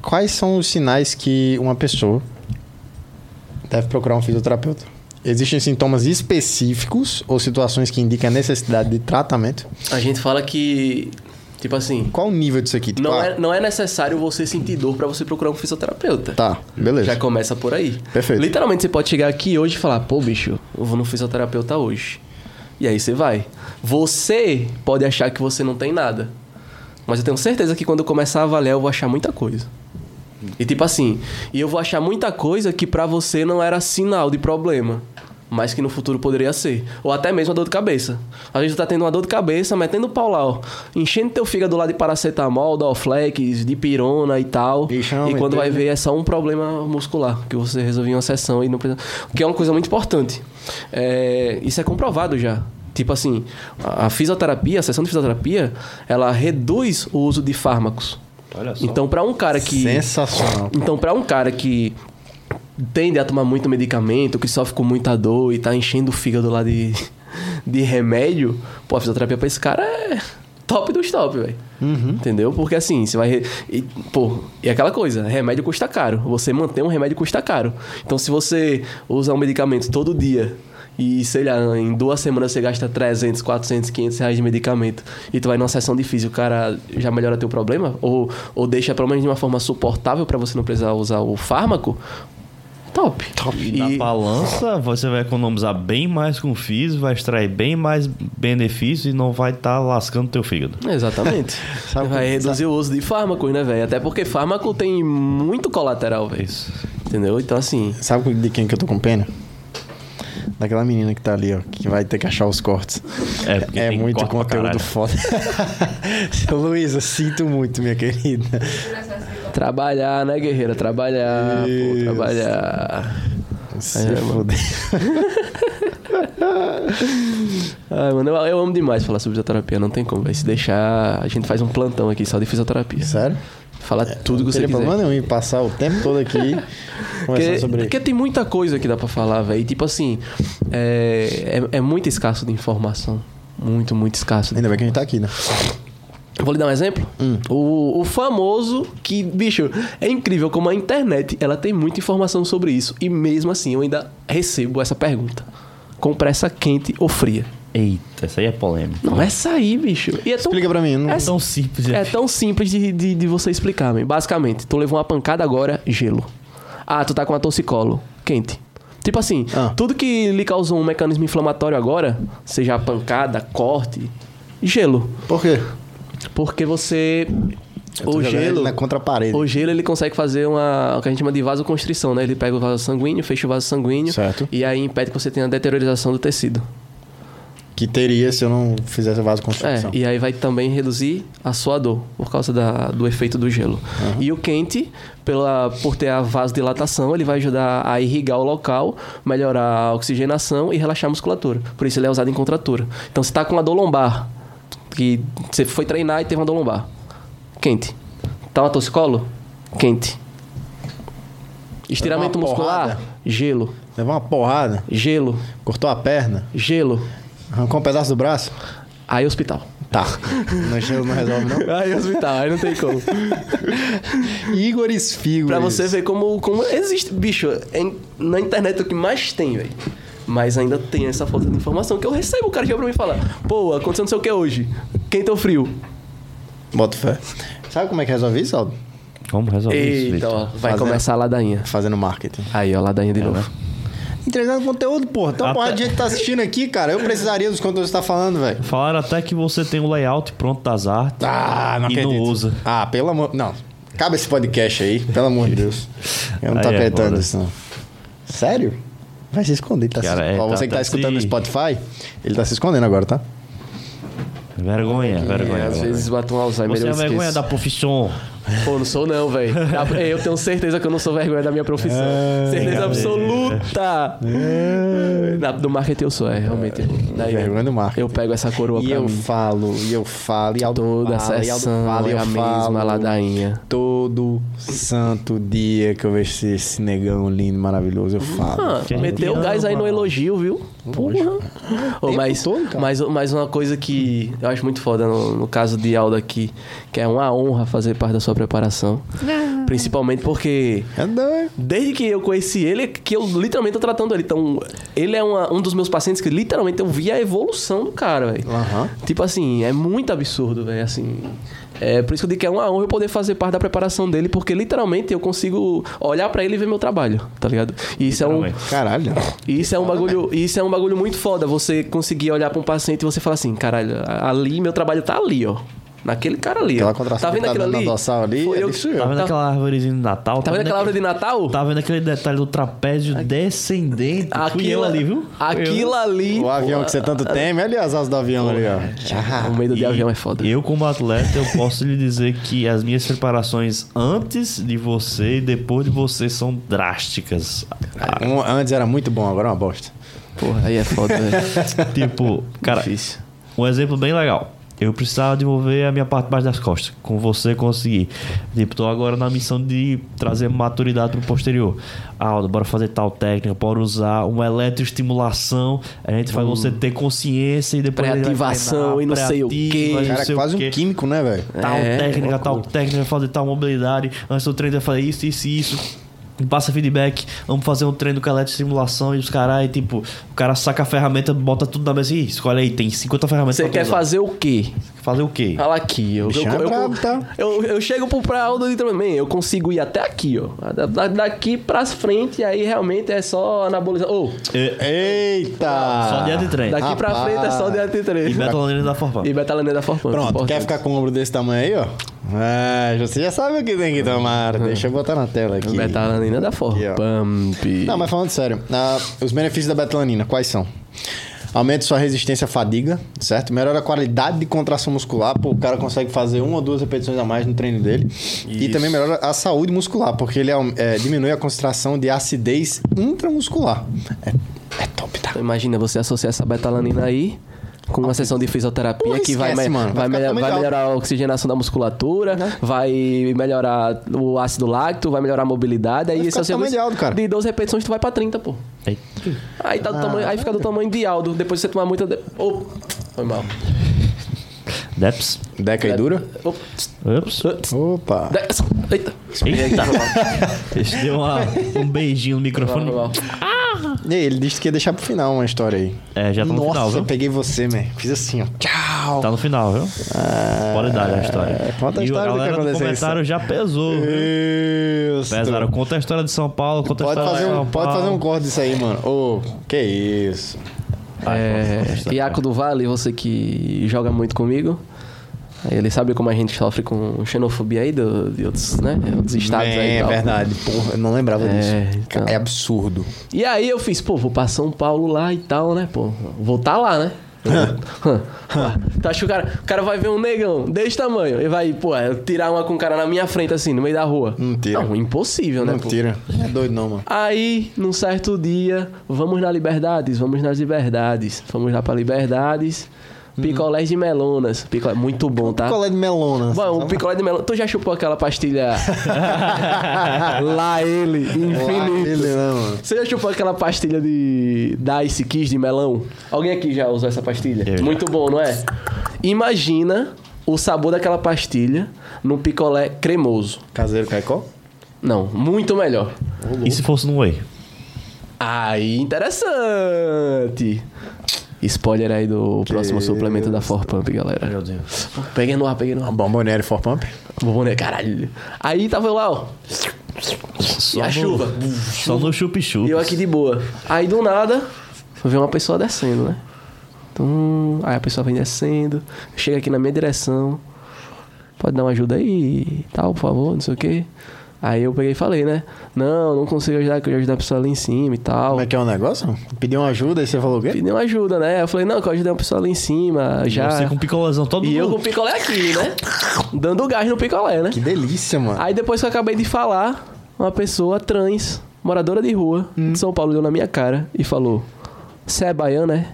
Speaker 2: quais são os sinais que uma pessoa deve procurar um fisioterapeuta? Existem sintomas específicos ou situações que indicam a necessidade de tratamento?
Speaker 3: A gente fala que, tipo assim,
Speaker 2: Qual o nível disso aqui? Tipo,
Speaker 3: não,
Speaker 2: ah,
Speaker 3: é, não é necessário você sentir dor pra você procurar um fisioterapeuta.
Speaker 2: Tá, beleza.
Speaker 3: Já começa por aí.
Speaker 2: Perfeito.
Speaker 3: Literalmente, você pode chegar aqui hoje e falar, pô, bicho, eu vou no fisioterapeuta hoje. E aí você vai. Você pode achar que você não tem nada. Mas eu tenho certeza que quando eu começar a avaliar, eu vou achar muita coisa. E tipo assim, e eu vou achar muita coisa que pra você não era sinal de problema. Mas que no futuro poderia ser. Ou até mesmo a dor de cabeça. A gente tá tendo uma dor de cabeça, metendo pau lá, ó. Enchendo teu fígado lá de paracetamol, Dorflex, de pirona e tal.
Speaker 2: Ixi, não,
Speaker 3: e
Speaker 2: mas
Speaker 3: quando vai
Speaker 2: teve-
Speaker 3: ver, é só um problema muscular. Que você resolveu em uma sessão e não precisa... Que é uma coisa muito importante. É, Isso é comprovado já. Tipo assim, a a fisioterapia, a sessão de fisioterapia, ela reduz o uso de fármacos.
Speaker 1: Olha só.
Speaker 3: Então, pra um cara que.
Speaker 2: Sensacional.
Speaker 3: Então, pra um cara que tende a tomar muito medicamento, que sofre com muita dor e tá enchendo o fígado lá de, de remédio, pô, a fisioterapia pra esse cara é top dos top, velho. Entendeu? Porque assim, você vai. re- E, pô, e aquela coisa, remédio custa caro. Você manter um remédio custa caro. Então, se você usar um medicamento todo dia. E, sei lá, em duas semanas você gasta 300, 400, 500 reais de medicamento e tu vai numa sessão difícil, o cara já melhora teu problema? Ou, ou deixa pelo menos de uma forma suportável pra você não precisar usar o fármaco? Top. Top.
Speaker 1: E na balança, você vai economizar bem mais com o FIS, vai extrair bem mais benefícios e não vai estar lascando teu fígado.
Speaker 3: Exatamente.
Speaker 2: Sabe
Speaker 3: vai
Speaker 2: como-
Speaker 3: reduzir o uso de fármacos, né, velho? Até porque fármaco tem muito colateral, velho.
Speaker 1: Isso.
Speaker 3: Entendeu? Então, assim,
Speaker 2: Sabe de quem que eu tô com pena? Daquela menina que tá ali, ó, que vai ter que achar os cortes.
Speaker 1: É, porque
Speaker 2: é
Speaker 1: tem
Speaker 2: muito
Speaker 1: corte pra
Speaker 2: conteúdo
Speaker 1: caralho.
Speaker 2: foda. Luísa, sinto muito, minha querida.
Speaker 3: trabalhar, né, guerreira? Trabalhar, pô,
Speaker 2: Isso.
Speaker 3: trabalhar.
Speaker 2: Se
Speaker 3: É, mano.
Speaker 2: fuder.
Speaker 3: Ai, mano, eu, eu amo demais falar sobre fisioterapia, não tem como, velho. Se deixar, a gente faz um plantão aqui só de fisioterapia.
Speaker 2: Sério?
Speaker 3: Falar tudo que
Speaker 2: Não
Speaker 3: você
Speaker 2: teria
Speaker 3: quiser.
Speaker 2: problema nenhum em passar o tempo todo aqui conversando
Speaker 3: Porque,
Speaker 2: sobre...
Speaker 3: porque tem muita coisa que dá pra falar, velho. Tipo assim, é, é, é muito escasso de informação. Muito, muito escasso.
Speaker 2: Ainda bem que a gente tá aqui, né?
Speaker 3: Eu Vou lhe dar um exemplo?
Speaker 2: Hum.
Speaker 3: O, o famoso que, bicho, é incrível como a internet ela tem muita informação sobre isso. E mesmo assim eu ainda recebo essa pergunta. Compressa quente ou fria?
Speaker 1: Eita, essa aí é polêmica.
Speaker 3: Não, essa aí, bicho. E é tão,
Speaker 2: Explica pra mim. Não...
Speaker 1: É tão simples.
Speaker 3: é tão simples de, de, de você explicar, man. Basicamente, tu levou uma pancada agora, gelo. Ah, tu tá com a torcicolo, quente. Tipo assim,
Speaker 2: Ah.
Speaker 3: tudo que lhe causou um mecanismo inflamatório agora, seja a pancada, corte, gelo.
Speaker 2: Por quê?
Speaker 3: Porque você.
Speaker 2: Eu tô
Speaker 3: O
Speaker 2: jogando ele
Speaker 3: gelo.
Speaker 2: Na contra-parede.
Speaker 3: O gelo ele consegue fazer uma, o que a gente chama de vasoconstrição, né? Ele pega o vaso sanguíneo, fecha o vaso sanguíneo
Speaker 2: Certo.
Speaker 3: e aí impede que você tenha a deteriorização do tecido.
Speaker 2: Que teria se eu não fizesse vaso
Speaker 3: É,
Speaker 2: construção.
Speaker 3: e aí vai também reduzir a sua dor por causa da, do efeito do gelo. E o quente, pela, por ter a vasodilatação, ele vai ajudar a irrigar o local, melhorar a oxigenação e relaxar a musculatura. Por isso ele é usado em contratura. Então você tá com uma dor lombar, que você foi treinar e teve uma dor lombar. Quente. Tá uma toxicolo? Quente. Estiramento
Speaker 2: Levar uma
Speaker 3: muscular?
Speaker 2: porrada?
Speaker 3: Gelo.
Speaker 2: Levou uma porrada,
Speaker 3: Gelo.
Speaker 2: cortou a perna,
Speaker 3: Gelo.
Speaker 2: arrancou um pedaço do braço.
Speaker 3: Aí hospital.
Speaker 2: Tá. Não gelo não resolve, não.
Speaker 3: Aí hospital, aí não tem como.
Speaker 2: Igor Esfigo.
Speaker 1: É
Speaker 3: Pra você ver como, como existe. Bicho, é in- na internet é o que mais tem, velho. Mas ainda tem essa falta de informação que eu recebo. O cara chega pra mim e fala: Pô, aconteceu não sei o que hoje. Quem teu frio?
Speaker 2: Bota fé. Sabe como é que resolve isso, Aldo?
Speaker 1: Vamos resolver isso,
Speaker 3: Eita,
Speaker 1: Vitor. É,
Speaker 3: ó. Vai
Speaker 2: Fazendo-
Speaker 3: começar a ladainha.
Speaker 2: Fazendo marketing.
Speaker 3: Aí, ó, ladainha de novo.
Speaker 2: Entregando conteúdo, porra. Tem uma
Speaker 1: Até-
Speaker 2: porrada de gente que tá assistindo aqui, cara. Eu precisaria dos conteúdos que você tá falando, velho.
Speaker 1: Falaram até que você tem o layout pronto das artes.
Speaker 3: Tá.
Speaker 2: Ah, não
Speaker 1: E não
Speaker 2: acredito.
Speaker 1: usa.
Speaker 2: Ah, pelo amor... Não. Acaba esse podcast aí, pelo amor de Deus. Eu não tô
Speaker 1: Aí é
Speaker 2: acreditando
Speaker 1: foda.
Speaker 2: nisso, não. Sério? Vai se esconder, tá?
Speaker 1: Cara,
Speaker 2: se...
Speaker 1: é,
Speaker 2: Ó,
Speaker 1: tá-
Speaker 2: você que tá,
Speaker 1: tá
Speaker 2: escutando no
Speaker 1: se-
Speaker 2: Spotify, ele tá se escondendo agora, tá?
Speaker 1: Vergonha, vergonha.
Speaker 3: É às
Speaker 1: vergonha.
Speaker 3: vezes bate um Alzheimer
Speaker 1: Você
Speaker 3: eu
Speaker 1: é vergonha
Speaker 3: esqueço.
Speaker 1: da profissão.
Speaker 3: Pô, não sou não, velho. Eu tenho certeza que eu não sou vergonha da minha profissão.
Speaker 1: É,
Speaker 3: certeza absoluta. Na- do marketing eu sou, é, realmente. Daí,
Speaker 2: Vergonha do marketing.
Speaker 3: Eu pego essa coroa
Speaker 2: E
Speaker 3: pra
Speaker 2: eu
Speaker 3: mim.
Speaker 2: falo, e eu falo, e Aldo
Speaker 3: Toda
Speaker 2: fala, e Aldo
Speaker 3: sessão
Speaker 2: fala, e
Speaker 3: é
Speaker 2: eu
Speaker 3: a mesma
Speaker 2: falo.
Speaker 3: ladainha.
Speaker 2: Todo santo dia que eu vejo esse, esse negão lindo, maravilhoso, eu falo.
Speaker 3: Ah,
Speaker 1: Que
Speaker 3: meteu o
Speaker 1: legal,
Speaker 3: gás aí no
Speaker 1: mano.
Speaker 3: elogio, viu? Porra. Ô,
Speaker 2: Tempo
Speaker 3: mas,
Speaker 2: todo, cara.
Speaker 3: mas, mas uma coisa que eu acho muito foda no, no caso de Aldo aqui, que é uma honra fazer parte da sua preparação. Principalmente porque
Speaker 2: É doido.
Speaker 3: Desde que eu conheci ele, é que eu literalmente tô tratando ele. Então, ele é uma- um dos meus pacientes que literalmente eu vi a evolução do cara, velho.
Speaker 2: Aham.
Speaker 3: Tipo assim, é muito absurdo, velho. Assim, é por isso que eu digo que é uma honra eu poder fazer parte da preparação dele, porque literalmente eu consigo olhar pra ele e ver meu trabalho, tá ligado? E isso é um,
Speaker 1: Literalmente.
Speaker 2: Caralho.
Speaker 3: e isso é um bagulho, e isso é um bagulho muito foda. Você conseguir olhar pra um paciente e você falar assim, caralho, ali meu trabalho tá ali, ó. Naquele cara ali. ó.
Speaker 2: Aquela contração
Speaker 3: tá vendo
Speaker 2: que tá
Speaker 3: aquilo
Speaker 2: dando
Speaker 3: ali?
Speaker 2: na dorsal ali,
Speaker 3: Foi
Speaker 2: é
Speaker 3: eu que-
Speaker 2: disso mesmo.
Speaker 1: Tá vendo
Speaker 3: Tá-
Speaker 1: aquela árvorezinha de Natal?
Speaker 3: Tá vendo aquela árvore de
Speaker 1: aquele-
Speaker 3: Natal?
Speaker 1: Tá vendo aquele detalhe do trapézio descendente? Fui eu ali, viu? Fui
Speaker 3: Aquilo
Speaker 1: eu.
Speaker 3: ali.
Speaker 2: O avião Ah. que você tanto teme, olha as asas do avião ali, ó.
Speaker 3: O medo de
Speaker 1: E
Speaker 3: avião é foda.
Speaker 1: Eu, como atleta, eu posso lhe dizer que as minhas preparações antes de você e depois de você são drásticas.
Speaker 2: Ah, um- antes era muito bom, agora é uma bosta.
Speaker 3: Porra, aí é foda, velho.
Speaker 1: Tipo, cara,
Speaker 3: Difícil.
Speaker 1: um exemplo bem legal. Eu precisava desenvolver a minha parte mais das costas. Com você consegui. Tipo, tô agora na missão de trazer maturidade pro posterior. Aldo, bora fazer tal técnica, bora usar uma eletroestimulação. A gente faz você ter consciência e depois. ele vai
Speaker 3: Hum. Pré-ativação
Speaker 1: treinar,
Speaker 3: e não sei o
Speaker 1: pré-ativa,
Speaker 3: quê.
Speaker 1: e não
Speaker 2: Cara, é
Speaker 1: sei o
Speaker 2: quase um
Speaker 1: quê
Speaker 2: químico, né, velho?
Speaker 1: tal
Speaker 3: É,
Speaker 1: técnica,
Speaker 3: loucura.
Speaker 1: tal técnica, fazer tal mobilidade, antes do treino vai fazer isso, isso e isso. Me Passa feedback, vamos fazer um treino com eletroestimulação e os caras, tipo, o cara saca a ferramenta, bota tudo na mesa e "Ih, escolhe aí, tem 50 ferramentas
Speaker 3: Você
Speaker 1: pra tu
Speaker 3: quer
Speaker 1: usar."
Speaker 3: fazer Ah, o quê?
Speaker 1: Fazer o quê?
Speaker 3: Fala aqui. Eu, eu,
Speaker 2: Bichão é
Speaker 3: eu,
Speaker 2: brabo, tá?
Speaker 3: eu, eu chego pro Praldo e também, eu consigo ir até aqui, ó. Da- da- daqui pra frente, aí realmente é só anabolizar. Ô,
Speaker 1: É,
Speaker 2: Eita!
Speaker 1: Só dieta de treino.
Speaker 3: daqui pra
Speaker 2: rapaz.
Speaker 3: frente é só de
Speaker 1: E
Speaker 3: 83.
Speaker 1: Betalaneira da Forma.
Speaker 3: E Betalane da Forpan.
Speaker 2: Pronto, quer ficar com o ombro desse tamanho aí, ó? Ah, você já sabe o que tem que tomar.
Speaker 1: Uhum.
Speaker 2: Deixa eu botar na tela aqui.
Speaker 1: tá-
Speaker 3: Betalanina da
Speaker 2: Aqui, ó.
Speaker 3: Forpan.
Speaker 2: Não, mas falando sério, ah, os benefícios da betalanina, quais são? Aumenta sua resistência à fadiga, certo? Melhora a qualidade de contração muscular, pô, o cara consegue fazer uma ou duas repetições a mais no treino dele. E também melhora a saúde muscular, porque ele aum- eh, diminui a concentração de acidez intramuscular. É, é top, tá?
Speaker 3: Então, Imagina você associar essa betalanina aí com uma sessão de fisioterapia
Speaker 2: Porra,
Speaker 3: que vai,
Speaker 2: esquece,
Speaker 3: me-
Speaker 2: mano. Vai
Speaker 3: vai,
Speaker 2: ficar Né?
Speaker 3: melhor-
Speaker 2: também
Speaker 3: vai
Speaker 2: alto.
Speaker 3: melhorar a oxigenação da musculatura, vai melhorar o ácido láctico, vai melhorar a mobilidade. Aí
Speaker 2: Vai
Speaker 3: esse
Speaker 2: ficar do tamanho de Aldo, cara. Ah.
Speaker 3: de 12 repetições tu vai pra 30, pô.
Speaker 1: Ei,
Speaker 3: Aí, tá do tamanho, aí fica do tamanho de Aldo. Depois você tomar muita. De... Ô, foi mal.
Speaker 1: Deps.
Speaker 2: Deca e dura?
Speaker 3: Ô,
Speaker 1: Ups.
Speaker 2: Opa!
Speaker 3: de- Eita.
Speaker 1: Eita. Deixa eu dar uma- um beijinho no
Speaker 3: Foi
Speaker 1: microfone.
Speaker 3: mal.
Speaker 2: E aí, ele disse que ia deixar pro final uma história aí.
Speaker 1: É, já tá no
Speaker 2: Nossa,
Speaker 1: final, viu?
Speaker 2: eu peguei você, man. Fiz assim, ó. Tchau!
Speaker 1: Tá no final, viu? Pode dar a história.
Speaker 2: conta a
Speaker 1: e
Speaker 2: história do que
Speaker 1: galera no
Speaker 2: aconteceu
Speaker 1: comentário já pesou. viu?
Speaker 2: Isso.
Speaker 3: Então,
Speaker 1: Pesaram. Conta a história de São Paulo, conta a
Speaker 2: Pode
Speaker 1: história
Speaker 2: fazer,
Speaker 1: de São
Speaker 2: um, pode fazer um
Speaker 1: Paulo.
Speaker 2: corte disso aí, mano. Ô, que isso.
Speaker 3: É, Iaco do Vale, você que joga muito comigo. Ele sabe como a gente sofre com xenofobia aí do, de outros, né? Outros estados
Speaker 2: Man,
Speaker 3: aí. e
Speaker 2: é
Speaker 3: tal.
Speaker 2: verdade. Porra, eu não lembrava
Speaker 3: então. É,
Speaker 2: disso.
Speaker 3: então.
Speaker 2: É absurdo.
Speaker 3: E aí eu fiz, pô, vou pra São Paulo lá e tal, né, pô? Vou tá lá, né? tu acha que o cara, o cara vai ver um negão desse tamanho e vai, pô, é, tirar uma com o cara na minha frente, assim, no meio da rua?
Speaker 2: Não tira.
Speaker 3: Não, impossível, né, pô?
Speaker 2: Mentira. Não é doido, não, mano.
Speaker 3: Aí, num certo dia, vamos na Liberdades, vamos nas Liberdades. Fomos lá pra Liberdades, picolés de melonas. Picolé, muito bom, tá?
Speaker 2: Uhum. Picolé de melona.
Speaker 3: Bom, um
Speaker 2: sabe?
Speaker 3: picolé de melão. Tu já chupou aquela pastilha? lá ele, infinito.
Speaker 2: ele não, mano.
Speaker 3: Você já chupou aquela pastilha de da Ice Kiss de melão? Alguém aqui já usou essa pastilha?
Speaker 1: Eu já.
Speaker 3: Muito bom, não é? Imagina o sabor daquela pastilha num picolé cremoso.
Speaker 2: Caseiro Caicó?
Speaker 3: Não, muito melhor.
Speaker 1: E se fosse no Whey?
Speaker 3: Aí, interessante. Spoiler aí do próximo suplemento da Forpump, galera. Meu Deus. Peguei no ar, peguei no ar.
Speaker 2: Bomboniere for Pump?
Speaker 3: Boné, caralho. Aí tava eu lá, ó.
Speaker 1: Só
Speaker 3: E a
Speaker 1: no-
Speaker 3: chuva.
Speaker 1: Só no chup-chup.
Speaker 3: E eu aqui de boa. Aí do nada, eu vejo uma pessoa descendo, né? Tum, aí a pessoa vem descendo, chega aqui na minha direção. Pode dar uma ajuda aí e tal, por favor, não sei o quê. Aí eu peguei e falei, né? Não, não consigo ajudar, que eu já ajudar a pessoa ali em cima e tal.
Speaker 2: Como é que é o negócio? Pediu uma ajuda e você falou o quê?
Speaker 3: Pediu ajuda, né? Eu falei, não, que eu ajudei uma pessoa ali em cima, já.
Speaker 1: Você com picolazão todo
Speaker 3: E eu com o
Speaker 1: mundo.
Speaker 3: picolé aqui, né? Dando gás no picolé, né?
Speaker 2: Que delícia, mano.
Speaker 3: Aí depois que eu acabei de falar, uma pessoa trans, moradora de rua,
Speaker 2: Hum.
Speaker 3: de São Paulo, olhou na minha cara e falou: Você é baiano, né?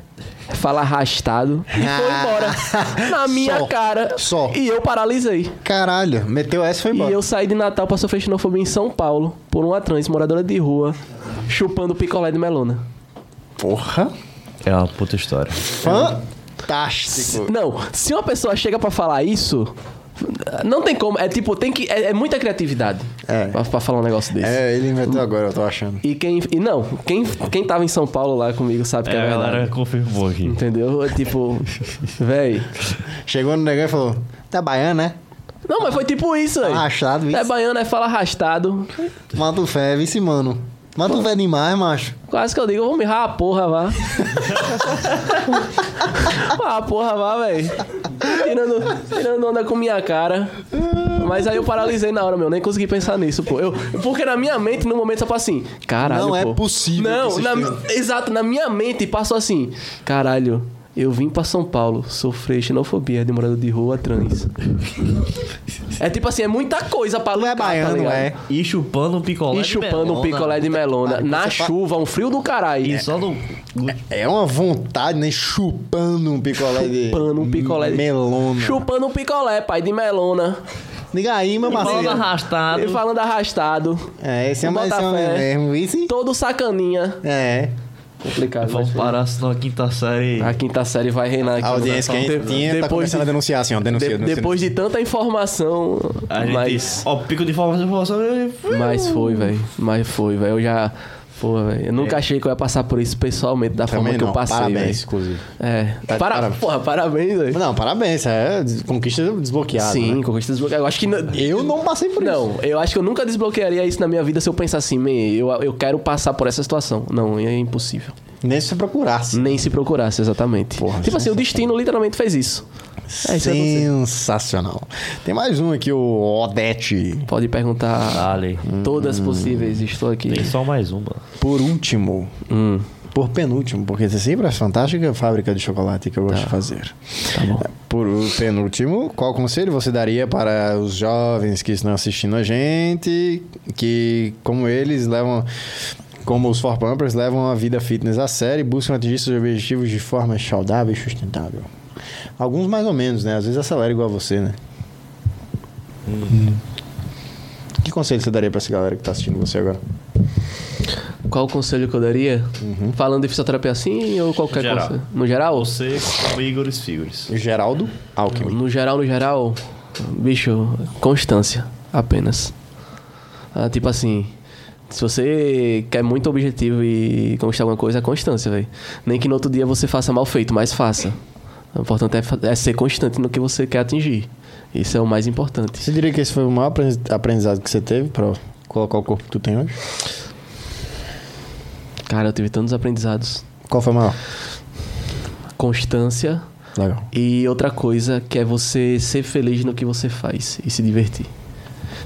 Speaker 3: Fala arrastado. E foi embora. Na minha
Speaker 2: Ah. Só.
Speaker 3: cara.
Speaker 2: Só.
Speaker 3: E eu paralisei.
Speaker 2: Caralho, meteu essa e foi embora.
Speaker 3: E eu saí de Natal pra sofrer xenofobia em São Paulo por uma trans, moradora de rua, chupando picolé de melona.
Speaker 2: Porra.
Speaker 1: É uma puta história.
Speaker 2: Fantástico.
Speaker 3: Não, se uma pessoa chega pra falar isso, Não tem como. É tipo, tem que. É, é muita criatividade
Speaker 2: É.
Speaker 3: pra, pra falar um negócio desse.
Speaker 2: É, ele inventou agora, eu tô achando.
Speaker 3: E quem. E não, quem, quem tava em São Paulo lá comigo sabe que é,
Speaker 1: a
Speaker 3: verdade.
Speaker 1: galera confirmou aqui.
Speaker 3: Entendeu? É Tipo, véi.
Speaker 2: Chegou no negão e falou: Tá baiano, né?
Speaker 3: Não, mas foi tipo isso, véi.
Speaker 2: Arrastado, vice.
Speaker 3: É baiano, é fala arrastado.
Speaker 2: Mata o fé, vice, mano. Mata o fé demais, macho.
Speaker 3: Quase que eu digo, eu vou mirar a porra, vá. ah, porra, vá, véi. Tirando, tirando onda com minha cara. Mas aí eu paralisei na hora, meu. Nem consegui pensar nisso, pô. Eu, porque na minha mente, no momento, só passou assim, caralho,
Speaker 2: Não é
Speaker 3: pô.
Speaker 2: possível que
Speaker 3: Não,
Speaker 2: isso
Speaker 3: na-
Speaker 2: esteja-
Speaker 3: exato. Na minha mente, passou assim, caralho. Eu vim pra São Paulo sofrer xenofobia de morador de rua trans. é tipo assim, é muita coisa pra
Speaker 2: Tu é
Speaker 3: limpar, tá
Speaker 2: baiano,
Speaker 3: ligado?
Speaker 2: é.
Speaker 1: E chupando um picolé
Speaker 3: E
Speaker 1: de
Speaker 3: chupando um
Speaker 1: melona.
Speaker 3: picolé de melona
Speaker 2: pariu,
Speaker 3: na
Speaker 2: você fa-
Speaker 3: chuva, um frio do caralho.
Speaker 1: E só no...
Speaker 2: É uma vontade, né? Chupando um picolé de.
Speaker 3: Chupando um picolé de
Speaker 2: Melona.
Speaker 3: Chupando um picolé, pai, de melona.
Speaker 2: Liga aí,
Speaker 3: Assim,
Speaker 2: meu
Speaker 1: Falando
Speaker 2: parceiro.
Speaker 1: arrastado.
Speaker 3: E falando arrastado.
Speaker 2: É, esse é mais
Speaker 3: Bota
Speaker 2: homem
Speaker 3: fé.
Speaker 2: mesmo, vice.
Speaker 3: Todo sacaninha.
Speaker 2: É.
Speaker 3: Complicado.
Speaker 1: Vamos
Speaker 3: mas-
Speaker 1: parar, senão a quinta série...
Speaker 3: A quinta série vai reinar aqui.
Speaker 2: A audiência
Speaker 3: no
Speaker 2: que a gente
Speaker 3: Natal.
Speaker 2: tinha tá
Speaker 3: depois
Speaker 2: começando a
Speaker 3: de,
Speaker 2: denunciar, assim, ó. Denuncia,
Speaker 3: de-
Speaker 2: denuncia,
Speaker 3: depois de tanta informação.
Speaker 1: A gente...
Speaker 3: mas,
Speaker 1: Ó, pico de informação, informação...
Speaker 3: mas
Speaker 2: Hum.
Speaker 3: foi, velho. Mas foi, velho. Eu já. Pô, velho. Eu nunca achei que eu ia passar por isso pessoalmente, da
Speaker 2: É. Também
Speaker 3: forma é que
Speaker 2: não,
Speaker 3: eu passei.
Speaker 2: parabéns,
Speaker 3: velho.
Speaker 2: inclusive.
Speaker 3: É.
Speaker 2: Tá de
Speaker 3: Para-
Speaker 2: parabéns.
Speaker 3: Porra, parabéns, velho.
Speaker 2: Não, parabéns, é conquista desbloqueada.
Speaker 3: Sim,
Speaker 2: né?
Speaker 3: conquista desbloqueada. Eu acho que. não-
Speaker 2: Eu não passei por isso.
Speaker 3: Não, eu acho que eu nunca desbloquearia isso na minha vida se eu pensar assim, "Me, eu, eu quero passar por essa situação. Não, é impossível.
Speaker 2: Nem se você procurasse.
Speaker 3: Nem se procurasse, exatamente.
Speaker 2: Porra,
Speaker 3: tipo assim, o destino literalmente fez isso. É, isso eu não sei.
Speaker 2: Sensacional. Tem mais um aqui, o Odete.
Speaker 3: Pode
Speaker 2: Ah,
Speaker 3: perguntar
Speaker 1: Dale.
Speaker 3: todas
Speaker 2: hum.
Speaker 3: possíveis, estou aqui.
Speaker 1: Tem só mais uma.
Speaker 2: Por último,
Speaker 3: Hum,
Speaker 2: por penúltimo, porque você sempre é fantástica fábrica de chocolate que eu gosto de fazer.
Speaker 3: tá bom.
Speaker 2: Por penúltimo, qual conselho você daria para os jovens que estão assistindo a gente, que como eles levam, como os For Pampers levam a vida fitness a sério e buscam atingir seus objetivos de forma saudável e sustentável? Alguns mais ou menos, né? Às vezes acelera igual a você, né? Hum. Que conselho você daria para essa galera que tá assistindo você agora?
Speaker 3: Qual o conselho que eu daria?
Speaker 2: Uhum.
Speaker 3: Falando de fisioterapia assim ou qualquer
Speaker 1: Geral.
Speaker 3: conselho? No geral?
Speaker 1: Você com Igor Figures.
Speaker 2: Geraldo Alckmin.
Speaker 3: No geral, no geral, bicho, constância apenas. Ah, tipo assim, se você quer muito objetivo e conquistar alguma coisa, é constância, velho. Nem que no outro dia você faça mal feito, mas faça. O importante é, fa- é ser constante no que você quer atingir. Isso é o mais importante.
Speaker 2: Você diria que esse foi o maior apren- aprendizado que você teve para colocar o corpo que tu tem hoje?
Speaker 3: Cara, eu tive tantos aprendizados.
Speaker 2: Qual foi o maior?
Speaker 3: Constância
Speaker 2: Legal.
Speaker 3: e outra coisa que é você ser feliz no que você faz e se divertir.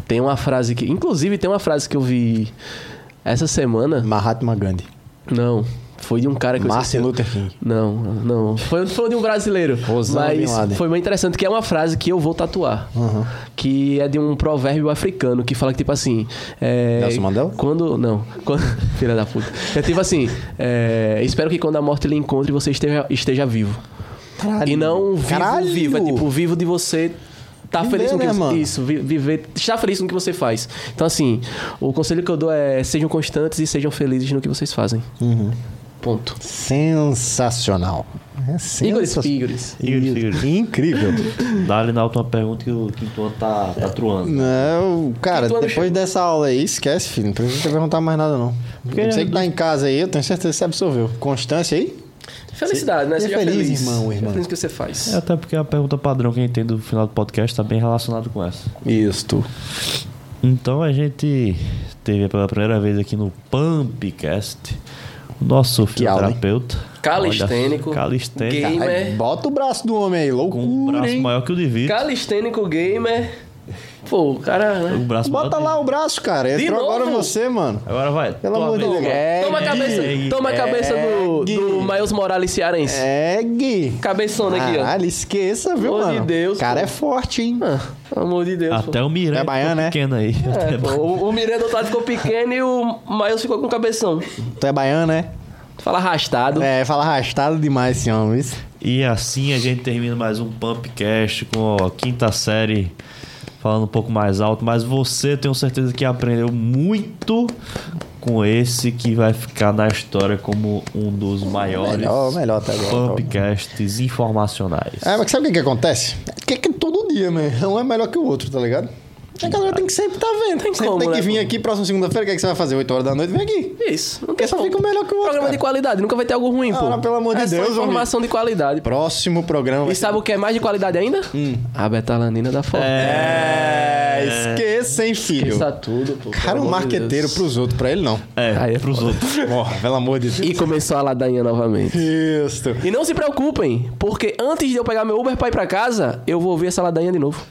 Speaker 3: Tem uma frase que. Inclusive, tem uma frase que eu vi essa semana.
Speaker 2: Mahatma Gandhi.
Speaker 3: Não, foi de um cara que eu
Speaker 2: Martin
Speaker 3: esqueci.
Speaker 2: Luther King.
Speaker 3: Não, não. Foi, foi de um brasileiro.
Speaker 2: Osama Bin Laden.
Speaker 3: mas foi bem interessante, que é uma frase que eu vou tatuar.
Speaker 2: Uhum.
Speaker 3: Que é de um provérbio africano que fala que, tipo assim. É,
Speaker 2: Nelson Mandela?
Speaker 3: Quando. Não. Quando, filha da puta. É tipo assim. é, espero que quando a morte lhe encontre, você esteja, esteja vivo.
Speaker 2: Caralho.
Speaker 3: E não vivo,
Speaker 2: Caralho.
Speaker 3: vivo. É tipo, vivo de você tá
Speaker 2: Viver,
Speaker 3: feliz com o que
Speaker 2: né,
Speaker 3: você...
Speaker 2: mano?
Speaker 3: Isso, vi- viver... Estar feliz com o que você faz. Então, assim, o conselho que eu dou é sejam constantes e sejam felizes no que vocês fazem.
Speaker 2: Uhum.
Speaker 3: Ponto.
Speaker 2: Sensacional. É
Speaker 3: Igor
Speaker 2: sensa-
Speaker 3: Spigres.
Speaker 1: Igor Figueiredo.
Speaker 2: Incrível.
Speaker 1: Dale na última pergunta que o quinto ano tá, tá truando.
Speaker 2: Não, cara,
Speaker 3: Que plano
Speaker 2: depois
Speaker 3: chegou?
Speaker 2: dessa aula aí, esquece, filho. Não precisa te perguntar mais nada, não.
Speaker 1: Porque-
Speaker 2: Você que tá em casa aí, eu tenho certeza que você absorveu. Constância aí?
Speaker 3: Felicidade, né?
Speaker 2: Seja
Speaker 3: Seja
Speaker 2: é feliz,
Speaker 3: feliz,
Speaker 2: irmão,
Speaker 3: Seja
Speaker 2: irmã.
Speaker 3: feliz no que você faz.
Speaker 1: É até porque a pergunta padrão que a gente tem do final do podcast tá bem relacionada com essa.
Speaker 2: É. Isto.
Speaker 1: Então a gente teve pela primeira vez aqui no Pumpcast o nosso
Speaker 2: Que aula, hein?
Speaker 1: fisioterapeuta.
Speaker 3: Calistênico,
Speaker 1: Olha, Calistênico.
Speaker 3: gay. Aí,
Speaker 2: Aí,
Speaker 3: mas-
Speaker 2: bota o braço do homem aí,
Speaker 1: Com um
Speaker 2: loucura,
Speaker 1: braço
Speaker 2: hein?
Speaker 1: maior que o de Vitor.
Speaker 3: Calistênico gamer. Pô, o cara,
Speaker 1: Um
Speaker 3: né?
Speaker 1: braço
Speaker 2: Bota
Speaker 1: maior
Speaker 2: lá
Speaker 1: que-
Speaker 2: o braço, cara.
Speaker 3: De
Speaker 2: Entrou
Speaker 3: novo?
Speaker 2: agora você, mano.
Speaker 1: Agora vai.
Speaker 2: Pelo
Speaker 1: tua
Speaker 2: amor de
Speaker 1: vez.
Speaker 2: Deus. É,
Speaker 3: Toma a cabeça,
Speaker 1: Gui.
Speaker 3: toma a cabeça do, do
Speaker 2: Gui.
Speaker 3: Miles Morales cearense.
Speaker 2: É, Gui.
Speaker 3: Cabeçona aqui, ó.
Speaker 2: Caralho, esqueça, viu,
Speaker 3: Pelo amor de
Speaker 2: mano?
Speaker 3: Deus,
Speaker 2: O cara
Speaker 3: pô.
Speaker 2: é forte, hein?
Speaker 3: Ah, pelo amor de Deus. pô.
Speaker 1: Até o Miranda
Speaker 2: É baiano,
Speaker 1: ficou
Speaker 2: né?
Speaker 1: pequeno aí. Até
Speaker 3: É, pô, o, o Miranda do outro lado ficou pequeno e o Miles ficou com o cabeção.
Speaker 2: Tu é baiano, né?
Speaker 3: Fala arrastado.
Speaker 2: É, fala arrastado demais esse homem. isso.
Speaker 1: E assim a gente termina mais um Pumpcast com a quinta série falando um pouco mais alto, mas você tenho certeza que aprendeu muito com esse que vai ficar na história como um dos maiores
Speaker 2: Melhor, melhor até agora.
Speaker 1: Pumpcasts informacionais.
Speaker 2: É, mas sabe o que, que acontece? O que, que todo dia, man. Um é melhor que o outro, tá ligado? A galera tem que sempre tá vendo.
Speaker 3: Tem
Speaker 2: sempre
Speaker 3: como,
Speaker 2: tem que
Speaker 3: né,
Speaker 2: vir
Speaker 3: pô?
Speaker 2: aqui, próxima segunda-feira, o que, é que você vai fazer? 8 horas da noite, vem aqui.
Speaker 3: Isso. Não
Speaker 2: Porque
Speaker 3: tem
Speaker 2: só
Speaker 3: como.
Speaker 2: fica melhor que o outro.
Speaker 3: Programa
Speaker 2: cara.
Speaker 3: de qualidade, nunca vai ter algo ruim,
Speaker 2: Ah,
Speaker 3: pô.
Speaker 2: não, pelo amor de
Speaker 3: é
Speaker 2: Deus,
Speaker 3: só informação de qualidade. pô.
Speaker 2: Próximo programa.
Speaker 3: E sabe o que é mais de qualidade ainda?
Speaker 2: Hum.
Speaker 3: A betalanina da foto.
Speaker 2: É, esqueça, hein, filho.
Speaker 3: Isso tá tudo, pô.
Speaker 2: Cara,
Speaker 3: pelo
Speaker 2: um
Speaker 3: amor de
Speaker 2: marqueteiro
Speaker 3: Deus.
Speaker 2: pros outros, pra ele não.
Speaker 1: É,
Speaker 3: Aí é
Speaker 1: pros outros.
Speaker 2: Porra, pelo amor de Deus.
Speaker 3: E começou a ladainha novamente.
Speaker 2: Isso.
Speaker 3: E não se preocupem, porque antes de eu pegar meu Uber pra ir pra casa, eu vou ouvir essa ladainha de novo.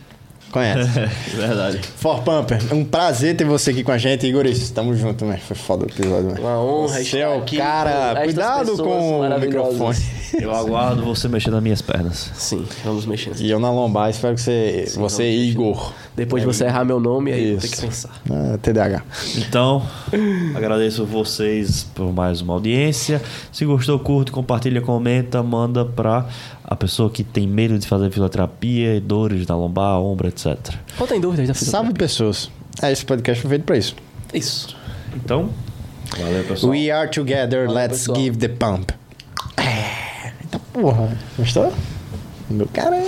Speaker 2: Conhece.
Speaker 1: é Verdade.
Speaker 2: For Pumper, é um prazer ter você aqui com a gente. Igor, tamo junto, man. Foi foda o episódio, man.
Speaker 3: Uma honra
Speaker 2: Você
Speaker 3: estar
Speaker 2: é o
Speaker 3: aqui
Speaker 2: cara.
Speaker 3: com estas
Speaker 2: Cuidado
Speaker 3: pessoas
Speaker 2: com o
Speaker 3: maravilhosas.
Speaker 2: microfone.
Speaker 1: Eu aguardo você mexer nas minhas pernas.
Speaker 3: Sim, vamos mexer.
Speaker 2: E eu na lombar, espero que você, você
Speaker 3: não,
Speaker 2: Igor.
Speaker 3: Depois de você errar meu nome, aí eu vou ter que
Speaker 2: Isso.
Speaker 3: pensar.
Speaker 2: Ah, TDAH.
Speaker 1: Então, agradeço vocês por mais uma audiência. Se gostou, curte, compartilha, comenta, manda pra a pessoa que tem medo de fazer fisioterapia, dores na lombar, ombro, etc.
Speaker 3: Ou tem dúvidas da
Speaker 2: Salve pessoas. É, esse podcast foi feito pra isso.
Speaker 3: Isso.
Speaker 1: Então, valeu pessoal.
Speaker 2: We are together,
Speaker 3: Valeu,
Speaker 2: let's
Speaker 3: pessoal.
Speaker 2: give the pump. então, É. Eita porra. Gostou? Meu caralho.